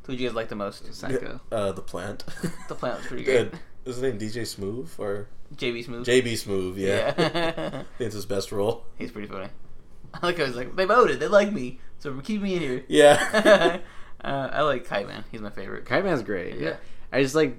who would you guys like the most? Psycho. Uh, the plant. The plant was pretty Good. great. Is his name DJ Smooth or JB Smooth. JB Smooth? Yeah, yeah. I think it's his best role. He's pretty funny. I like how he's like, they voted, they like me, so keep me in here. Yeah. uh, I like Kite Man. He's my favorite. Kite Man's great. Yeah. Yeah. I just like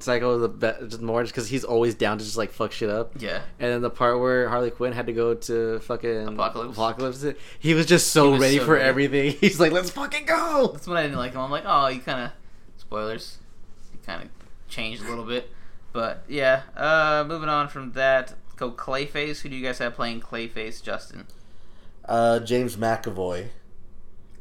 Psycho the be- just more just because he's always down to just like fuck shit up. Yeah. And then the part where Harley Quinn had to go to fucking Apocalypse. apocalypse he was just so He was ready so for ready. everything. He's like, let's fucking go. That's when I didn't like him. I'm like, oh, you kind of spoilers. You kind of changed a little bit, but yeah. Uh, moving on from that, go Clayface. Who do you guys have playing Clayface, Justin? Uh, James McAvoy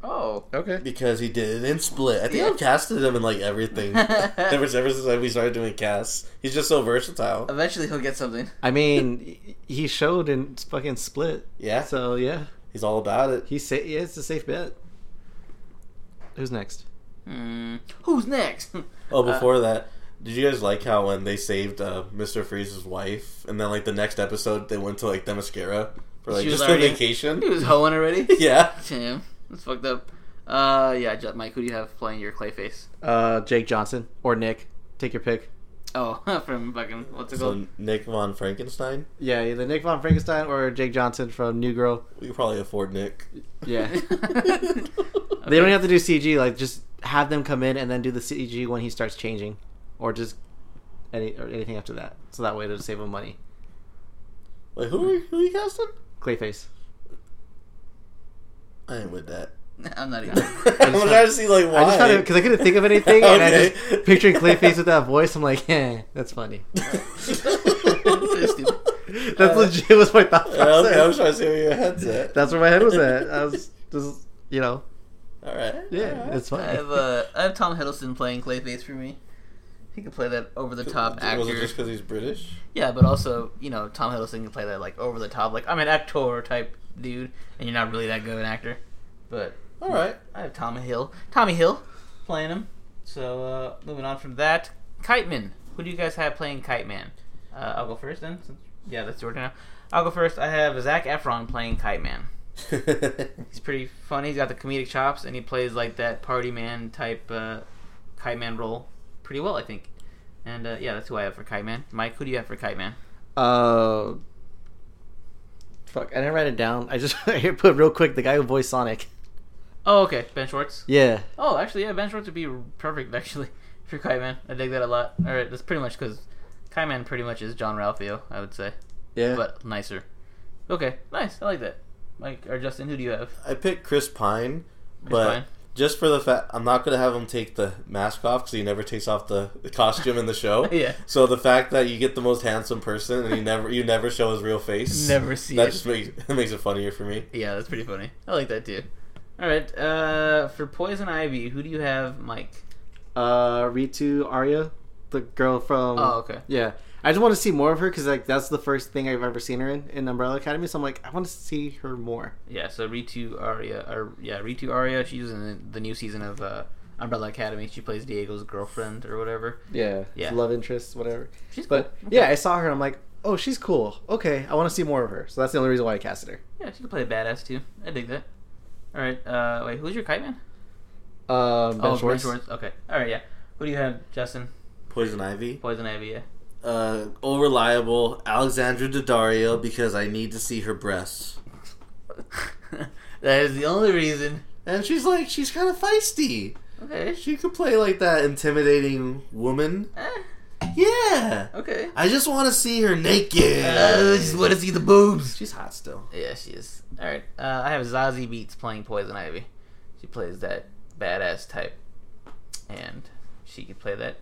Oh, Okay. because he did it in Split. I think Yeah. I've casted him in like everything ever ever since like, we started doing casts. He's just so versatile. eventually he'll get something. I mean, he showed in fucking Split. Yeah, So yeah, he's all about it. he sa- yeah, it's a safe bet. Who's next? Hmm. Who's next? Oh, Uh, before that, did you guys like how when they saved uh, Mr. Freeze's wife, and then like the next episode they went to like Themyscira for like She was just a already- vacation? he was hoeing already. yeah, Damn, that's fucked up. Uh, yeah, Ju- Mike. Who do you have playing your Clayface? Uh, Jake Johnson or Nick? Take your pick. Oh, from fucking what's it called? so Nick von Frankenstein. Yeah, either Nick von Frankenstein or Jake Johnson from New Girl. We could probably afford Nick. Yeah. Okay. They don't have to do CG. Like, just have them come in and then do the CG when he starts changing, or just any or anything after that. So that way to save him money. Like who? Are, who are you casting? Clayface. I ain't with that. I'm not even. I'm just trying to see like why. I just thought because I couldn't think of anything, and I Okay. just picturing Clayface with that voice. I'm like, eh, that's funny. That's Uh, legit was my thought Yeah, process. okay, I was trying to see where your head's at. That's where my head was at. I was just, you know, all right. yeah, it's I fine. have uh, I have Tom Hiddleston playing Clayface for me. He could play that over the top Was it actor. just because he's British? Yeah, but also you know Tom Hiddleston can play that like over the top, like I'm an actor type dude, and you're not really that good of an actor. But All right. I have Tom Hill, Tommy Hill, playing him. So uh, moving on from that, Kite Man. Who do you guys have playing Kite Man? Uh, I'll go first then. Since, yeah, that's your turn now. I'll go first. I have Zach Efron playing Kite Man. He's pretty funny. He's got the comedic chops, and he plays like that party man type uh, kite man role pretty well, I think. And uh, yeah, that's who I have for kite man. Mike, who do you have for kite man? Uh, fuck, I didn't write it down. I just I put real quick the guy who voiced Sonic. Oh, okay, Ben Schwartz. Yeah, Oh, actually, yeah, Ben Schwartz would be perfect actually for kite man. I dig that a lot. All right, that's pretty much because kite man pretty much is John Ralphio, I would say, yeah. but nicer. Okay, nice. I like that. Like, or Justin, who do you have? I picked Chris Pine, Chris but Pine. just for the fact I'm not gonna have him take the mask off because he never takes off the the costume in the show. Yeah. So the fact that you get the most handsome person and you never you never show his real face, Never see that it. just makes it makes it funnier for me. Yeah, that's pretty funny. I like that too. All right, uh, for Poison Ivy, who do you have, Mike? Uh, Ritu Arya, the girl from. Oh, okay. Yeah, I just want to see more of her because like that's the first thing I've ever seen her in in Umbrella Academy. So I'm like, I want to see her more. Yeah, so Ritu Arya, or yeah, Ritu Arya. She's in the- the new season of uh, Umbrella Academy. She plays Diego's girlfriend or whatever. Yeah, Yeah. love interest, whatever. She's cool. But yeah, I saw her. and I'm like, oh, she's cool. Okay, I want to see more of her. So that's the only reason why I casted her. Yeah, she can play a badass too. I dig that. All right, uh, wait, who's your kite man? Um, ben oh, Schwartz. Ben Schwartz. Okay. All right, yeah. Who do you have, Justin? Poison Ivy, Poison Ivy. Yeah. uh, all reliable Alexandra Daddario because I need to see her breasts. that is the only reason. And she's like she's kind of feisty. Okay. She could play like that intimidating woman. Eh, Yeah. okay. I just want to see her naked. Uh, just want to see the boobs. She's hot still. Yeah, she is. All right. Uh, I have Zazie Beats playing Poison Ivy. She plays that badass type, and she could play that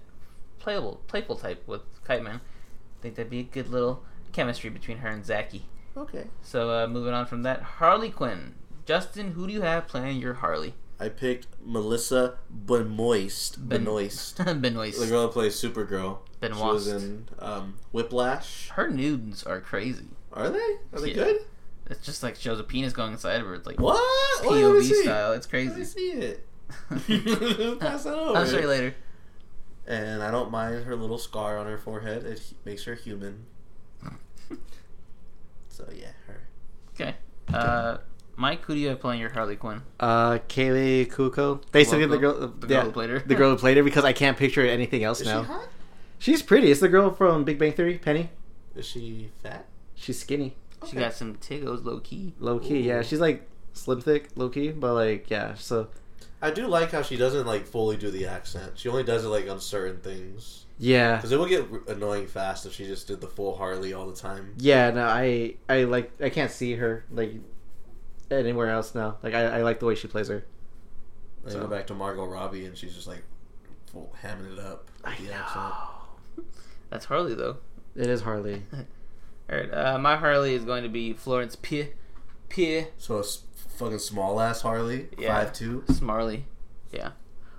playable, playful type with Kite Man. I think that'd be a good little chemistry between her and Zaki. Okay. So uh, moving on from that, Harley Quinn. Justin, who do you have playing your Harley? I picked Melissa Benoist. Ben- Benoist. Benoist. The girl that plays Supergirl. Benoist. uh, She was in um, Whiplash. Her nudes are crazy. Are they? Are they Yeah. good? It's just like shows a penis going inside of her. It's like What? Oh, let me POV see. style. It's Let me crazy. see it. Pass that over. I'll show you later. And I don't mind her little scar on her forehead. It hu- makes her human. so yeah, her. Okay. Uh, Mike, who do you have playing your Harley Quinn? Uh, Kaylee Kuko. Basically, the girl, The yeah, girl who played her. the girl who played her, because I can't picture anything else Is now. she hot? She's pretty. It's the girl from Big Bang Theory, Penny. Is she fat? She's skinny, She Okay. got some tiggos low key. low key. Yeah, she's like slim thick, low key, but like yeah. So I do like how she doesn't like fully do the accent. She only does it like on certain things. yeah, Because it would get r- annoying fast if she just did the full Harley all the time. yeah. No, I I like I can't see her like anywhere else now. Like I, I like the way she plays her. Then go back to Margot Robbie and she's just like full, hamming it up. with the accent. That's Harley though. It is Harley. All right. Uh, my Harley is going to be Florence P. P. So a s- fucking small ass Harley, Yeah. five two. Smarley. Yeah.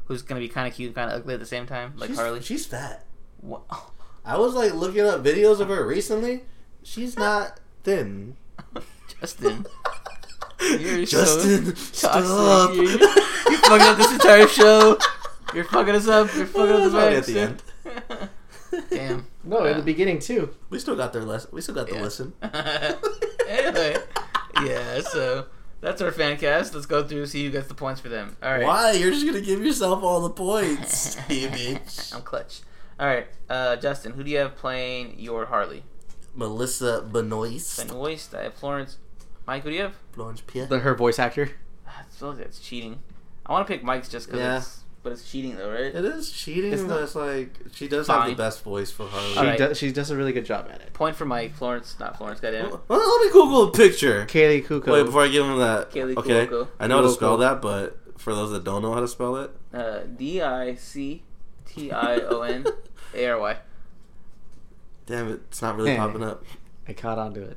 Who's gonna be kind of cute, kind of ugly at the same time, like she's, Harley. She's fat. Wha- oh, I was like looking up videos of her recently. She's not thin. Justin, You're so Justin, stop! You're, you're fucking up this entire show. You're fucking us up. You're fucking up Well, this that's entire only at Damn. No, in the beginning too. We still got their lesson. We still got the Yeah. lesson. anyway, yeah. So that's our fan cast. Let's go through see who gets the points for them. All right. Why? You're just gonna give yourself all the points, you bitch. I'm clutch. All right, uh, Justin, who do you have playing your Harley? Melissa Benoist. Benoist. I have Florence. Mike, who do you have? Florence Pugh. The her voice actor. I feel like that's cheating. I want to pick Mike's just because Yeah. it's, but it's cheating though, right? It is cheating, It's but not- it's like she does have Fine. the best voice for Harley. She Alright. does. She does a really good job at it. Point for Mike. Florence, not Florence. Goddamn. Well, let me Google a picture. Kaylee Kuko. Wait, before I give him that. Kaylee okay, Cuoco. I know how to Cuoco. spell that, but for those that don't know how to spell it, Uh, D I C T I O N A R Y. damn it, it's not really Hey. popping up. I caught on to it.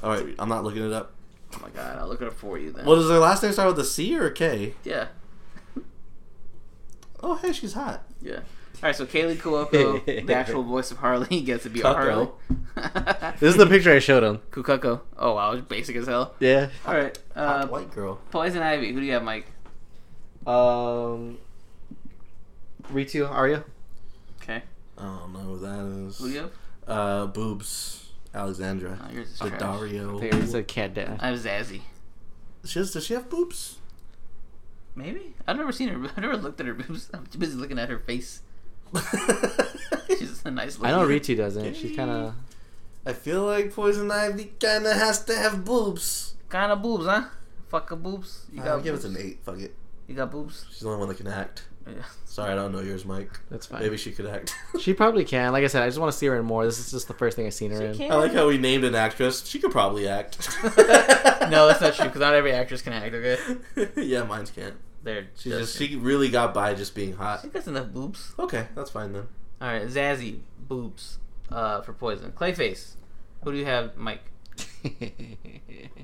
All right, I'm not looking it up. Oh my god, I'll look it up for you then. Well, does her last name start with a C or a K? Yeah, Oh, hey, she's hot. yeah. All right, so Kaylee Kuoko, the actual voice of Harley, gets to be our Harley. Cuoco. This is the picture I showed him. Kukako. Oh wow, basic as hell. Yeah. All right, Hot uh, white girl. Poison Ivy. Who do you have, Mike? Um. Ritu Arya. Okay. I don't know who that is. Who do you have? Uh, boobs. Alexandra. Oh, yours is The trash. Dario. There. It's a cat dad. I have Zazzy. She has, does she have boobs? Maybe I've never seen her. I've never looked at her boobs. I'm too busy looking at her face. She's a nice. I Lady. know Ritu doesn't. She's kind of. I feel like Poison Ivy kind of has to have boobs. Kind of boobs, huh? Fuck her boobs. You I'll got give boobs. it an eight. Fuck it. You got boobs? She's the only one that can act. Yeah. Sorry, I don't know yours, Mike. That's fine. Maybe she could act. She probably can. Like I said, I just want to see her in more. This is just the first thing I've seen her in. I like how we named an actress. She could probably act. no, that's not true. Because not every actress can act. Okay, yeah, mine can't. they're She just she really got by just being hot. She got enough boobs. Okay, that's fine then. All right, Zazzy boobs uh, for poison. Clayface, who do you have, Mike?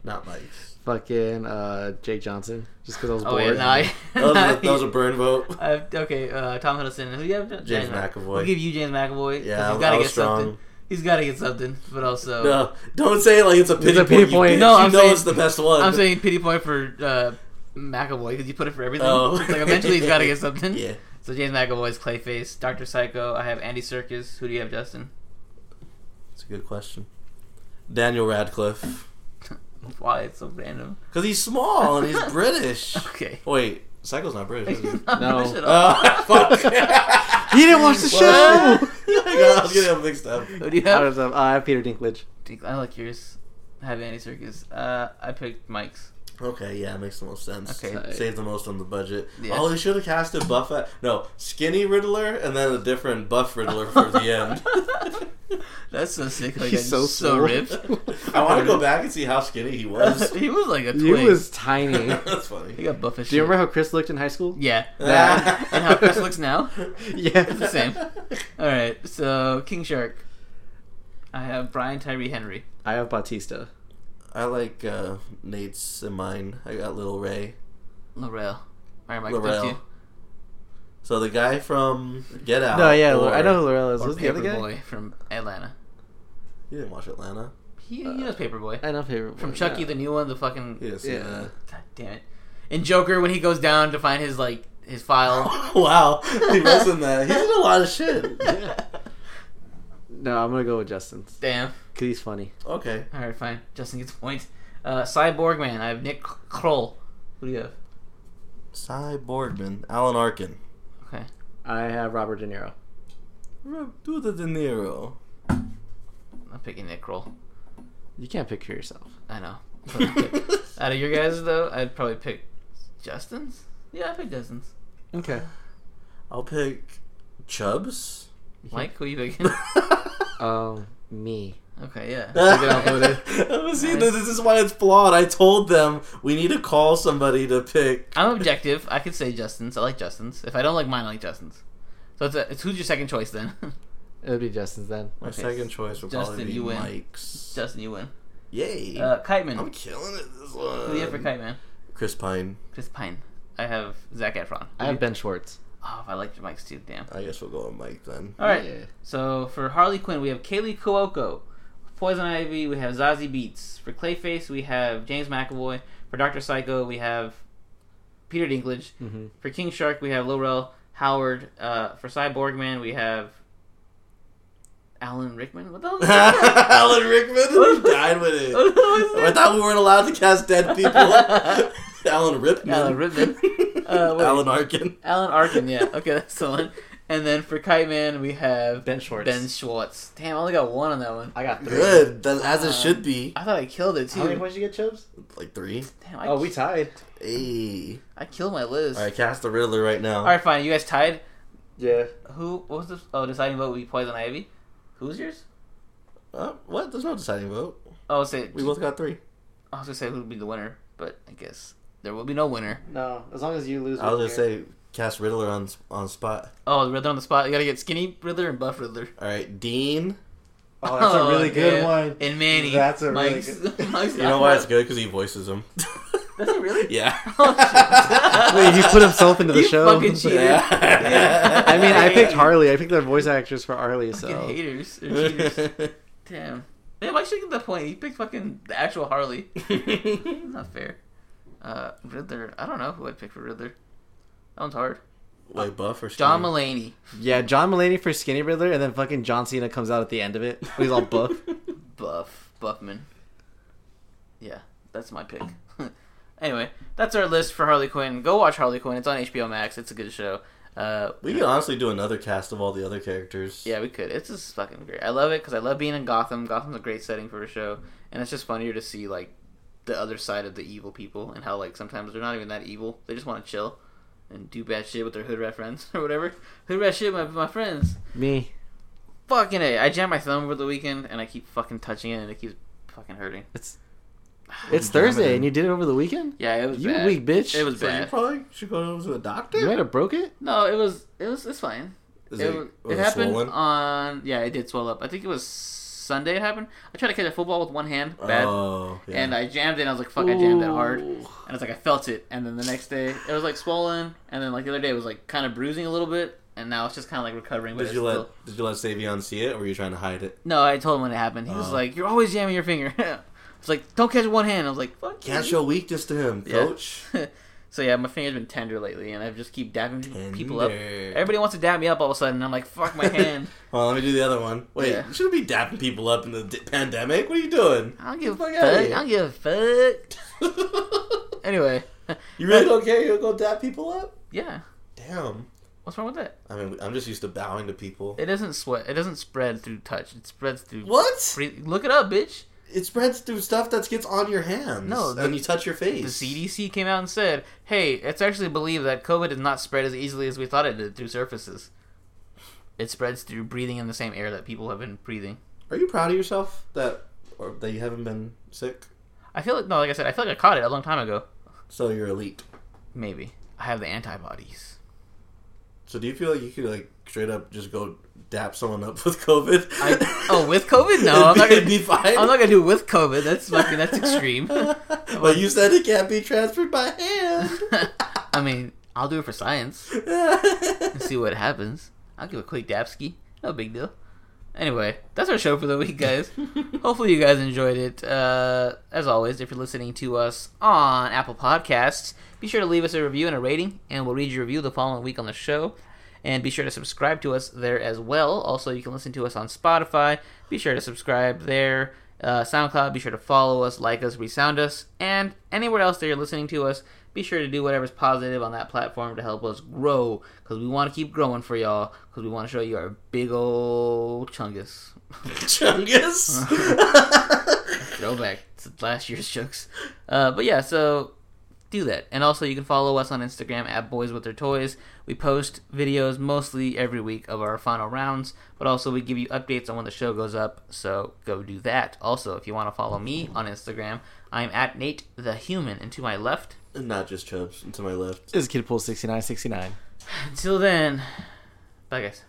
Not Mike's. Fucking uh, Jake Johnson. Just because I was Oh bored. yeah, no, I- That was, a, that was a burn vote. Uh, okay, uh, Tom Hiddleston. Who do you have? James McAvoy. We'll give you James McAvoy. 'cause Yeah, he's I gotta was get strong. something. Oh. He's got to get something, but also No, don't say it like it's a pity, a pity point. you point. bitch. No, you I'm know saying- it's the best one. I'm saying pity point for uh, McAvoy because you put it for everything. Oh. It's like eventually he's got to get something. Yeah. So James McAvoy's Clayface, Doctor Psycho. I have Andy Serkis. Who do you have, Justin? It's a good question. Daniel Radcliffe. Why it's so random? Because he's small and he's British. Okay. Wait, Psycho's not British. Is he? No. Finish it off. Oh, fuck. He didn't watch the What? show. I was getting him mixed up. Who do you I, have? was, uh, I have Peter Dinklage. I like yours. I have Andy Serkis. Uh, I picked Mike's. Okay, yeah, makes the most sense. Okay. Save the most on the budget. Yeah. Oh, they should have casted Buff at. No, Skinny Riddler and then a different Buff Riddler for the end. That's so sick. Like, He's so so so small. ripped. I want to go back and see how skinny he was. he was like a He twig. was tiny. Do That's funny. He got buff as shit. you remember how Chris looked in high school? Yeah. Ah. and how Chris looks now. Yeah. the same. All right. So King Shark. I have Brian Tyree Henry. I have Bautista. I like uh, Nate's and mine. I got Little Ray. Laurel. All right, Mike. Laurel. That's you. So the guy from Get Out. No, yeah, or- I know who Laurel is. Oh, Or Who's the other guy? Paperboy from Atlanta. You didn't watch Atlanta. He, he knows Paperboy. I know Paperboy. From Chucky, the new one, the fucking. You didn't see Uh, Yeah. God damn it. And Joker, when he goes down to find his like his file. that. wow, he was in that. He's in a lot of shit. No, I'm gonna go with Justin Damn. because he's funny. Okay. All right, fine. Justin gets a point. Uh, Cyborg man. I have Nick Kroll. Who do you have? Cy Boardman, Alan Arkin. Okay. I have Robert De Niro. Do the De Niro. I'm picking Nick Kroll. You can't pick for yourself. I know. Out of your guys though, I'd probably pick Justin's. Yeah, I pick Justin's. Okay. I'll pick Chubbs. Mike, who you picking? Um, me. okay, yeah. I'm seeing this. This is why it's flawed. I told them we need to call somebody to pick. I'm objective. I could say Justin's. I like Justin's. If I don't like mine, I like Justin's. So it's, a, it's who's your second choice then? It would be Justin's then. My Okay. second choice would Justin, probably be you win. uh, Mike's. Justin, you win. Yay! Uh, Kite Man. I'm killing it this Who do you have for one. Kite Man? Chris Pine. Chris Pine. I have Zach Efron. I have Ben Schwartz. Oh, if I liked your mics too. Damn. I guess we'll go with Mike then. All right. Yeah. So for Harley Quinn, we have Kaylee Cuoco. Poison Ivy, we have Zazie Beats. For Clayface, we have James McAvoy. For Doctor Psycho, we have Peter Dinklage. Mhm. For King Shark, we have Laurel Howard. Uh, for Cyborg Man, we have Alan Rickman. What the hell? Is that? Alan Rickman died with it. What the hell is I that? thought we weren't allowed to cast dead people. Alan Rickman. Alan Rickman. Uh, wait. Alan Arkin. Alan Arkin. Yeah. Okay, that's the one. And then for Kite Man, we have Ben Schwartz. Ben Schwartz. Damn, I only got one on that one. I got three. Good. That's as it should be. I thought I killed it too. How many points you get, Chubbs? Like three. Damn, I, Oh, we tied. Hey. I killed my list. All right, cast the Riddler right now. All right, fine. You guys tied. Yeah. Who? What was the oh deciding vote? We poison ivy. Who's yours? Uh, what? There's no deciding vote. Oh, say We both got three. I was gonna say who'd be the winner, but I guess there will be no winner. No, as long as you lose. I we was don't care. gonna say cast Riddler on on spot. Oh, the Riddler on the spot. You gotta get skinny Riddler and buff Riddler. All right, Dean. Oh, that's a really good yeah. one. And Manny. That's a really good. Mike's You know why it's good? Because he voices him. Does it really? Oh, yeah. Wait, he put himself into the You show. fucking cheated. I mean, I picked Yeah. Harley. I picked the voice actress for Harley, Fucking so haters. They're cheaters. Damn. Yeah, Mike should get the point. He picked fucking the actual Harley. Not fair. Uh, Riddler. I don't know who I'd pick for Riddler. That one's hard. Wait, Buff or John Mulaney. Skinny? yeah, John Mulaney for Skinny Riddler, and then fucking John Cena comes out at the end of it. He's all buff. Buff Buffman. Yeah, that's my pick. anyway, that's our list for Harley Quinn. Go watch Harley Quinn. It's on HBO Max. It's a good show. Uh, We could honestly do another cast of all the other characters. yeah, we could. It's just fucking great. I love it because I love being in Gotham. Gotham's a great setting for a show, and it's just funnier to see like the other side of the evil people and how like sometimes they're not even that evil. They just want to chill. and do bad shit with their hood rat friends or whatever. Hood rat shit with my, my friends. Me. Fucking it. I jammed my thumb over the weekend and I keep fucking touching it and it keeps fucking hurting. It's it's Thursday and you did it over the weekend. Yeah, it was You bad. weak bitch. It was So you bad. probably should go to the doctor. You might have broke it. No, it was it was it's fine. Is it, it- w- was it it happened swollen? on yeah, it did swell up. I think it was Sunday. It happened. I tried to catch a football with one hand, bad, Oh, yeah. and I jammed it. and I was like, "Fuck!" I jammed it hard, Ooh. and it's like I felt it. And then the next day, it was like swollen, and then like the other day, it was like kind of bruising a little bit, and now it's just kind of like recovering. But did you it's let still... Did you let Savion see it, or were you trying to hide it? No, I told him when it happened. He was Oh. like, "You're always jamming your finger." it's like, "Don't catch one hand." I was like, "Fuck." Can't you." show weakness to him, Yeah. Coach. so yeah, my finger's been tender lately, and I just keep dabbing people up. Tender. Everybody wants to dab me up all of a sudden, and I'm like, "Fuck my hand." Well, let me do the other one. Wait, Yeah. you shouldn't be dapping people up in the d- pandemic. What are you doing? I don't give a fuck. Get the fuck outta I here. don't give a fuck. Anyway, you really don't care? You'll go dap people up? yeah. Damn. What's wrong with that? I mean, I'm just used to bowing to people. It doesn't sweat. It doesn't spread through touch. It spreads through. What? Free- Look it up, bitch. It spreads through stuff that gets on your hands. No, the- and you touch your face. The CDC came out and said, "Hey, it's actually believed that COVID does not spread as easily as we thought it did through surfaces. It spreads through breathing in the same air that people have been breathing." Are you proud of yourself that or that you haven't been sick? I feel like no, like I said, I feel like I caught it a long time ago. So you're elite. Maybe I have the antibodies. So do you feel like you could like straight up just go dap someone up with COVID? I, oh, with COVID? No, I'm not It'd be- gonna it'd be fine. I'm not gonna do it with COVID. That's fucking that's extreme. but you said it can't be transferred by hand. I mean, I'll do it for science and see what happens. I'll give a quick dabski. No big deal. Anyway, that's our show for the week, guys. Hopefully, you guys enjoyed it. Uh, as always, if you're listening to us on Apple Podcasts, be sure to leave us a review and a rating, and we'll read your review the following week on the show. And be sure to subscribe to us there as well. Also, you can listen to us on Spotify. Be sure to subscribe there. Uh, SoundCloud, be sure to follow us, like us, resound us. And anywhere else that you're listening to us, be sure to do whatever's positive on that platform to help us grow. Because we want to keep growing for y'all. Because we want to show you our big old chungus. Chungus. Throwback to last year's jokes. Uh, but yeah, so do that. And also, you can follow us on Instagram at Boys With Their Toys. We post videos mostly every week of our final rounds, but also we give you updates on when the show goes up. So go do that. Also, if you want to follow me on Instagram, I'm at Nate the Human. And to my left, And Not just Chubbs. and To my left. This is Kid Pool sixty nine sixty nine. until then, bye guys.